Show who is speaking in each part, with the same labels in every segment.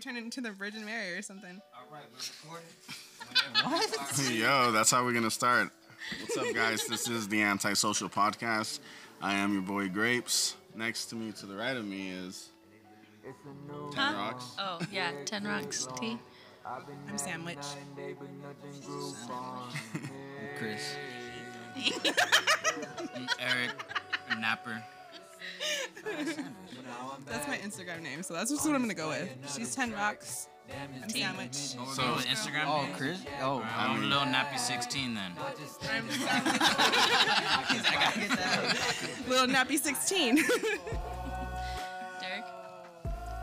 Speaker 1: turn it into the Virgin Mary or something.
Speaker 2: All right, we're recording. Whenever you are.
Speaker 3: Yo, that's how we're gonna start. What's up, guys? this is the Antisocial Podcast. I am your boy Grapes. Next to me, to the right of me, is Ten
Speaker 4: Huh?
Speaker 3: Rocks.
Speaker 4: Oh yeah, ten rocks tea.
Speaker 1: I'm sandwich.
Speaker 2: Chris. I'm Eric. I'm Napper.
Speaker 1: That's my Instagram name, so that's just what I'm gonna go with. She's ten rocks. I'm sandwich.
Speaker 3: So-
Speaker 2: So Instagram.
Speaker 5: Oh,
Speaker 2: name?
Speaker 5: Chris. Oh,
Speaker 2: Alright, I'm
Speaker 3: mean-
Speaker 2: little nappy 16 then.
Speaker 1: I'm Little nappy sixteen.
Speaker 4: Derek.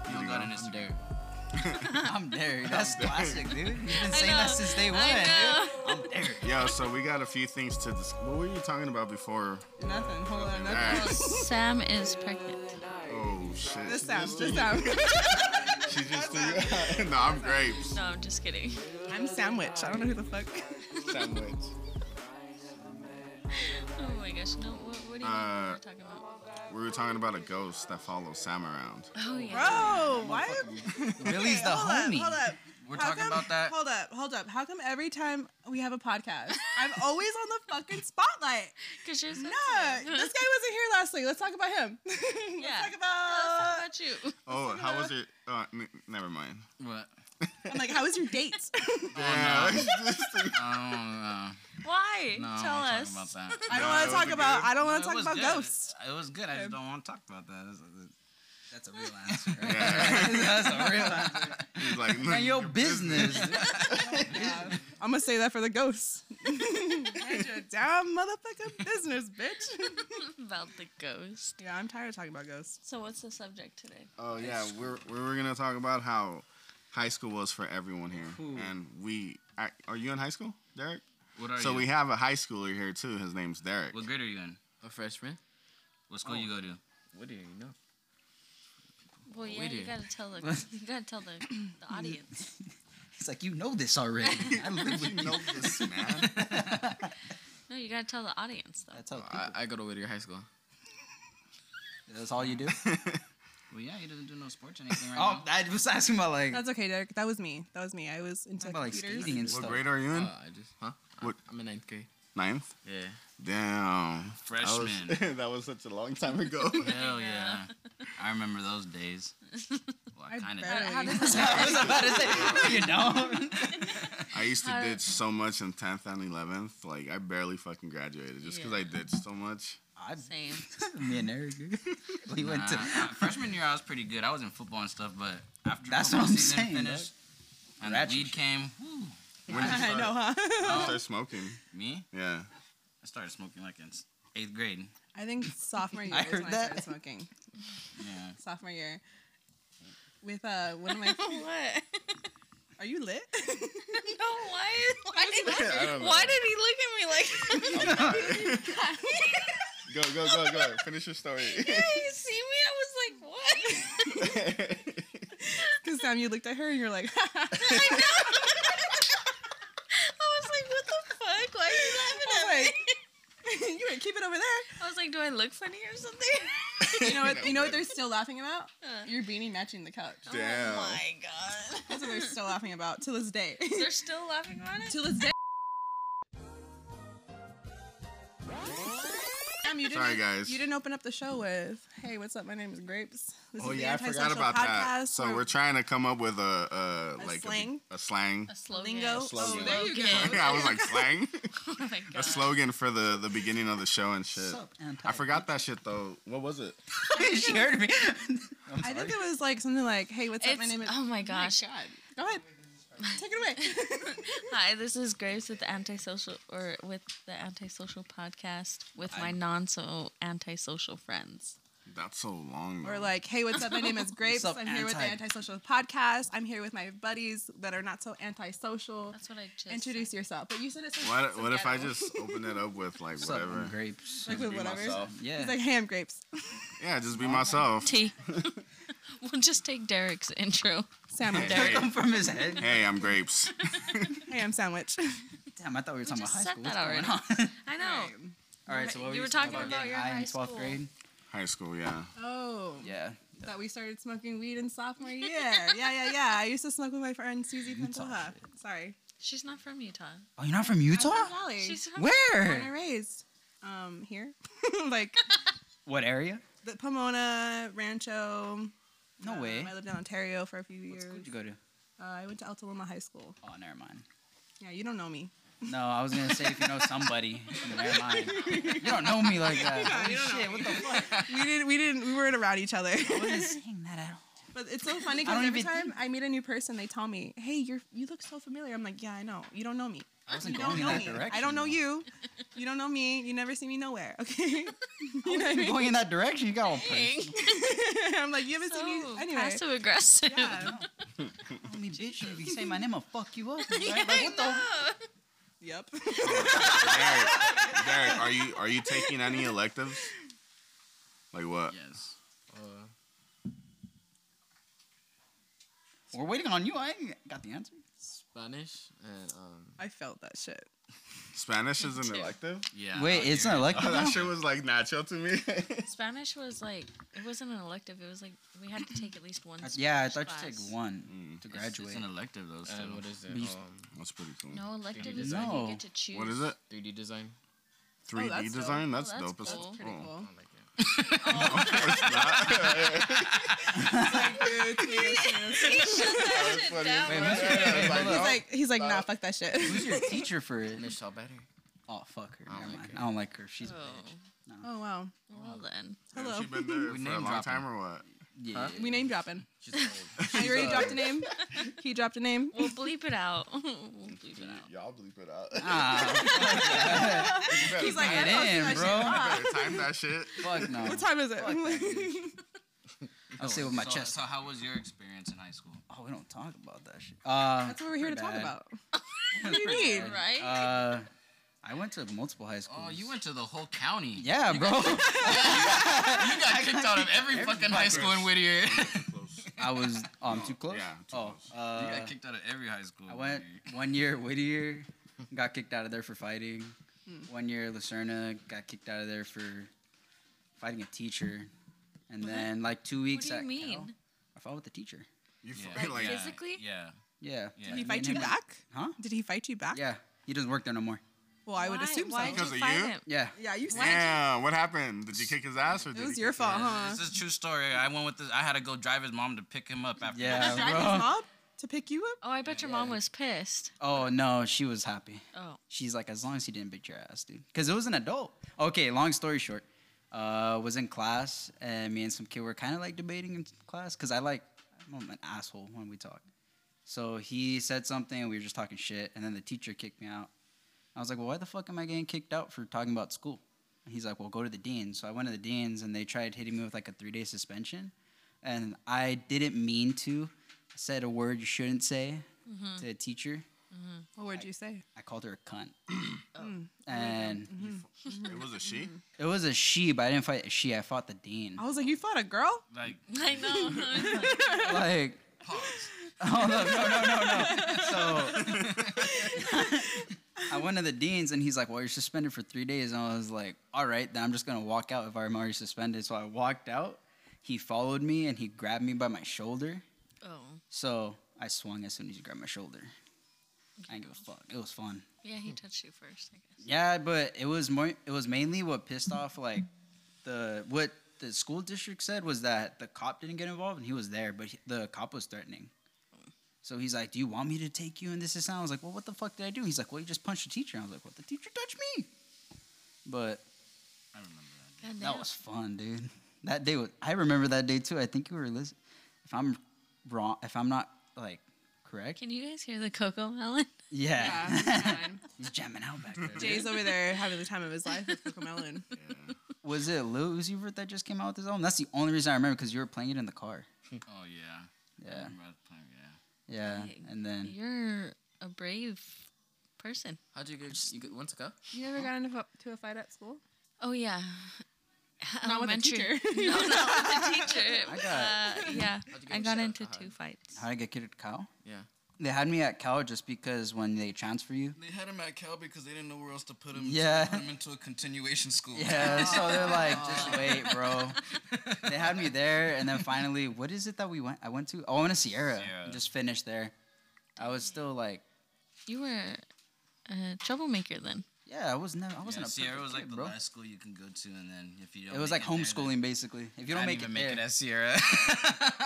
Speaker 2: You don't got an
Speaker 5: I'm
Speaker 2: Instagram.
Speaker 5: Derek. I'm Derek. That's classic, dude. You've been saying
Speaker 4: know.
Speaker 5: that since day one,
Speaker 4: I
Speaker 5: dude. I'm Derek.
Speaker 3: Yo, so we got a few things to dis What were you talking about before?
Speaker 1: Nothing. Hold on.
Speaker 3: Alright.
Speaker 1: Nothing.
Speaker 4: Sam is pregnant.
Speaker 3: Oh shit.
Speaker 1: This
Speaker 3: She
Speaker 1: sound.
Speaker 3: just
Speaker 1: This
Speaker 3: threw-
Speaker 1: sound.
Speaker 3: She just threw- No, I'm Grapes.
Speaker 4: No, I'm just kidding.
Speaker 1: I'm sandwich. I don't know who the fuck.
Speaker 3: Sandwich.
Speaker 4: Oh my gosh, no. What, what do you mean
Speaker 3: Uh,
Speaker 4: we're talking about?
Speaker 3: We were talking about a ghost that follows Sam around.
Speaker 4: Oh yeah.
Speaker 1: Bro, why?
Speaker 5: Willie's the
Speaker 1: hold
Speaker 5: homie.
Speaker 1: Up, hold up.
Speaker 2: We're
Speaker 1: How
Speaker 2: talking
Speaker 1: come-
Speaker 2: about that.
Speaker 1: Hold up, hold up. How come every time we have a podcast, I'm always on the fucking spotlight?
Speaker 4: Cause you're so
Speaker 1: No, this guy
Speaker 4: sensitive.
Speaker 1: wasn't here last week. Let's talk about him.
Speaker 4: Yeah.
Speaker 1: Let's talk
Speaker 3: uh,
Speaker 4: How
Speaker 1: about.
Speaker 4: about you?
Speaker 3: Oh, how was it? Uh, n- never mind.
Speaker 2: What? Oh,
Speaker 1: I'm like, how was your date?
Speaker 3: Yeah,
Speaker 2: I
Speaker 4: Why?
Speaker 2: don't know. No, I
Speaker 4: Tell
Speaker 2: don't wanna
Speaker 4: us.
Speaker 2: Talk about that.
Speaker 1: I don't
Speaker 3: No, it
Speaker 1: want to
Speaker 3: was a
Speaker 1: talk
Speaker 3: good-
Speaker 1: about. I don't
Speaker 2: No,
Speaker 1: want
Speaker 2: it
Speaker 1: to talk
Speaker 2: was
Speaker 1: about
Speaker 2: good.
Speaker 1: ghosts.
Speaker 2: It was good. I
Speaker 1: Okay.
Speaker 2: just don't want to talk about that. That's, that's a real answer. Right?
Speaker 3: Yeah.
Speaker 5: That's a real. answer.
Speaker 3: He's like,
Speaker 5: Mind your business.
Speaker 1: I'm gonna say that for the ghosts. Mind your damn motherfucking business, bitch.
Speaker 4: about the ghost.
Speaker 1: Yeah, I'm tired of talking about ghosts.
Speaker 4: So what's the subject today?
Speaker 3: Oh yeah, we're we were gonna talk about how high school was for everyone here, and we I, are you in high school, Derek?
Speaker 2: What are
Speaker 3: so
Speaker 2: you?
Speaker 3: we have a high schooler here too. His name's Derek.
Speaker 2: Oh, What grade are you in?
Speaker 5: A freshman.
Speaker 2: What school you go to?
Speaker 5: What do you know?
Speaker 4: Well, yeah,
Speaker 5: We
Speaker 4: you
Speaker 5: do.
Speaker 4: gotta tell the you gotta tell the, the audience.
Speaker 5: It's like you know this already. I live with
Speaker 3: you know this man.
Speaker 4: No, you gotta tell the audience though.
Speaker 5: That's how people.
Speaker 6: I, I go to Whittier High School.
Speaker 5: that's all you do.
Speaker 2: Well, yeah, he doesn't do no sports or anything right
Speaker 5: oh,
Speaker 2: now.
Speaker 5: I was asking about like.
Speaker 1: That's okay, Derek. That was me. That was me. I was into
Speaker 5: Talking about like
Speaker 1: computers.
Speaker 5: skating and
Speaker 3: what
Speaker 5: stuff.
Speaker 3: grade are you
Speaker 6: Uh,
Speaker 3: in?
Speaker 6: I just huh?
Speaker 3: What-
Speaker 6: I'm in ninth grade.
Speaker 3: Ninth.
Speaker 6: Yeah.
Speaker 3: Damn. That was-
Speaker 2: Freshman.
Speaker 3: that was such a long time ago.
Speaker 2: Hell yeah. I remember those days. Well, I
Speaker 1: I
Speaker 2: kind of
Speaker 1: barely-
Speaker 2: did.
Speaker 1: how does this-
Speaker 5: I was about to say, you know.
Speaker 3: I used to
Speaker 4: How-
Speaker 3: ditch so much in tenth and eleventh. Like I barely fucking graduated just because I
Speaker 4: Yeah.
Speaker 3: ditched so much.
Speaker 5: I'm
Speaker 4: Same.
Speaker 5: me and Eric. dude. We went
Speaker 2: Nah,
Speaker 5: to.
Speaker 2: uh, freshman year, I was pretty good. I was in football and stuff, but after
Speaker 5: That's
Speaker 2: football
Speaker 5: what I'm
Speaker 2: season
Speaker 5: saying,
Speaker 2: finished and
Speaker 5: Ratchet
Speaker 2: the weed came, whew,
Speaker 3: When did you
Speaker 1: I
Speaker 3: start,
Speaker 1: know, huh?
Speaker 3: you start smoking?
Speaker 2: me,
Speaker 3: Yeah.
Speaker 2: I started smoking like in s- eighth grade.
Speaker 1: I think sophomore year
Speaker 5: I
Speaker 1: is
Speaker 5: heard
Speaker 1: when I
Speaker 5: that.
Speaker 1: started smoking.
Speaker 2: Yeah.
Speaker 1: Sophomore year. With uh, one of my.
Speaker 4: what?
Speaker 1: Are you lit?
Speaker 4: No, why? Why did,
Speaker 3: I don't know.
Speaker 4: why did he look at me like?
Speaker 3: go go go go! Finish your story.
Speaker 4: yeah, you see me? I was like, what?
Speaker 1: Because Sam, you looked at her and you're like,
Speaker 4: I know. I was like, what the fuck? Why are you laughing
Speaker 1: I was
Speaker 4: at me?
Speaker 1: you better keep it over there.
Speaker 4: I was like, do I look funny or something?
Speaker 1: You know what? You know what
Speaker 3: No,
Speaker 1: they're still laughing about?
Speaker 4: Huh.
Speaker 1: Your beanie matching the couch.
Speaker 3: Damn.
Speaker 4: Oh my god.
Speaker 1: That's what they're still laughing about to this day.
Speaker 4: They're still laughing about it?
Speaker 1: to this day. Sam, you didn't,
Speaker 3: Sorry, guys.
Speaker 1: You didn't open up the show with, "Hey, what's up? My name is Grapes." This
Speaker 3: Oh
Speaker 1: is the
Speaker 3: yeah, I forgot
Speaker 1: Antisocial
Speaker 3: about that.
Speaker 1: Podcast
Speaker 3: So
Speaker 1: where-
Speaker 3: we're trying to come up with a, a,
Speaker 1: A
Speaker 3: like
Speaker 1: slang?
Speaker 3: A, a slang.
Speaker 4: A slogan.
Speaker 1: lingo.
Speaker 3: slogan.
Speaker 1: Oh, there you go.
Speaker 3: I was like slang,
Speaker 4: Oh my god.
Speaker 3: a slogan for the the beginning of the show and shit.
Speaker 5: Sup, anti-
Speaker 3: I forgot that shit though. What was it?
Speaker 5: she heard me. I'm
Speaker 1: I
Speaker 5: sorry.
Speaker 1: think it was like something like, "Hey, what's up? My
Speaker 4: It's-
Speaker 1: name is."
Speaker 4: oh my gosh.
Speaker 1: God. Go ahead. Take it away.
Speaker 4: Hi, this is Graves with the antisocial or with the antisocial podcast with my non so antisocial friends.
Speaker 3: That's so long.
Speaker 1: or
Speaker 3: though.
Speaker 1: like, "Hey, what's up? My name is Grapes.
Speaker 5: up,
Speaker 1: I'm here with the
Speaker 5: anti-
Speaker 1: Antisocial Podcast. I'm here with my buddies that are not so antisocial."
Speaker 4: That's what I just
Speaker 1: Introduce yourself. But you said it's so,
Speaker 3: what
Speaker 1: so
Speaker 3: what if I
Speaker 1: ghetto.
Speaker 3: just open it up with like
Speaker 5: Sup, I'm
Speaker 3: whatever?
Speaker 5: grapes.
Speaker 1: like with
Speaker 3: be
Speaker 1: whatever?
Speaker 3: myself.
Speaker 5: Yeah.
Speaker 1: He's like, "Hey, I'm Grapes."
Speaker 3: Yeah, just be myself.
Speaker 4: T. we'll just take Derek's intro.
Speaker 1: Sam, I'm
Speaker 3: Hey.
Speaker 1: Derek.
Speaker 5: come from his head.
Speaker 3: Hey, I'm grapes.
Speaker 1: Hey, I'm Sandwich.
Speaker 5: Damn, I thought we were talking
Speaker 4: just
Speaker 5: about high
Speaker 4: said
Speaker 5: school.
Speaker 4: that
Speaker 5: What's going on?
Speaker 4: I know.
Speaker 5: All right, so what
Speaker 4: You were
Speaker 5: just
Speaker 4: talking about
Speaker 5: getting
Speaker 4: your
Speaker 5: high
Speaker 4: high
Speaker 5: in 12th
Speaker 4: school.
Speaker 5: grade.
Speaker 3: High school, yeah.
Speaker 1: Oh.
Speaker 5: Yeah.
Speaker 1: That we started smoking weed in sophomore year. yeah, yeah, yeah. I used to smoke with my friend Susie
Speaker 5: Utah
Speaker 1: Pentelha. Sorry.
Speaker 4: She's not from Utah.
Speaker 5: Oh, you're not from Utah?
Speaker 1: I'm from Raleigh.
Speaker 4: She's from
Speaker 1: Born and
Speaker 5: Where?
Speaker 1: raised. Um, here. like
Speaker 5: What area?
Speaker 1: the Pomona, Rancho.
Speaker 5: No
Speaker 1: um,
Speaker 5: way.
Speaker 1: I lived in Ontario for a few years.
Speaker 5: What school did you go to?
Speaker 1: Uh, I went to Altaloma High School.
Speaker 5: Oh, never mind.
Speaker 1: Yeah, you don't know me.
Speaker 5: No, I was gonna say if you know somebody, never mind. You don't know me like that. Holy shit, what the fuck?
Speaker 1: We didn't. We didn't. We weren't around each other.
Speaker 5: I wasn't saying that at all.
Speaker 1: but it's so funny
Speaker 5: I
Speaker 1: because
Speaker 5: don't
Speaker 1: every
Speaker 5: even
Speaker 1: time I meet a new person, they tell me, "Hey, you're you look so familiar." I'm like, "Yeah, I know. You don't know me.
Speaker 5: I wasn't
Speaker 1: You
Speaker 5: going
Speaker 1: don't
Speaker 5: in
Speaker 1: know
Speaker 5: that
Speaker 1: me.
Speaker 5: direction.
Speaker 1: I don't know
Speaker 5: though.
Speaker 1: you. You don't know me. You never see me nowhere. Okay. you know what I
Speaker 5: You're
Speaker 1: mean?
Speaker 5: going in that direction. You got all personal.
Speaker 1: I'm like, you haven't
Speaker 4: So
Speaker 1: seen me anyway.
Speaker 4: passive aggressive.
Speaker 1: Yeah.
Speaker 5: Only bitch. If you say my name, I'll fuck you up. Right?
Speaker 4: Yeah,
Speaker 5: Like,
Speaker 4: I
Speaker 5: what the?
Speaker 4: know.
Speaker 1: yep.
Speaker 3: Derek, Derek, are you are you taking any electives? Like what?
Speaker 2: Yes.
Speaker 5: We're waiting on you. I ain't got the answer.
Speaker 6: Spanish and um
Speaker 1: I felt that shit.
Speaker 3: Spanish is an
Speaker 4: Two.
Speaker 3: elective?
Speaker 2: Yeah.
Speaker 5: Wait,
Speaker 2: out
Speaker 5: it's
Speaker 2: here.
Speaker 5: not elective.
Speaker 3: Oh, that
Speaker 5: now?
Speaker 3: shit was like natural to me.
Speaker 4: Spanish was like it wasn't an elective. It was like we had to take at least one.
Speaker 5: I- Uh, Yeah, I
Speaker 4: Spanish
Speaker 5: thought you
Speaker 4: class.
Speaker 5: take one
Speaker 3: Mm,
Speaker 5: to
Speaker 2: It's-
Speaker 5: graduate.
Speaker 2: It's an elective though. So.
Speaker 6: and what is it?
Speaker 5: We
Speaker 6: Um,
Speaker 5: used-
Speaker 3: That's pretty cool.
Speaker 4: No elective is
Speaker 6: design.
Speaker 4: when
Speaker 5: No.
Speaker 4: you get to choose.
Speaker 3: What is it?
Speaker 6: 3D design.
Speaker 3: 3D
Speaker 1: that's dope.
Speaker 3: design? That's,
Speaker 4: Oh,
Speaker 3: Oh,
Speaker 4: that's
Speaker 3: dope as
Speaker 4: cool.
Speaker 3: fuck.
Speaker 1: Pretty cool.
Speaker 6: I don't like it.
Speaker 5: Wait, who's your- wait, hold
Speaker 1: He's
Speaker 5: up.
Speaker 1: like, he's like, nah, fuck that shit.
Speaker 5: Who's your teacher for it?
Speaker 6: Michelle better.
Speaker 5: Oh fuck her.
Speaker 6: I don't
Speaker 5: Never
Speaker 6: like
Speaker 5: mind.
Speaker 6: her.
Speaker 5: I don't like her. She's a
Speaker 4: Oh,
Speaker 5: bitch.
Speaker 1: Oh wow.
Speaker 4: well then.
Speaker 1: Hello.
Speaker 3: She been there
Speaker 2: We
Speaker 3: for a
Speaker 2: name
Speaker 3: long
Speaker 2: dropping.
Speaker 3: time or what?
Speaker 5: Yeah.
Speaker 1: We name dropping.
Speaker 6: She's old.
Speaker 1: I already dropped a name. He dropped a name.
Speaker 4: We'll bleep it out. we'll bleep it out.
Speaker 3: Y'all bleep it out.
Speaker 5: Ah,
Speaker 1: He's like,
Speaker 5: Get
Speaker 1: I don't see
Speaker 5: in,
Speaker 1: that shit.
Speaker 5: bro.
Speaker 1: Ah.
Speaker 5: Ah.
Speaker 3: Better time that shit.
Speaker 5: fuck no.
Speaker 1: What time is it?
Speaker 5: I'll say with my
Speaker 2: Oh, so,
Speaker 5: chest.
Speaker 2: So, how was your experience in high school?
Speaker 5: Oh, we don't talk about that shit. Uh,
Speaker 1: That's what we're here to
Speaker 5: pretty
Speaker 1: talk
Speaker 5: bad.
Speaker 1: about. What do you mean?
Speaker 4: Right?
Speaker 5: Uh, I went to multiple high schools.
Speaker 2: Oh, you went to the whole county.
Speaker 5: Yeah, bro.
Speaker 2: You got kicked out of every fucking high school in Whittier.
Speaker 5: I was. Oh, I'm too close.
Speaker 3: yeah, too
Speaker 5: oh,
Speaker 3: close.
Speaker 5: Uh,
Speaker 2: you got kicked out of every high school.
Speaker 5: I went one year at Whittier, got kicked out of there for fighting. One year at Lucerna, got kicked out of there for fighting a teacher. And then like two
Speaker 4: what
Speaker 5: weeks
Speaker 4: do you
Speaker 5: at
Speaker 4: mean?
Speaker 5: Cal, I fought with the teacher.
Speaker 3: You
Speaker 2: Yeah.
Speaker 3: fucking like
Speaker 2: yeah.
Speaker 4: physically?
Speaker 2: Yeah.
Speaker 5: Yeah.
Speaker 2: Yeah.
Speaker 1: Did he
Speaker 5: Me
Speaker 1: fight
Speaker 5: and
Speaker 1: you
Speaker 5: him-
Speaker 1: back?
Speaker 5: Huh?
Speaker 1: Did he fight you back?
Speaker 5: Yeah. He doesn't work there no more.
Speaker 1: Well, I would
Speaker 4: Why-
Speaker 1: assume so.
Speaker 4: why'd
Speaker 3: Because of
Speaker 4: fight
Speaker 3: you?
Speaker 4: him?
Speaker 5: Yeah.
Speaker 1: Yeah, you said
Speaker 3: Damn, what happened? Did you kick his ass or did
Speaker 1: it was
Speaker 3: he
Speaker 1: your
Speaker 3: kick you?
Speaker 5: Uh-huh.
Speaker 1: fault, huh?
Speaker 2: This is a true story. I went with this. I had to go drive his mom to pick him up after.
Speaker 5: Yeah,
Speaker 1: Drive his
Speaker 5: bro.
Speaker 1: mom to pick you up.
Speaker 4: Oh, I bet your mom was pissed.
Speaker 5: Oh no, she was happy.
Speaker 4: Oh.
Speaker 5: She's like, as long as he didn't beat your ass, dude. Because it was an adult. Okay, long story short, uh, was in class and me and some kid were kind of like debating in class because I like I'm an asshole when we talk. So he said something and we were just talking shit, and then the teacher kicked me out. I was like, well, why the fuck am I getting kicked out for talking about school? And he's like, well, go to the dean. So I went to the dean's and they tried hitting me with like a three day suspension, and I didn't mean to. I said a word you shouldn't say to a teacher.
Speaker 1: What would you say?
Speaker 5: I called her a cunt. And
Speaker 3: It was a she?
Speaker 4: Mm-hmm.
Speaker 5: it was a she, but I didn't fight a she. I fought the dean.
Speaker 1: I was like, you fought a girl?
Speaker 2: Like,
Speaker 4: I know.
Speaker 5: Like,
Speaker 2: pause.
Speaker 5: oh, no, no, no, no, no. So I went to the dean's and he's like, well, you're suspended for three days. And I was like, all right, then I'm just going to walk out if I'm already suspended. So I walked out. He followed me and he grabbed me by my shoulder.
Speaker 4: oh.
Speaker 5: So I swung as soon as he grabbed my shoulder. I didn't give a fuck. It was fun.
Speaker 4: Yeah, he touched you first, I guess.
Speaker 5: Yeah, but it was more. It was mainly what pissed off like the what the school district said was that the cop didn't get involved and he was there, but he- the cop was threatening. So he's like, "Do you want me to take you?" And this is sound. I was like, "Well, what the fuck did I do?" He's like, "Well, you just punched the teacher." I was like, "What? The teacher touched me." But
Speaker 2: I remember
Speaker 4: God
Speaker 5: that
Speaker 4: damn.
Speaker 5: was fun, dude. That day was. I remember that day too. I think you were listening. If I'm wrong, if I'm not like correct,
Speaker 4: Can you guys hear the cocoa melon?
Speaker 5: yeah,
Speaker 1: fine.
Speaker 5: he's jamming out back there.
Speaker 1: Jay's over there having the time of his life with Coco Melon.
Speaker 5: Was it Lil Uzi Vert that just came out with his album? That's the only reason I remember because you were playing it in the car.
Speaker 2: that. Oh yeah. I
Speaker 5: Yeah,
Speaker 2: remember I was playing, yeah.
Speaker 5: yeah.
Speaker 4: Dang.
Speaker 5: And then
Speaker 4: You're a brave person.
Speaker 6: How'd you get? You went to go?
Speaker 1: You ever got into to a fight at school?
Speaker 4: Oh yeah.
Speaker 1: Not with a
Speaker 4: Elementary.
Speaker 1: teacher.
Speaker 4: no, not with the teacher.
Speaker 5: I got-
Speaker 4: Uh, yeah,
Speaker 6: How'd you get
Speaker 4: I
Speaker 6: in
Speaker 4: got
Speaker 6: shot?
Speaker 4: into
Speaker 6: How?
Speaker 4: two fights.
Speaker 5: how to get kicked cow?
Speaker 6: Yeah.
Speaker 5: They had me at Cal just because when they transfer you.
Speaker 7: They had him at Cal because they didn't know where else to put him.
Speaker 5: Yeah.
Speaker 7: So they put him into a continuation school.
Speaker 5: Yeah, so they're like, just wait, bro. They had me there, and then finally, what is it that we went? I went to. Oh, I went to Sierra.
Speaker 2: Sierra.
Speaker 5: and Just finished there. I was still like,
Speaker 4: You were a troublemaker then.
Speaker 5: yeah, I was never. I wasn't
Speaker 7: yeah,
Speaker 5: a
Speaker 7: Sierra
Speaker 5: perfect
Speaker 7: was like
Speaker 5: kid,
Speaker 7: the
Speaker 5: bro.
Speaker 7: last school you can go to, and then if you don't,
Speaker 5: It was
Speaker 7: make there,
Speaker 5: like
Speaker 7: then-
Speaker 5: homeschooling basically. If you
Speaker 7: I
Speaker 5: don't
Speaker 7: didn't
Speaker 5: make it,
Speaker 7: even make it
Speaker 5: there-
Speaker 7: at Sierra.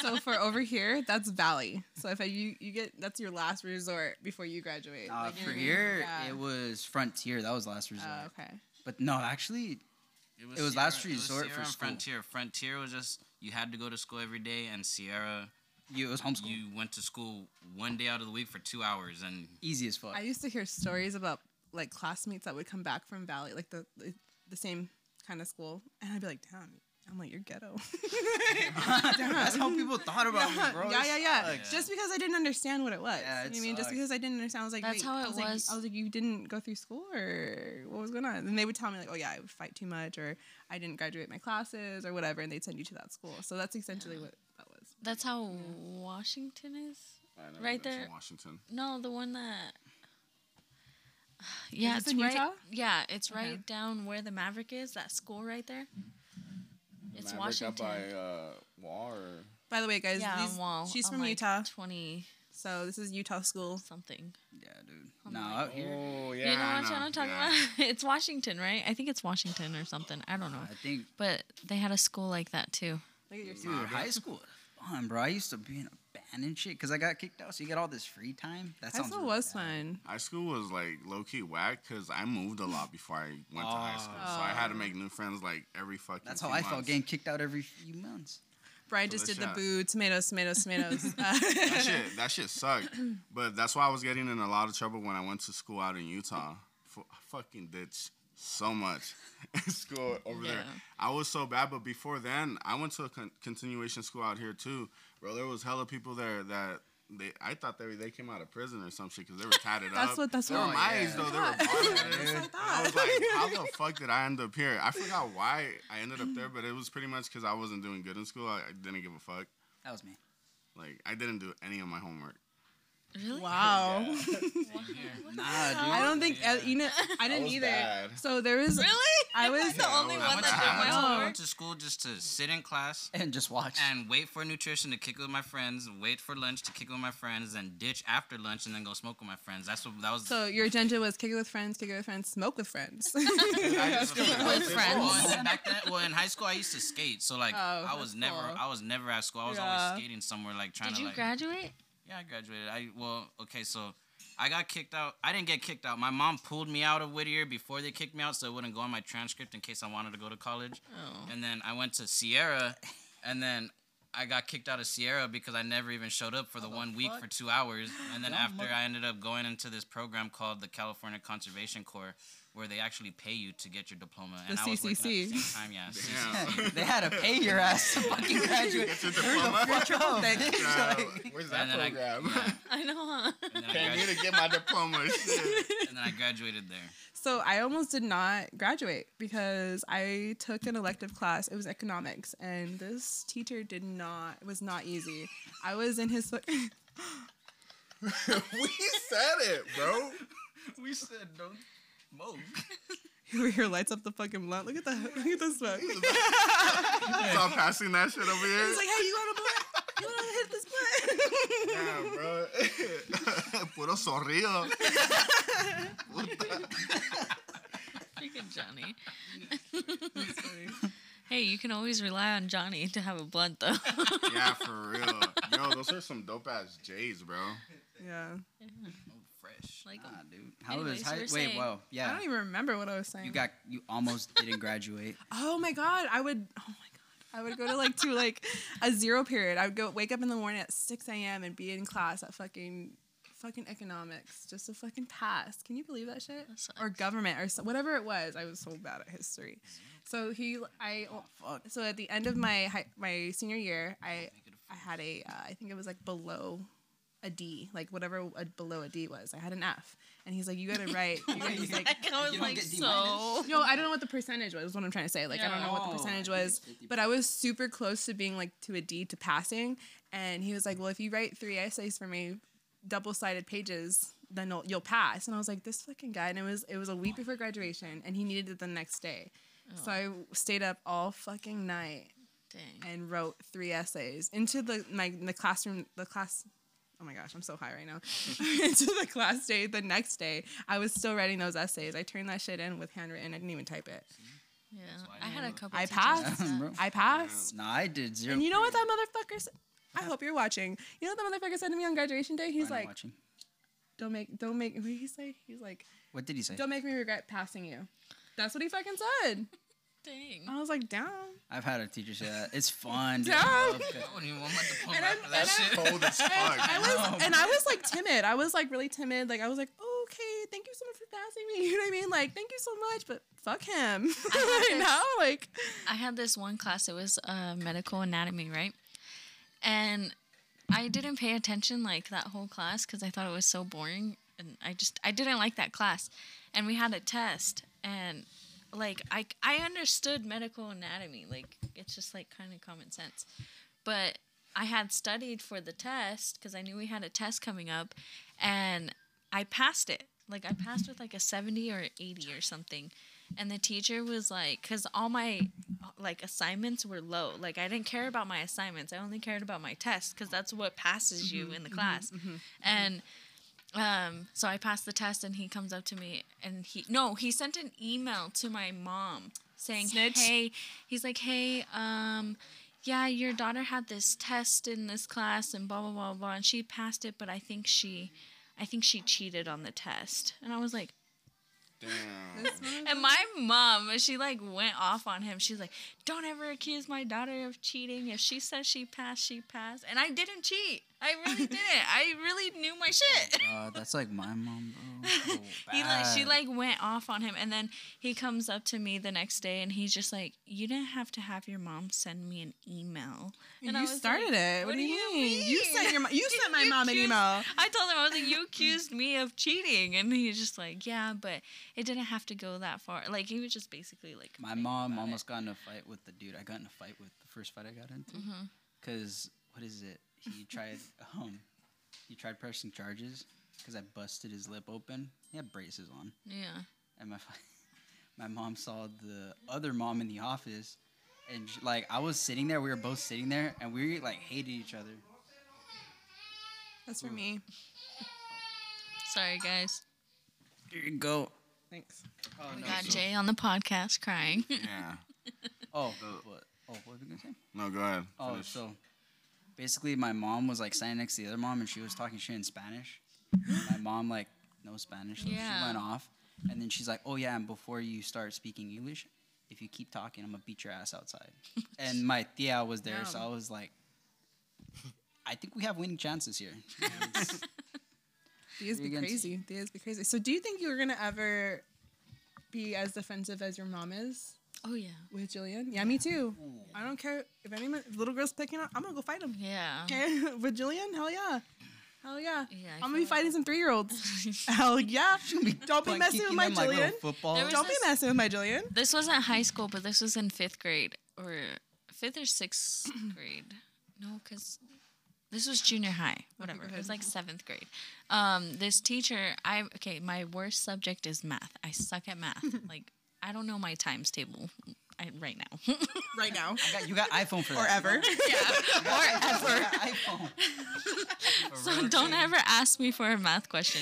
Speaker 1: So for over here, that's Valley. So if I, you you get that's your last resort before you graduate.
Speaker 5: Uh,
Speaker 1: Like,
Speaker 5: for
Speaker 1: you're-
Speaker 5: here,
Speaker 1: yeah.
Speaker 5: it was Frontier. That was last resort.
Speaker 1: Oh, okay.
Speaker 5: But no, actually, It was last resort for
Speaker 2: Sierra and
Speaker 5: school.
Speaker 2: Frontier. Frontier was just you had to go to school every day, and Sierra
Speaker 5: you, it was homeschool.
Speaker 2: you went to school one day out of the week for two hours, and
Speaker 5: Easy as fuck.
Speaker 1: I used to hear stories about like classmates that would come back from Valley, like the the, the same kind of school, and I'd be like, damn. I'm like, you're ghetto.
Speaker 5: That's how people thought about me, bro.
Speaker 1: yeah, yeah,
Speaker 5: It's-
Speaker 1: yeah.
Speaker 5: like-
Speaker 1: Just because I didn't understand what it was.
Speaker 5: Yeah,
Speaker 1: you
Speaker 5: it
Speaker 1: know what I mean, just
Speaker 5: sucked.
Speaker 1: because I didn't understand, I was like, wait,
Speaker 4: That's how
Speaker 1: I
Speaker 4: it
Speaker 1: was, like-
Speaker 4: was.
Speaker 1: I was like, you didn't go through school, or what was going on? And they would tell me like, oh yeah, I would fight too much, or I didn't graduate my classes, or whatever, and they'd send you to that school. So that's essentially what that was.
Speaker 4: That's how Washington is.
Speaker 3: I know
Speaker 4: Right
Speaker 3: that's
Speaker 4: there.
Speaker 3: Washington.
Speaker 4: No, the one that. Yeah,
Speaker 1: this
Speaker 4: it's
Speaker 1: in
Speaker 4: right.
Speaker 1: Utah?
Speaker 4: Yeah, it's right down where the Maverick is. That school right there. It's
Speaker 3: Maverick up
Speaker 4: Washington.
Speaker 3: by uh, Wall or
Speaker 1: By the way, guys,
Speaker 4: yeah,
Speaker 1: these-
Speaker 4: on wall.
Speaker 1: she's
Speaker 4: on
Speaker 1: from
Speaker 4: like
Speaker 1: Utah,
Speaker 4: Twenty
Speaker 1: so this is Utah school.
Speaker 4: something.
Speaker 5: Yeah, dude.
Speaker 4: Oh
Speaker 5: no,
Speaker 4: my
Speaker 5: out here.
Speaker 3: oh yeah,
Speaker 4: you know
Speaker 3: I
Speaker 4: what
Speaker 3: know.
Speaker 4: I'm talking
Speaker 3: yeah.
Speaker 4: about? It's Washington, right? I think it's Washington or something. I don't know.
Speaker 5: I think
Speaker 4: But they had a school like that too.
Speaker 1: Look at your
Speaker 5: dude, high school was fun, bro. I used to be in a band and shit because I got kicked out, so you get all this free time. That
Speaker 1: high
Speaker 5: sounds
Speaker 1: school
Speaker 5: really
Speaker 1: was
Speaker 5: bad.
Speaker 1: fun.
Speaker 3: High school was like low key whack because I moved a lot before I went to high school, so I had to make new friends like every fucking.
Speaker 5: That's how
Speaker 3: few
Speaker 5: I felt,
Speaker 3: months.
Speaker 5: getting kicked out every few months.
Speaker 1: Brian
Speaker 3: So
Speaker 1: just
Speaker 3: let's
Speaker 1: did the
Speaker 3: chat.
Speaker 1: boo tomatoes, tomatoes, tomatoes. Uh,
Speaker 3: that shit that shit sucked. But that's why I was getting in a lot of trouble when I went to school out in Utah. F- I fucking did s- so much in school over there.
Speaker 4: Yeah.
Speaker 3: I was so bad, but before then, I went to a con- continuation school out here too. Bro, there was hella people there that they I thought they they came out of prison or some shit because they were tatted up.
Speaker 1: That's what- that's
Speaker 3: they
Speaker 1: what-
Speaker 3: were my
Speaker 5: Oh,
Speaker 3: age
Speaker 5: yeah.
Speaker 3: though. They
Speaker 1: That's
Speaker 3: were bald
Speaker 1: what I thought.
Speaker 3: headed. I was like, how the fuck did I end up here? I forgot why I ended up there, but it was pretty much because I wasn't doing good in school. I, I didn't give a fuck.
Speaker 5: That was me.
Speaker 3: Like I didn't do any of my homework.
Speaker 4: Really?
Speaker 1: wow. I
Speaker 5: Nah, dude.
Speaker 1: don't think uh, you know. I didn't
Speaker 3: was
Speaker 1: either.
Speaker 3: bad.
Speaker 1: So there was.
Speaker 4: Really?
Speaker 1: I was
Speaker 4: the only
Speaker 3: I
Speaker 4: one
Speaker 3: went
Speaker 4: that
Speaker 3: to- I went
Speaker 4: did my
Speaker 1: to-
Speaker 2: I
Speaker 4: homework.
Speaker 2: went to school just to sit in class
Speaker 5: And just watch.
Speaker 2: and wait for nutrition to kick it with my friends, wait for lunch to kick it with my friends, then ditch after lunch and then go smoke with my friends. That's what that was.
Speaker 1: So your agenda was kick it with friends, kick it with friends, smoke with friends.
Speaker 4: With friends.
Speaker 2: Well, back then, well, in high school, I used to skate, so like
Speaker 1: Oh,
Speaker 2: I
Speaker 1: that's
Speaker 2: was never,
Speaker 1: cool.
Speaker 2: I was never at school. I was
Speaker 1: Yeah.
Speaker 2: always skating somewhere, like trying
Speaker 4: Did
Speaker 2: to
Speaker 4: you
Speaker 2: like.
Speaker 4: graduate?
Speaker 2: yeah, I graduated. I well, okay, so I got kicked out. I didn't get kicked out. My mom pulled me out of Whittier before they kicked me out, so it wouldn't go on my transcript in case I wanted to go to college.
Speaker 4: Oh.
Speaker 2: And then I went to Sierra, and then I got kicked out of Sierra because I never even showed up for the one week for two hours. And then after I ended up going into this program called the California Conservation Corps, where they actually pay you to get your diploma. and
Speaker 1: The
Speaker 2: I was working at
Speaker 1: CCC.
Speaker 2: the same time, yeah.
Speaker 3: Yeah.
Speaker 5: they had to pay your ass to fucking graduate.
Speaker 3: Get your diploma.
Speaker 5: Oh,
Speaker 3: Yeah,
Speaker 5: bitch, like-
Speaker 3: Where's
Speaker 2: And then I- yeah.
Speaker 4: I know. Huh?
Speaker 2: And then, I
Speaker 3: Can't
Speaker 2: gradu-
Speaker 3: get to get my diploma. Shit.
Speaker 2: and then I graduated there.
Speaker 1: so I almost did not graduate because I took an elective class. It was economics, and this teacher did not. It was not easy. I was in his.
Speaker 3: we said it, bro.
Speaker 2: We said don't smoke.
Speaker 1: Over here lights up the fucking blunt. Look at that. Look at the smoke.
Speaker 3: It's all passing that shit over here.
Speaker 1: He's like, hey, you want a blunt? You want to hit this blunt?
Speaker 3: yeah, bro. Puro sorrido.
Speaker 4: Freaking Johnny. hey, you can always rely on Johnny to have a blunt though.
Speaker 3: Yeah, for real. Yo, those are some dope ass J's, bro.
Speaker 1: yeah.
Speaker 2: Fresh.
Speaker 4: like
Speaker 5: Nah, dude. How
Speaker 4: Anyways,
Speaker 5: was
Speaker 4: you
Speaker 5: high?
Speaker 4: were
Speaker 5: Wait,
Speaker 4: saying-
Speaker 5: whoa.
Speaker 1: I
Speaker 5: Yeah.
Speaker 1: don't even remember what I was saying.
Speaker 5: You got you almost didn't graduate.
Speaker 1: Oh my god, I would. Oh my god, I would go to like to like a zero period. I would go wake up in the morning at six a.m. and be in class at fucking fucking economics just to fucking pass. Can you believe that shit?
Speaker 4: sucks.
Speaker 1: Or government or so, whatever it was. I was so bad at history. So he, I, so at the end of my hi- my senior year, I I had a uh, I think it was like below a D, like whatever a, below a D was. I had an F, and he's like, "You gotta write." You gotta, he's like,
Speaker 4: Like, I was
Speaker 5: don't
Speaker 4: like,
Speaker 5: get D
Speaker 4: so.
Speaker 1: no, I don't know what the percentage was. Is what I'm trying to say. Like I don't know what the
Speaker 5: Yeah.
Speaker 1: percentage was, but I was super close to being like to a D to passing. And he was like, "Well, if you write three essays for me, double-sided pages, then you'll, you'll pass." And I was like, "This fucking guy." And it was it was a week before graduation, and he needed it the next day. So I stayed up all fucking night
Speaker 4: Dang.
Speaker 1: and wrote three essays into the my the classroom the class oh my gosh i'm so high right now into the class day the next day i was still writing those essays i turned that shit in with handwritten i didn't even type it
Speaker 4: Yeah. I had a couple.
Speaker 1: I
Speaker 4: teachers like
Speaker 1: passed.
Speaker 4: that.
Speaker 5: Bro.
Speaker 1: i passed
Speaker 5: Nah, I did zero.
Speaker 1: and you know what that motherfucker said i hope you're watching you know what that motherfucker said to me on graduation day he's
Speaker 5: I'm
Speaker 1: like
Speaker 5: watching.
Speaker 1: don't make don't make what did he say he's like
Speaker 5: What did he say?
Speaker 1: don't make me regret passing you that's what he fucking said
Speaker 4: Dang.
Speaker 1: i was like down
Speaker 5: I've had a teacher say that. It's fun. dude. Oh
Speaker 1: Dumb.
Speaker 5: I love it.
Speaker 2: I wouldn't even want my diploma
Speaker 1: And I'm-
Speaker 2: after that
Speaker 1: and
Speaker 2: shit.
Speaker 3: Cold as
Speaker 1: And
Speaker 3: fuck.
Speaker 1: I was and I was like timid. I was like really timid. Like I was like, okay, thank you so much for passing me. You know what I mean? Like, thank you so much, but fuck him. you know, like
Speaker 4: I had this one class. It was uh, medical anatomy, right? And I didn't pay attention like that whole class because I thought it was so boring, and I just I didn't like that class. And we had a test, and like I I understood medical anatomy, like it's just like kind of common sense, but I had studied for the test because I knew we had a test coming up, and I passed it. Like I passed with like a seventy or eighty or something, and the teacher was like, because all my like assignments were low. Like I didn't care about my assignments. I only cared about my test because that's what passes you in the class. And um, so I passed the test, and he comes up to me, and he no, he sent an email to my mom saying,
Speaker 1: Snitch.
Speaker 4: "Hey," he's like, "Hey, um." Yeah, your daughter had this test in this class and blah blah blah blah and she passed it, but I think she I think she cheated on the test. And I was like,
Speaker 3: Damn.
Speaker 4: and my mom, she like went off on him. She's like, "Don't ever accuse my daughter of cheating. If she says she passed, she passed." And I didn't cheat. I really didn't. I really knew my shit.
Speaker 5: God, that's like my mom, bro. So
Speaker 4: he like she
Speaker 5: bad.
Speaker 4: like went off on him, and then he comes up to me the next day, and he's just like, "You didn't have to have your mom send me an email." And I
Speaker 1: you
Speaker 4: was
Speaker 1: started
Speaker 4: like,
Speaker 1: it. What, do you mean? You sent your mo- you sent my
Speaker 4: You
Speaker 1: mom an
Speaker 4: accused-
Speaker 1: email.
Speaker 4: I told him I was like, "You accused me of cheating," and he's just like, "Yeah, but it didn't have to go that far." Like he was just basically like,
Speaker 5: My
Speaker 4: complaining
Speaker 5: mom
Speaker 4: about it.
Speaker 5: almost got in a fight with the dude I got in a fight with the first fight I got into.
Speaker 1: Mm-hmm.
Speaker 5: Cause what is it? He tried um he tried pressing charges because I busted his lip open. He had braces on,
Speaker 4: yeah.
Speaker 5: and my fa- my mom saw the other mom in the office, and sh like I was sitting there. We were both sitting there, and we like hated each other.
Speaker 1: That's for me.
Speaker 4: Sorry, guys.
Speaker 5: There you go.
Speaker 1: Thanks.
Speaker 4: We got Jay on the podcast crying.
Speaker 3: Yeah.
Speaker 5: Oh, what? Oh, what were we gonna say?
Speaker 3: No, go ahead.
Speaker 5: Oh,
Speaker 3: Finish.
Speaker 5: so basically, my mom was like standing next to the other mom, and she was talking shit in Spanish. my mom like knows Spanish, so she
Speaker 4: Yeah.
Speaker 5: went off, and then she's like, "Oh yeah, and before you start speaking English, if you keep talking, I'm gonna beat your ass outside." and my tia was there, so I
Speaker 1: Yum.
Speaker 5: was like, "I think we have winning chances here."
Speaker 1: These be
Speaker 5: You're gonna-
Speaker 1: crazy. These be crazy. So do you think you were gonna ever be as defensive as your mom is
Speaker 4: oh yeah.
Speaker 1: with Jillian? Yeah, me too. I don't care if any if little girl's picking up, I'm gonna go fight him.
Speaker 4: Yeah.
Speaker 1: Okay, with Jillian? Hell yeah. Hell yeah.
Speaker 4: Yeah, I
Speaker 1: I'm gonna
Speaker 4: feel
Speaker 1: be
Speaker 4: like-
Speaker 1: fighting some three year olds. Hell yeah. Don't be
Speaker 5: Like,
Speaker 1: messing with
Speaker 5: kicking
Speaker 1: my
Speaker 5: them like little
Speaker 1: Jillian.
Speaker 5: football.
Speaker 4: There was-
Speaker 1: Don't be
Speaker 4: this-
Speaker 1: messing with my Jillian.
Speaker 4: This wasn't high school, but this was in fifth grade or fifth or sixth grade. No, because this was junior high. Whatever. It was like seventh grade. Um, this teacher, I okay. My worst subject is math. I suck at math. like I don't know my times table I, right now.
Speaker 1: Right now.
Speaker 5: You got- you got iPhone for
Speaker 1: Or
Speaker 5: that.
Speaker 1: ever.
Speaker 5: You got iPhone.
Speaker 4: So don't ever ask me for a math question.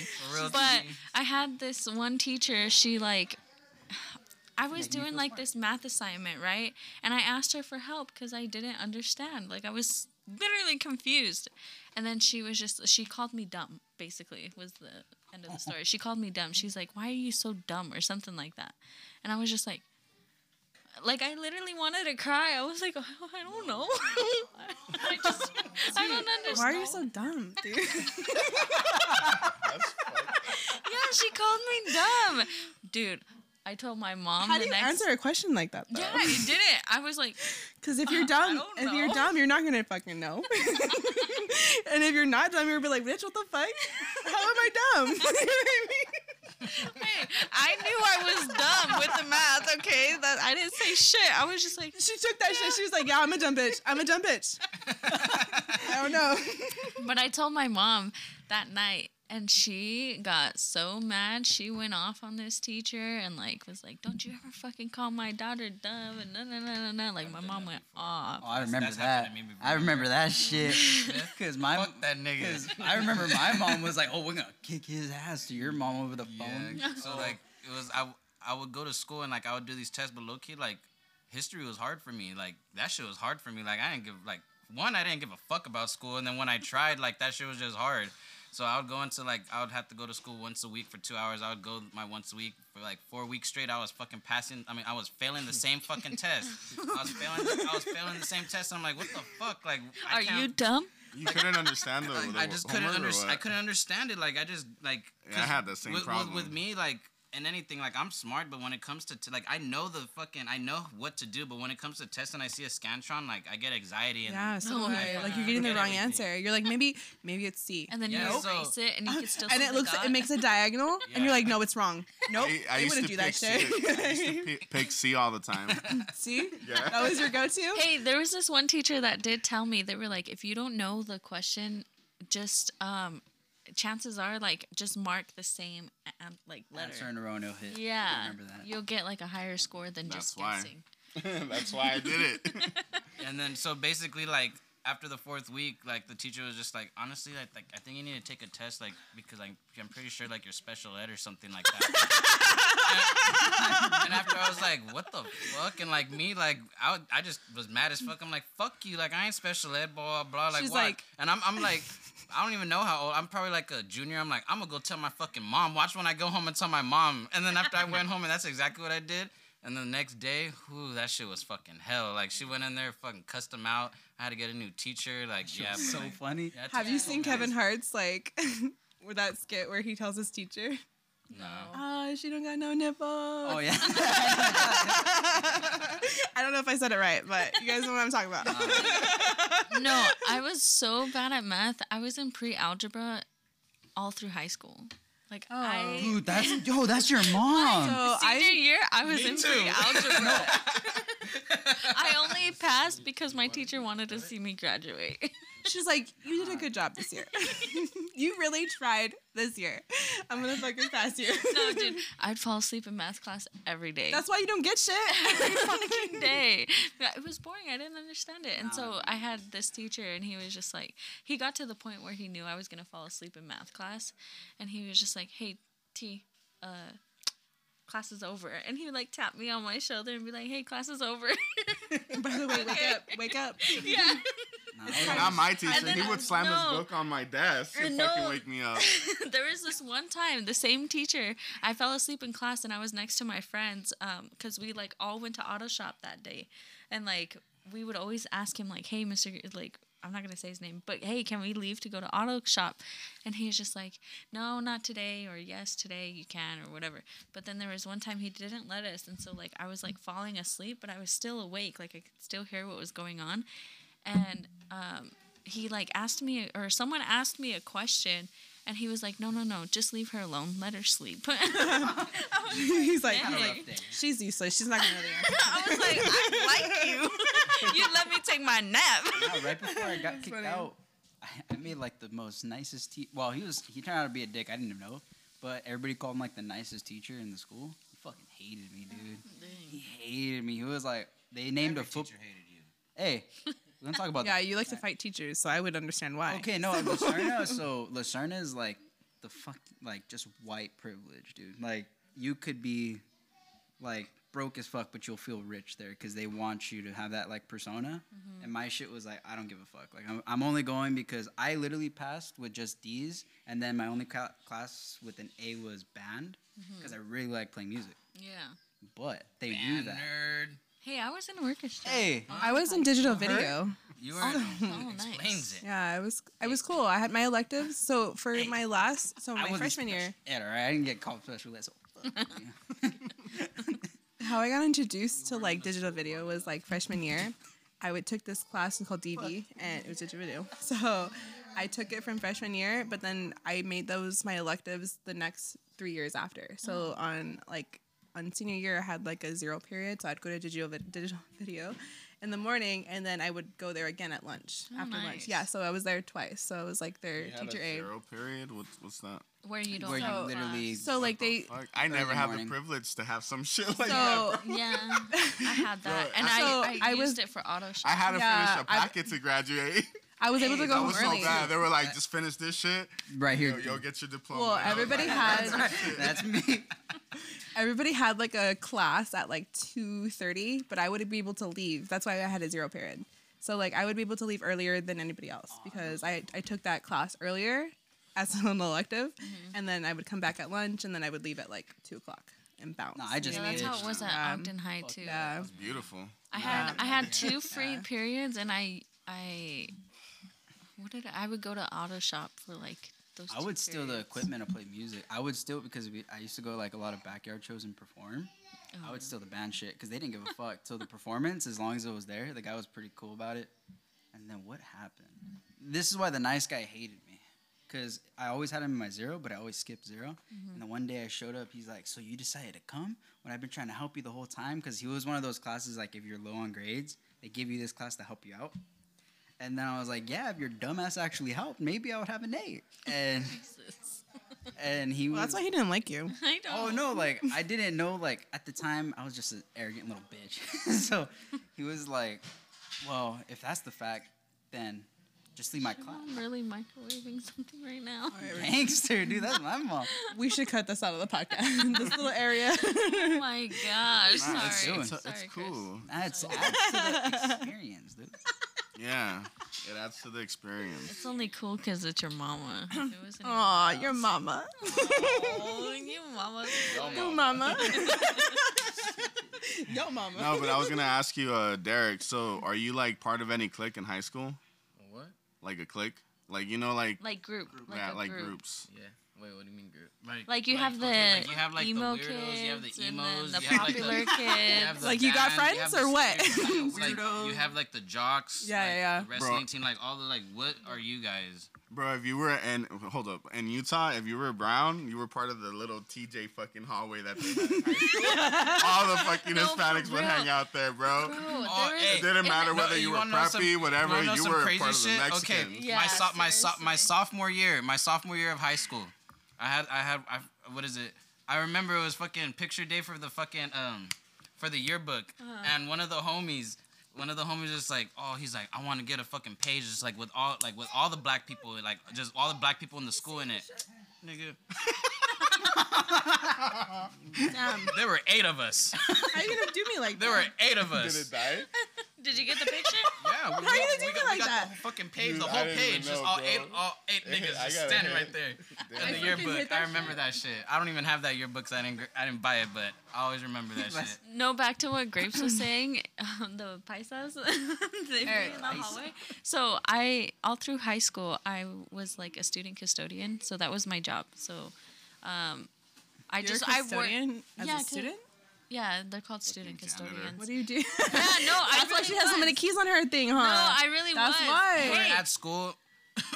Speaker 4: But I had this one teacher, she like I was
Speaker 5: you
Speaker 4: doing
Speaker 5: feel
Speaker 4: like
Speaker 5: smart.
Speaker 4: this math assignment, right? And I asked her for help cuz I didn't understand. Like I was literally confused. And then she was just she called me dumb basically was the end of the story. She called me dumb. She's like, "Why are you so dumb?" or something like that. And I was just like like I literally wanted to cry. I was like, "Oh, I don't know. I just I don't understand.
Speaker 1: Why are you so dumb, dude?
Speaker 4: Yeah, she called me dumb. Dude, I told my mom
Speaker 1: How
Speaker 4: the
Speaker 1: do you
Speaker 4: next
Speaker 1: answer a question like that though?
Speaker 4: Yeah, I didn't. I was like,
Speaker 1: Because if you're dumb,
Speaker 4: don't
Speaker 1: if you're
Speaker 4: know.
Speaker 1: dumb, you're not gonna fucking know. and if you're not dumb, you're gonna be like, Rich, what the fuck? How am I dumb? You know what I mean?
Speaker 4: Hey, I knew I was dumb with the math. Okay, that I didn't say shit. I was just like,
Speaker 1: She took that shit. She was like, Yeah, I'm a dumb bitch. I'm a dumb bitch. I don't know.
Speaker 4: but I told my mom that night, and she got so mad. She went off on this teacher and like was like, "Don't you ever fucking call my daughter dumb?" And na na na na na. Like my mom went off.
Speaker 5: Oh, I remember
Speaker 2: that's
Speaker 5: that.
Speaker 2: happened to me before.
Speaker 5: I remember that shit. Cause my
Speaker 2: Fuck that nigga.
Speaker 5: 'cause I remember my mom was like, "Oh, we're gonna kick his ass to your mom over the phone."
Speaker 2: Yeah. So like it was I w- I would go to school and like I would do these tests, but low key like history was hard for me. Like that shit was hard for me. Like I didn't give like one I didn't give a fuck about school, and then when I tried like that shit was just hard. So I would go into like I would have to go to school once a week for two hours. I would go my once a week for like four weeks straight. I was fucking passing. I mean, I was failing the same fucking test. I was failing. I was failing the same test. I'm like, what the fuck? Like, I
Speaker 4: Are
Speaker 2: can't-
Speaker 4: you dumb?
Speaker 3: You couldn't understand the.
Speaker 2: I just couldn't understand. I couldn't understand it. Like I just like
Speaker 3: Yeah, I
Speaker 2: 'cause
Speaker 3: had that same
Speaker 2: with, with-
Speaker 3: problem.
Speaker 2: with me. Like in anything, like I'm smart, but when it comes to t- like I know the fucking I know what to do, but when it comes to tests and I see a scantron, like I get anxiety and
Speaker 1: Yeah, so
Speaker 4: No,
Speaker 1: do I.
Speaker 4: I
Speaker 1: like
Speaker 4: fucking
Speaker 1: you're getting the
Speaker 2: forget
Speaker 1: wrong
Speaker 2: everything.
Speaker 1: answer. You're like maybe maybe it's C.
Speaker 4: And then
Speaker 2: Yeah,
Speaker 4: you
Speaker 2: so-
Speaker 4: erase it, and you can still.
Speaker 1: and
Speaker 4: see
Speaker 1: it
Speaker 4: the
Speaker 1: looks
Speaker 4: dot.
Speaker 1: it makes a diagonal and
Speaker 2: Yeah.
Speaker 1: you're like no it's wrong nope
Speaker 3: I, I
Speaker 1: they
Speaker 3: used
Speaker 1: wouldn't
Speaker 3: to
Speaker 1: do that
Speaker 3: pick C. I used
Speaker 1: shit
Speaker 3: to pi- pick C all the time.
Speaker 1: see
Speaker 3: Yeah.
Speaker 1: that was your go-to
Speaker 4: Hey, there was this one teacher that did tell me they were like, if you don't know the question, just um, chances are like just mark the same um, like letter.
Speaker 5: Answer in a row, no hit. I
Speaker 4: Yeah,
Speaker 5: remember that.
Speaker 4: you'll get like a higher score than
Speaker 3: That's
Speaker 4: just
Speaker 3: why.
Speaker 4: guessing.
Speaker 3: That's why I did it.
Speaker 2: and then so basically like after the fourth week, like the teacher was just like, honestly, like, like I think you need to take a test, like because like I'm pretty sure like you're special ed or something like that. and after I was like, what the fuck? And like me, like I, would- I just was mad as fuck. I'm like, fuck you, like I ain't special ed, blah blah. Like
Speaker 1: She's
Speaker 2: what?
Speaker 1: like-
Speaker 2: and I'm I'm like. I don't even know how old. I'm probably like a junior. I'm like, I'm gonna go tell my fucking mom. Watch when I go home and tell my mom. And then after I went home, and that's exactly what I did. And the next day, whoo, that shit was fucking hell. Like she went in there, fucking cussed them out. I had to get a new teacher. Like yeah,
Speaker 5: so
Speaker 2: but, like,
Speaker 5: funny.
Speaker 2: that
Speaker 1: have
Speaker 2: teacher
Speaker 1: you
Speaker 2: was
Speaker 1: seen
Speaker 2: nice.
Speaker 1: Kevin Hart's like with that skit where he tells his teacher
Speaker 2: No.
Speaker 1: oh she don't got no nipples
Speaker 5: Oh yeah.
Speaker 1: I don't know if I said it right but you guys know what I'm talking about
Speaker 4: no, I was so bad at math. I was in pre-algebra all through high school. Like I Oh,
Speaker 5: Dude, that's yo, that's your mom.
Speaker 1: so
Speaker 4: senior
Speaker 1: I
Speaker 4: year, I was in pre-algebra. I only passed because my teacher wanted to see me graduate.
Speaker 1: she's like you did a good job this year you really tried this year I'm gonna fucking pass you
Speaker 4: No, dude, I'd fall asleep in math class every day.
Speaker 1: that's why you don't get shit
Speaker 4: fucking day. Yeah, It was boring. I didn't understand it. And so I had this teacher, and he was just like, he got to the point where he knew I was going to fall asleep in math class. And he was just like, hey, T, uh, class is over. And he would like tap me on my shoulder and be like, hey, class is over.
Speaker 1: by the way wake up wake up
Speaker 4: yeah.
Speaker 5: Nah, I was-
Speaker 3: Not my teacher.
Speaker 4: And then
Speaker 3: He
Speaker 4: I-
Speaker 3: would slam
Speaker 4: no.
Speaker 3: his book on my desk and
Speaker 4: No.
Speaker 3: fucking wake me up.
Speaker 4: there was this one time the same teacher i fell asleep in class and i was next to my friends because we like all went to auto shop that day and like we would always ask him like hey mr G-" like i'm not going to say his name but hey can we leave to go to auto shop and he was just like no not today or yes today you can or whatever but then there was one time he didn't let us and so like i was like falling asleep but i was still awake like i could still hear what was going on and um, he like asked me or someone asked me a question and he was like no no no just leave her alone let her sleep I was
Speaker 1: he's like,
Speaker 4: Dang.
Speaker 1: he's like she's useless she's not gonna know the answer
Speaker 4: I was like, I like you. You let me take my nap.
Speaker 5: Nah, right before I got kicked
Speaker 1: funny.
Speaker 5: out, I, I made like the most nicest tea. Well, he was he turned out to be a dick. I didn't even know, but everybody called him like the nicest teacher in the school. He fucking hated me, dude.
Speaker 1: Oh,
Speaker 5: He hated me. He was like they named a football. Hey, we're gonna talk about
Speaker 1: Yeah,
Speaker 5: that.
Speaker 1: you like to fight teachers, so I would understand why.
Speaker 5: Okay, no, Lucerna. so Lucerna is like the fuck, like just white privilege, dude. Like you could be like broke as fuck, but you'll feel rich there because they want you to have that like persona.
Speaker 1: Mm-hmm.
Speaker 5: And my shit was like, I don't give a fuck. Like I'm, I'm only going because I literally passed with just D's, and then my only ca- class with an A was band
Speaker 1: Mm-hmm.
Speaker 5: because I really like playing music.
Speaker 4: Yeah.
Speaker 5: But they knew
Speaker 2: And
Speaker 5: that.
Speaker 2: nerd.
Speaker 4: Hey, I was in a orchestra.
Speaker 5: Hey,
Speaker 1: I was in digital video.
Speaker 2: You are
Speaker 4: Oh,
Speaker 2: explains it.
Speaker 1: Yeah, I was. I was cool. I had my electives. So for my last, so
Speaker 5: I
Speaker 1: my
Speaker 5: wasn't
Speaker 1: freshman
Speaker 5: special
Speaker 1: year,
Speaker 5: ed, all right? I didn't get called special ed. So fuck you.
Speaker 1: how I got introduced to like digital video was like freshman year. I would took this class called DB and it was didgeridoo. So I took it from freshman year, but then I made those my electives the next three years after. So
Speaker 4: Oh.
Speaker 1: on like on senior year, I had like a zero period, so I'd go to digital vid- digital video in the morning, and then I would go there again at lunch
Speaker 4: Oh,
Speaker 1: after lunch.
Speaker 4: nice.
Speaker 1: Yeah, so I was there twice. So I was like their
Speaker 3: You had
Speaker 1: teacher
Speaker 3: a
Speaker 1: aide.
Speaker 3: zero period. What, what's that?
Speaker 4: where you don't
Speaker 5: where you
Speaker 4: have
Speaker 5: literally
Speaker 1: So like they.
Speaker 3: Fuck, I never
Speaker 5: Early
Speaker 3: had
Speaker 5: morning.
Speaker 3: the privilege to have some shit like that.
Speaker 1: So
Speaker 3: bro.
Speaker 4: class. yeah i had that and
Speaker 1: So,
Speaker 4: I, I,
Speaker 1: I
Speaker 4: used
Speaker 1: was-
Speaker 4: it for auto shop
Speaker 3: I had to
Speaker 1: Yeah,
Speaker 3: finish a
Speaker 1: I-
Speaker 3: packet to graduate.
Speaker 1: I was able to go
Speaker 3: that
Speaker 1: home
Speaker 3: was
Speaker 1: early.
Speaker 3: so bad. They were like, just finish this shit.
Speaker 5: right here.
Speaker 3: Yo, yo get your diploma.
Speaker 1: Well,
Speaker 3: And I was
Speaker 1: everybody
Speaker 3: like,
Speaker 1: had
Speaker 5: That's me.
Speaker 1: everybody had like a class at like 2.30 but i would be able to leave that's why i had a zero period so like i would be able to leave earlier than anybody else because i, I took that class earlier as an elective and then i would come back at lunch and then i would leave at like 2 o'clock and bounce
Speaker 5: No, I just
Speaker 4: yeah, that's
Speaker 5: needed.
Speaker 4: how it was at
Speaker 1: Um,
Speaker 4: ogden high too
Speaker 1: yeah
Speaker 3: It's beautiful.
Speaker 4: I had I had two free periods, and I I what did I, I would go to auto shop for like those.
Speaker 5: I
Speaker 4: two
Speaker 5: would steal the
Speaker 4: periods.
Speaker 5: equipment to play music. I would steal because we, I used to go like a lot of backyard shows and perform. I would steal the band shit because they didn't give a fuck. till the performance, as long as it was there, the guy was pretty cool about it. And then what happened? This is why the nice guy hated me because I always had him in my zero, but I always skipped 0 And the one day I showed up, he's like, "So you decided to come when I've been trying to help you the whole time?" Because he was one of those classes like if you're low on grades, they give you this class to help you out. And then I was like, "Yeah, if your dumbass actually helped, maybe I would have an eight. And and he
Speaker 1: well,
Speaker 5: was
Speaker 1: that's why he didn't like you
Speaker 4: I don't.
Speaker 5: Oh no, like I didn't know like at the time I was just an arrogant little bitch. so he was like, Well, if that's the fact, then just leave my
Speaker 4: I'm
Speaker 5: class.
Speaker 4: really microwaving something right now.
Speaker 5: Gangster, dude, that's my mom.
Speaker 1: we should cut this out of the podcast this little area
Speaker 4: Oh my gosh!
Speaker 5: let's
Speaker 4: Sorry,
Speaker 5: do it.
Speaker 3: It's, it's
Speaker 4: sorry, Chris.
Speaker 3: cool.
Speaker 5: That's adds to the experience, dude.
Speaker 3: Yeah. It adds to the experience.
Speaker 4: It's only cool because it's your mama. If it wasn't
Speaker 1: Aw, your mama
Speaker 4: oh, your mama.
Speaker 1: your mama your mama
Speaker 3: No, but I was gonna ask you, uh, Derek. So, are you like part of any clique in high school?
Speaker 6: What?
Speaker 3: Like a clique? Like you know, like,
Speaker 4: Like group, like
Speaker 3: yeah,
Speaker 4: a
Speaker 3: like
Speaker 4: group.
Speaker 3: groups.
Speaker 6: Yeah. Wait, what do you mean group?
Speaker 2: Like,
Speaker 4: Like you have the
Speaker 2: okay, like, you have, like, the
Speaker 4: emo
Speaker 2: weirdos,
Speaker 4: kids,
Speaker 2: you have the
Speaker 4: and
Speaker 2: emos,
Speaker 4: then the
Speaker 2: you have, like, the-
Speaker 4: popular
Speaker 2: You
Speaker 4: kids.
Speaker 2: have the
Speaker 1: Like, you got
Speaker 2: bands, you have
Speaker 1: friends
Speaker 2: the
Speaker 1: or what?
Speaker 2: stereotypes, like,
Speaker 1: Weirdo.
Speaker 2: you have like the jocks.
Speaker 1: Yeah,
Speaker 2: like,
Speaker 1: yeah, yeah.
Speaker 2: The wrestling
Speaker 3: Bro.
Speaker 2: team, like all the like, what are you guys?
Speaker 3: Bro, if you were in hold up in Utah, if you were brown, you were part of the little TJ fucking hallway that they had in high school. all the fucking
Speaker 4: No, for
Speaker 3: Hispanics would
Speaker 4: real.
Speaker 3: hang out there, bro.
Speaker 4: Bro,
Speaker 2: Oh,
Speaker 4: there
Speaker 2: hey,
Speaker 4: is-
Speaker 3: It didn't
Speaker 4: in-
Speaker 3: matter
Speaker 2: No,
Speaker 3: whether
Speaker 2: you
Speaker 3: you, were
Speaker 2: wanna know
Speaker 3: preppy,
Speaker 2: some-
Speaker 3: whatever.
Speaker 2: wanna know
Speaker 3: You
Speaker 2: some
Speaker 3: were
Speaker 2: crazy
Speaker 3: part of the
Speaker 2: shit?
Speaker 3: Mexicans.
Speaker 2: Okay,
Speaker 4: Yeah,
Speaker 2: my, so- my, so- my
Speaker 4: seriously.
Speaker 2: sophomore year, my sophomore year of high school, I had I had I, what is it? I remember it was fucking picture day for the fucking um for the yearbook,
Speaker 4: Uh-huh.
Speaker 2: and one of the homies. One of the homies just like, oh, he's like, I want to get a fucking page, just like with all, like with all the black people, like just all the black people in the school in it, nigga. There were eight of us.
Speaker 1: how you gonna do me like
Speaker 2: There were
Speaker 1: that
Speaker 2: eight of us.
Speaker 3: Did it die?
Speaker 4: Did you get the picture?
Speaker 2: Yeah, we,
Speaker 1: How you
Speaker 2: we-
Speaker 1: gonna do me
Speaker 2: we got,
Speaker 1: like
Speaker 2: we got
Speaker 1: that?
Speaker 2: the fucking page,
Speaker 3: Dude,
Speaker 2: the
Speaker 3: I
Speaker 2: whole
Speaker 3: didn't even
Speaker 2: page, just
Speaker 3: know,
Speaker 2: all
Speaker 3: bro.
Speaker 2: eight, all eight
Speaker 3: Hey,
Speaker 2: niggas
Speaker 3: I
Speaker 2: just
Speaker 3: gotta
Speaker 2: standing
Speaker 3: hit.
Speaker 2: right there.
Speaker 3: Damn.
Speaker 2: In the
Speaker 1: fucking
Speaker 2: yearbook,
Speaker 1: hit
Speaker 2: I
Speaker 1: that
Speaker 2: remember
Speaker 1: shit.
Speaker 2: that shit. I don't even have that yearbook, so I didn't, gr- I didn't buy it, but I always remember that shit.
Speaker 4: No, back to what Grapes was saying, um, the paisas, they were in the hallway. So I, all through high school, I was like a student custodian. So that was my job. So, um, I
Speaker 1: You're
Speaker 4: just
Speaker 1: a
Speaker 4: I work.
Speaker 1: custodian as
Speaker 4: Yeah,
Speaker 1: a
Speaker 4: 'cause-
Speaker 1: student
Speaker 4: Yeah, they're called student
Speaker 3: janitor.
Speaker 4: custodians.
Speaker 1: what do you do
Speaker 4: yeah, no, I
Speaker 1: That's
Speaker 4: really
Speaker 1: why she has so
Speaker 4: was.
Speaker 1: many keys on her thing, huh?
Speaker 4: No, I really
Speaker 1: That's
Speaker 4: was.
Speaker 1: why.
Speaker 2: We were
Speaker 4: Hey,
Speaker 2: at school.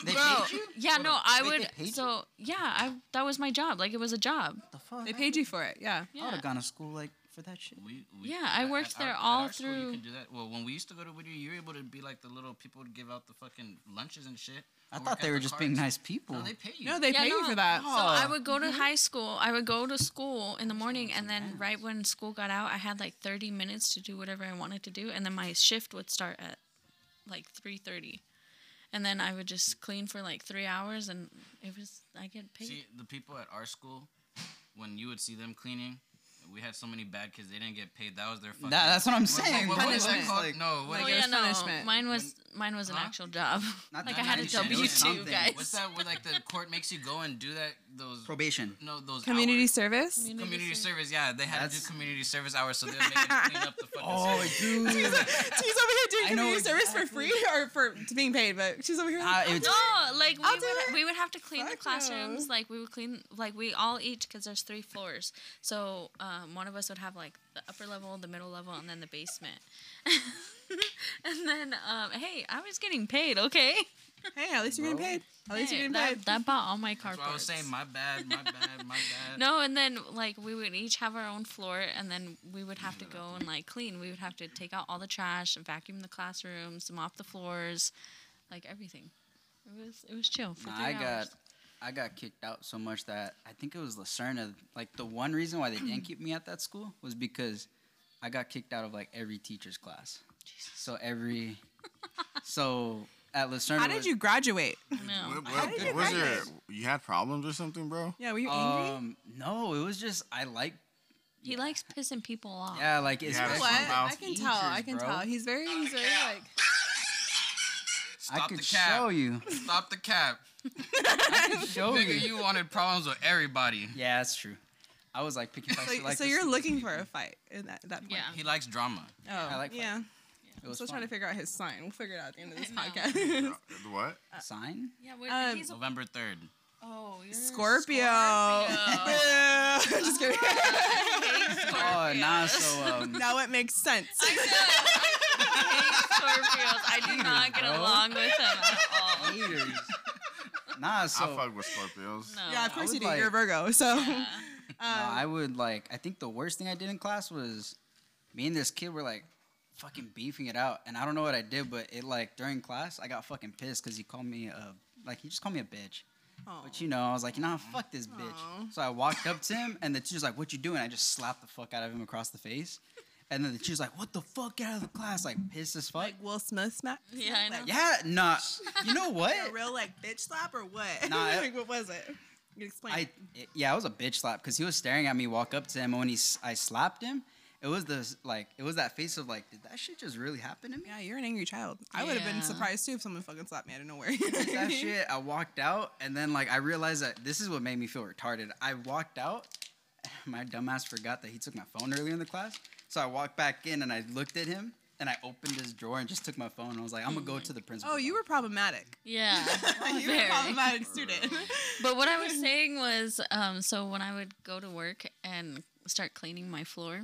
Speaker 5: They
Speaker 4: bro,
Speaker 5: paid you?
Speaker 4: yeah, no, I
Speaker 5: They- they paid
Speaker 4: would.
Speaker 5: you?
Speaker 4: So yeah, I that was my job. Like it was a job.
Speaker 5: The fuck?
Speaker 1: they paid you for it, yeah.
Speaker 5: I would
Speaker 4: Yeah,
Speaker 5: have gone to school like for that shit.
Speaker 2: We, we,
Speaker 4: Yeah, I
Speaker 2: at-
Speaker 4: worked
Speaker 2: at
Speaker 4: there
Speaker 2: our- at
Speaker 4: all
Speaker 2: our school,
Speaker 4: through-
Speaker 2: You can do that. Well, when we used to go to Whittier, you were able to be like the little people would give out the fucking lunches and shit.
Speaker 5: I
Speaker 2: or
Speaker 5: thought
Speaker 2: work
Speaker 5: they
Speaker 2: at
Speaker 5: were
Speaker 2: the
Speaker 5: just
Speaker 2: carts.
Speaker 5: being nice people.
Speaker 2: No, they pay you.
Speaker 1: No, they
Speaker 4: Yeah,
Speaker 1: pay you
Speaker 4: no. oh,
Speaker 1: for that.
Speaker 4: So I would go to
Speaker 2: Mm-hmm.
Speaker 4: high school. I would go to school in the morning, and then right when school got out, I had like 30 minutes to do whatever I wanted to do, and then my shift would start at like 3:30, and then I would just clean for like three hours, and it was I get paid.
Speaker 2: See, the people at our school, when you would see them cleaning, we had so many bad kids, they didn't get paid. That was their fucking.
Speaker 5: That- that's what I'm saying.
Speaker 2: what, what was that
Speaker 1: Punishment.
Speaker 2: called? no, what,
Speaker 1: Like,
Speaker 4: oh
Speaker 1: it
Speaker 4: yeah,
Speaker 1: was
Speaker 4: no,
Speaker 1: punishment.
Speaker 4: mine was mine was an
Speaker 2: Huh?
Speaker 4: actual job.
Speaker 5: Not
Speaker 4: like
Speaker 5: that
Speaker 4: I had a
Speaker 5: nice, it was
Speaker 4: W two,
Speaker 5: something.
Speaker 4: guys.
Speaker 2: What's that? Where like the court makes you go and do that? Those
Speaker 5: Probation.
Speaker 2: no, those
Speaker 1: Community
Speaker 2: hours?
Speaker 1: service?
Speaker 4: Community
Speaker 2: community
Speaker 4: service.
Speaker 2: service. Yeah, they had to
Speaker 5: That's-
Speaker 2: do community service hours, so they would make them clean up the fucking.
Speaker 5: Oh,
Speaker 2: city.
Speaker 5: dude.
Speaker 1: She's over here doing
Speaker 5: I know
Speaker 1: community service for free or for being paid, but she's over here.
Speaker 5: Uh,
Speaker 1: like,
Speaker 5: it's,
Speaker 4: No, like we
Speaker 1: I'll do
Speaker 4: would,
Speaker 1: it.
Speaker 4: we would have to clean the
Speaker 1: Fuck no.
Speaker 4: classrooms. Like we would clean, like we all each because there's three floors. So um, um, one of us would have like the upper level, the middle level, and then the basement. and then, um, hey, I was getting paid, okay?
Speaker 1: Hey, at least you're getting paid. At least
Speaker 4: Hey,
Speaker 1: you're getting
Speaker 4: that,
Speaker 1: paid.
Speaker 4: that bought all my
Speaker 2: That's
Speaker 4: cardboard.
Speaker 2: why I was saying my bad, my bad, my bad.
Speaker 4: No, and then like we would each have our own floor, and then we would have to go and like clean. We would have to take out all the trash and vacuum the classrooms, mop the floors, like everything. It was it was chill for
Speaker 5: Nah,
Speaker 4: three
Speaker 5: I
Speaker 4: hours.
Speaker 5: got I got kicked out so much that I think it was Lacerna. Like the one reason why they didn't keep me at that school was because I got kicked out of like every teacher's class. So every so at Lacerna.
Speaker 1: How did
Speaker 5: was-
Speaker 1: you graduate?
Speaker 4: No.
Speaker 3: What,
Speaker 5: How did
Speaker 3: what,
Speaker 5: you
Speaker 3: was
Speaker 1: write
Speaker 3: there? You had problems or something, bro?
Speaker 1: Yeah, were you angry?
Speaker 5: Um, no, it was just I like
Speaker 4: He likes pissing people
Speaker 1: Oh.
Speaker 4: off.
Speaker 5: yeah like
Speaker 3: Yeah,
Speaker 5: especially
Speaker 3: that's
Speaker 1: what?
Speaker 3: mouth
Speaker 1: I can tell. I
Speaker 5: teachers,
Speaker 1: can
Speaker 5: bro.
Speaker 1: tell. He's very, he's very like.
Speaker 5: I
Speaker 2: Stop
Speaker 5: could
Speaker 2: the cap.
Speaker 5: show you
Speaker 2: Stop the cap.
Speaker 5: show
Speaker 2: Nigga,
Speaker 5: you.
Speaker 2: you wanted problems with everybody.
Speaker 5: Yeah, that's true. I was like picking fights
Speaker 1: So,
Speaker 5: with, like
Speaker 1: so
Speaker 5: the
Speaker 1: you're
Speaker 5: stupid
Speaker 1: looking for
Speaker 5: people.
Speaker 1: a fight in that, that point.
Speaker 4: Yeah.
Speaker 2: He likes drama.
Speaker 1: Oh,
Speaker 5: I like fight.
Speaker 1: yeah.
Speaker 5: It was
Speaker 1: Still trying to
Speaker 5: fun.
Speaker 1: figure out his sign. We'll figure it out at the end of this
Speaker 4: No.
Speaker 1: podcast.
Speaker 3: Uh, What?
Speaker 5: sign.
Speaker 4: Yeah,
Speaker 1: Um,
Speaker 4: he's a,
Speaker 2: November 3rd.
Speaker 4: oh, you're a
Speaker 1: Scorpio.
Speaker 4: Scorpio.
Speaker 1: Boo. Just kidding.
Speaker 5: Oh, nah. So um,
Speaker 1: now it makes sense.
Speaker 4: Scorpios. I do not get
Speaker 5: bro.
Speaker 4: along with them at all.
Speaker 5: haters. Nah. So
Speaker 3: I fuck with Scorpios.
Speaker 4: No.
Speaker 1: yeah, of
Speaker 5: I
Speaker 1: course
Speaker 5: was
Speaker 1: you do.
Speaker 5: like-
Speaker 1: You're a Virgo, so. um,
Speaker 5: No, I would like. I think the worst thing I did in class was me and this kid were like fucking beefing it out, and I don't know what I did, but it like during class I got fucking pissed because he called me a like he just called me a bitch. But you know, I was like, nah, fuck this bitch.
Speaker 1: Aw.
Speaker 5: So I walked up to him, and the teacher's like, "What you doing?" I just slapped the fuck out of him across the face, and then the teacher's like, "What the fuck? Get out of the class!" Like pissed as fuck.
Speaker 1: like Will Smith smack?
Speaker 4: Yeah, I know.
Speaker 1: Like,
Speaker 5: Yeah, nah. You know what?
Speaker 1: A real like bitch slap or what?
Speaker 5: Nah, it-
Speaker 1: like, what was it? You explain.
Speaker 5: I
Speaker 1: it.
Speaker 5: it- yeah, it was a bitch slap because he was staring at me. Walk up to him, and when he s- I slapped him, it was this like it was that face of like, did that shit just really happen to me?
Speaker 1: Yeah, you're an angry child. I would have been
Speaker 4: Yeah.
Speaker 1: surprised too if someone fucking slapped me out of nowhere.
Speaker 5: that shit. I walked out, and then like I realized that this is what made me feel retarded. I walked out, my dumbass forgot that he took my phone earlier in the class, so I walked back in and I looked at him. And I opened his drawer and just took my phone. I was like, I'm gonna go to the principal.
Speaker 1: Oh, you were problematic.
Speaker 4: Yeah.
Speaker 1: you were a
Speaker 4: Very.
Speaker 1: problematic student.
Speaker 4: But what I was saying was, um, so when I would go to work and start cleaning my floor,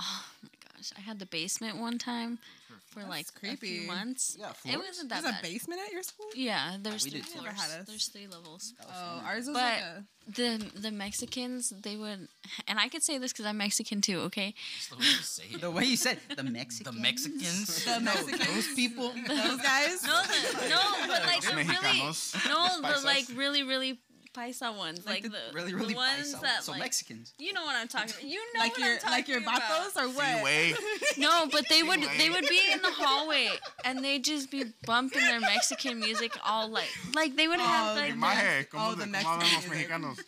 Speaker 4: oh my gosh, I had the basement one time for like a
Speaker 1: creepy.
Speaker 4: few months.
Speaker 5: Yeah,
Speaker 4: it
Speaker 5: floors?
Speaker 4: wasn't that
Speaker 1: There's a
Speaker 4: bad.
Speaker 1: basement at your school?
Speaker 4: yeah, there's
Speaker 5: we
Speaker 4: three
Speaker 5: did too.
Speaker 4: floors.
Speaker 1: Never had us.
Speaker 4: There's three levels.
Speaker 1: Oh, ours was
Speaker 4: But-
Speaker 1: like a.
Speaker 4: The the Mexicans they would, and I could say this because I'm Mexican too. Okay,
Speaker 2: Just the way you say it.
Speaker 5: the way you said the Mexican.
Speaker 2: The Mexicans.
Speaker 1: The Mexicans,
Speaker 5: Those people.
Speaker 1: those guys.
Speaker 4: no, the, no, but like the really,
Speaker 3: Mexicanos.
Speaker 4: no, the
Speaker 3: Paisas.
Speaker 4: like really really paisa ones, like, the,
Speaker 5: really, really
Speaker 4: the ones
Speaker 5: paisa-
Speaker 4: that
Speaker 5: so
Speaker 4: like
Speaker 5: Mexicans.
Speaker 4: you know what I'm talking about. You know
Speaker 1: like
Speaker 4: what
Speaker 1: your
Speaker 4: I'm talking
Speaker 1: like your
Speaker 4: about.
Speaker 1: vapos or what?
Speaker 3: Wait,
Speaker 4: No, but they would they would be in the hallway and they'd just be bumping their Mexican music all like like they would have
Speaker 1: Oh,
Speaker 4: like
Speaker 3: my
Speaker 4: the-
Speaker 3: head. Como,
Speaker 1: Oh, the
Speaker 3: de- como hablamos
Speaker 1: Mexican
Speaker 3: mexicanos.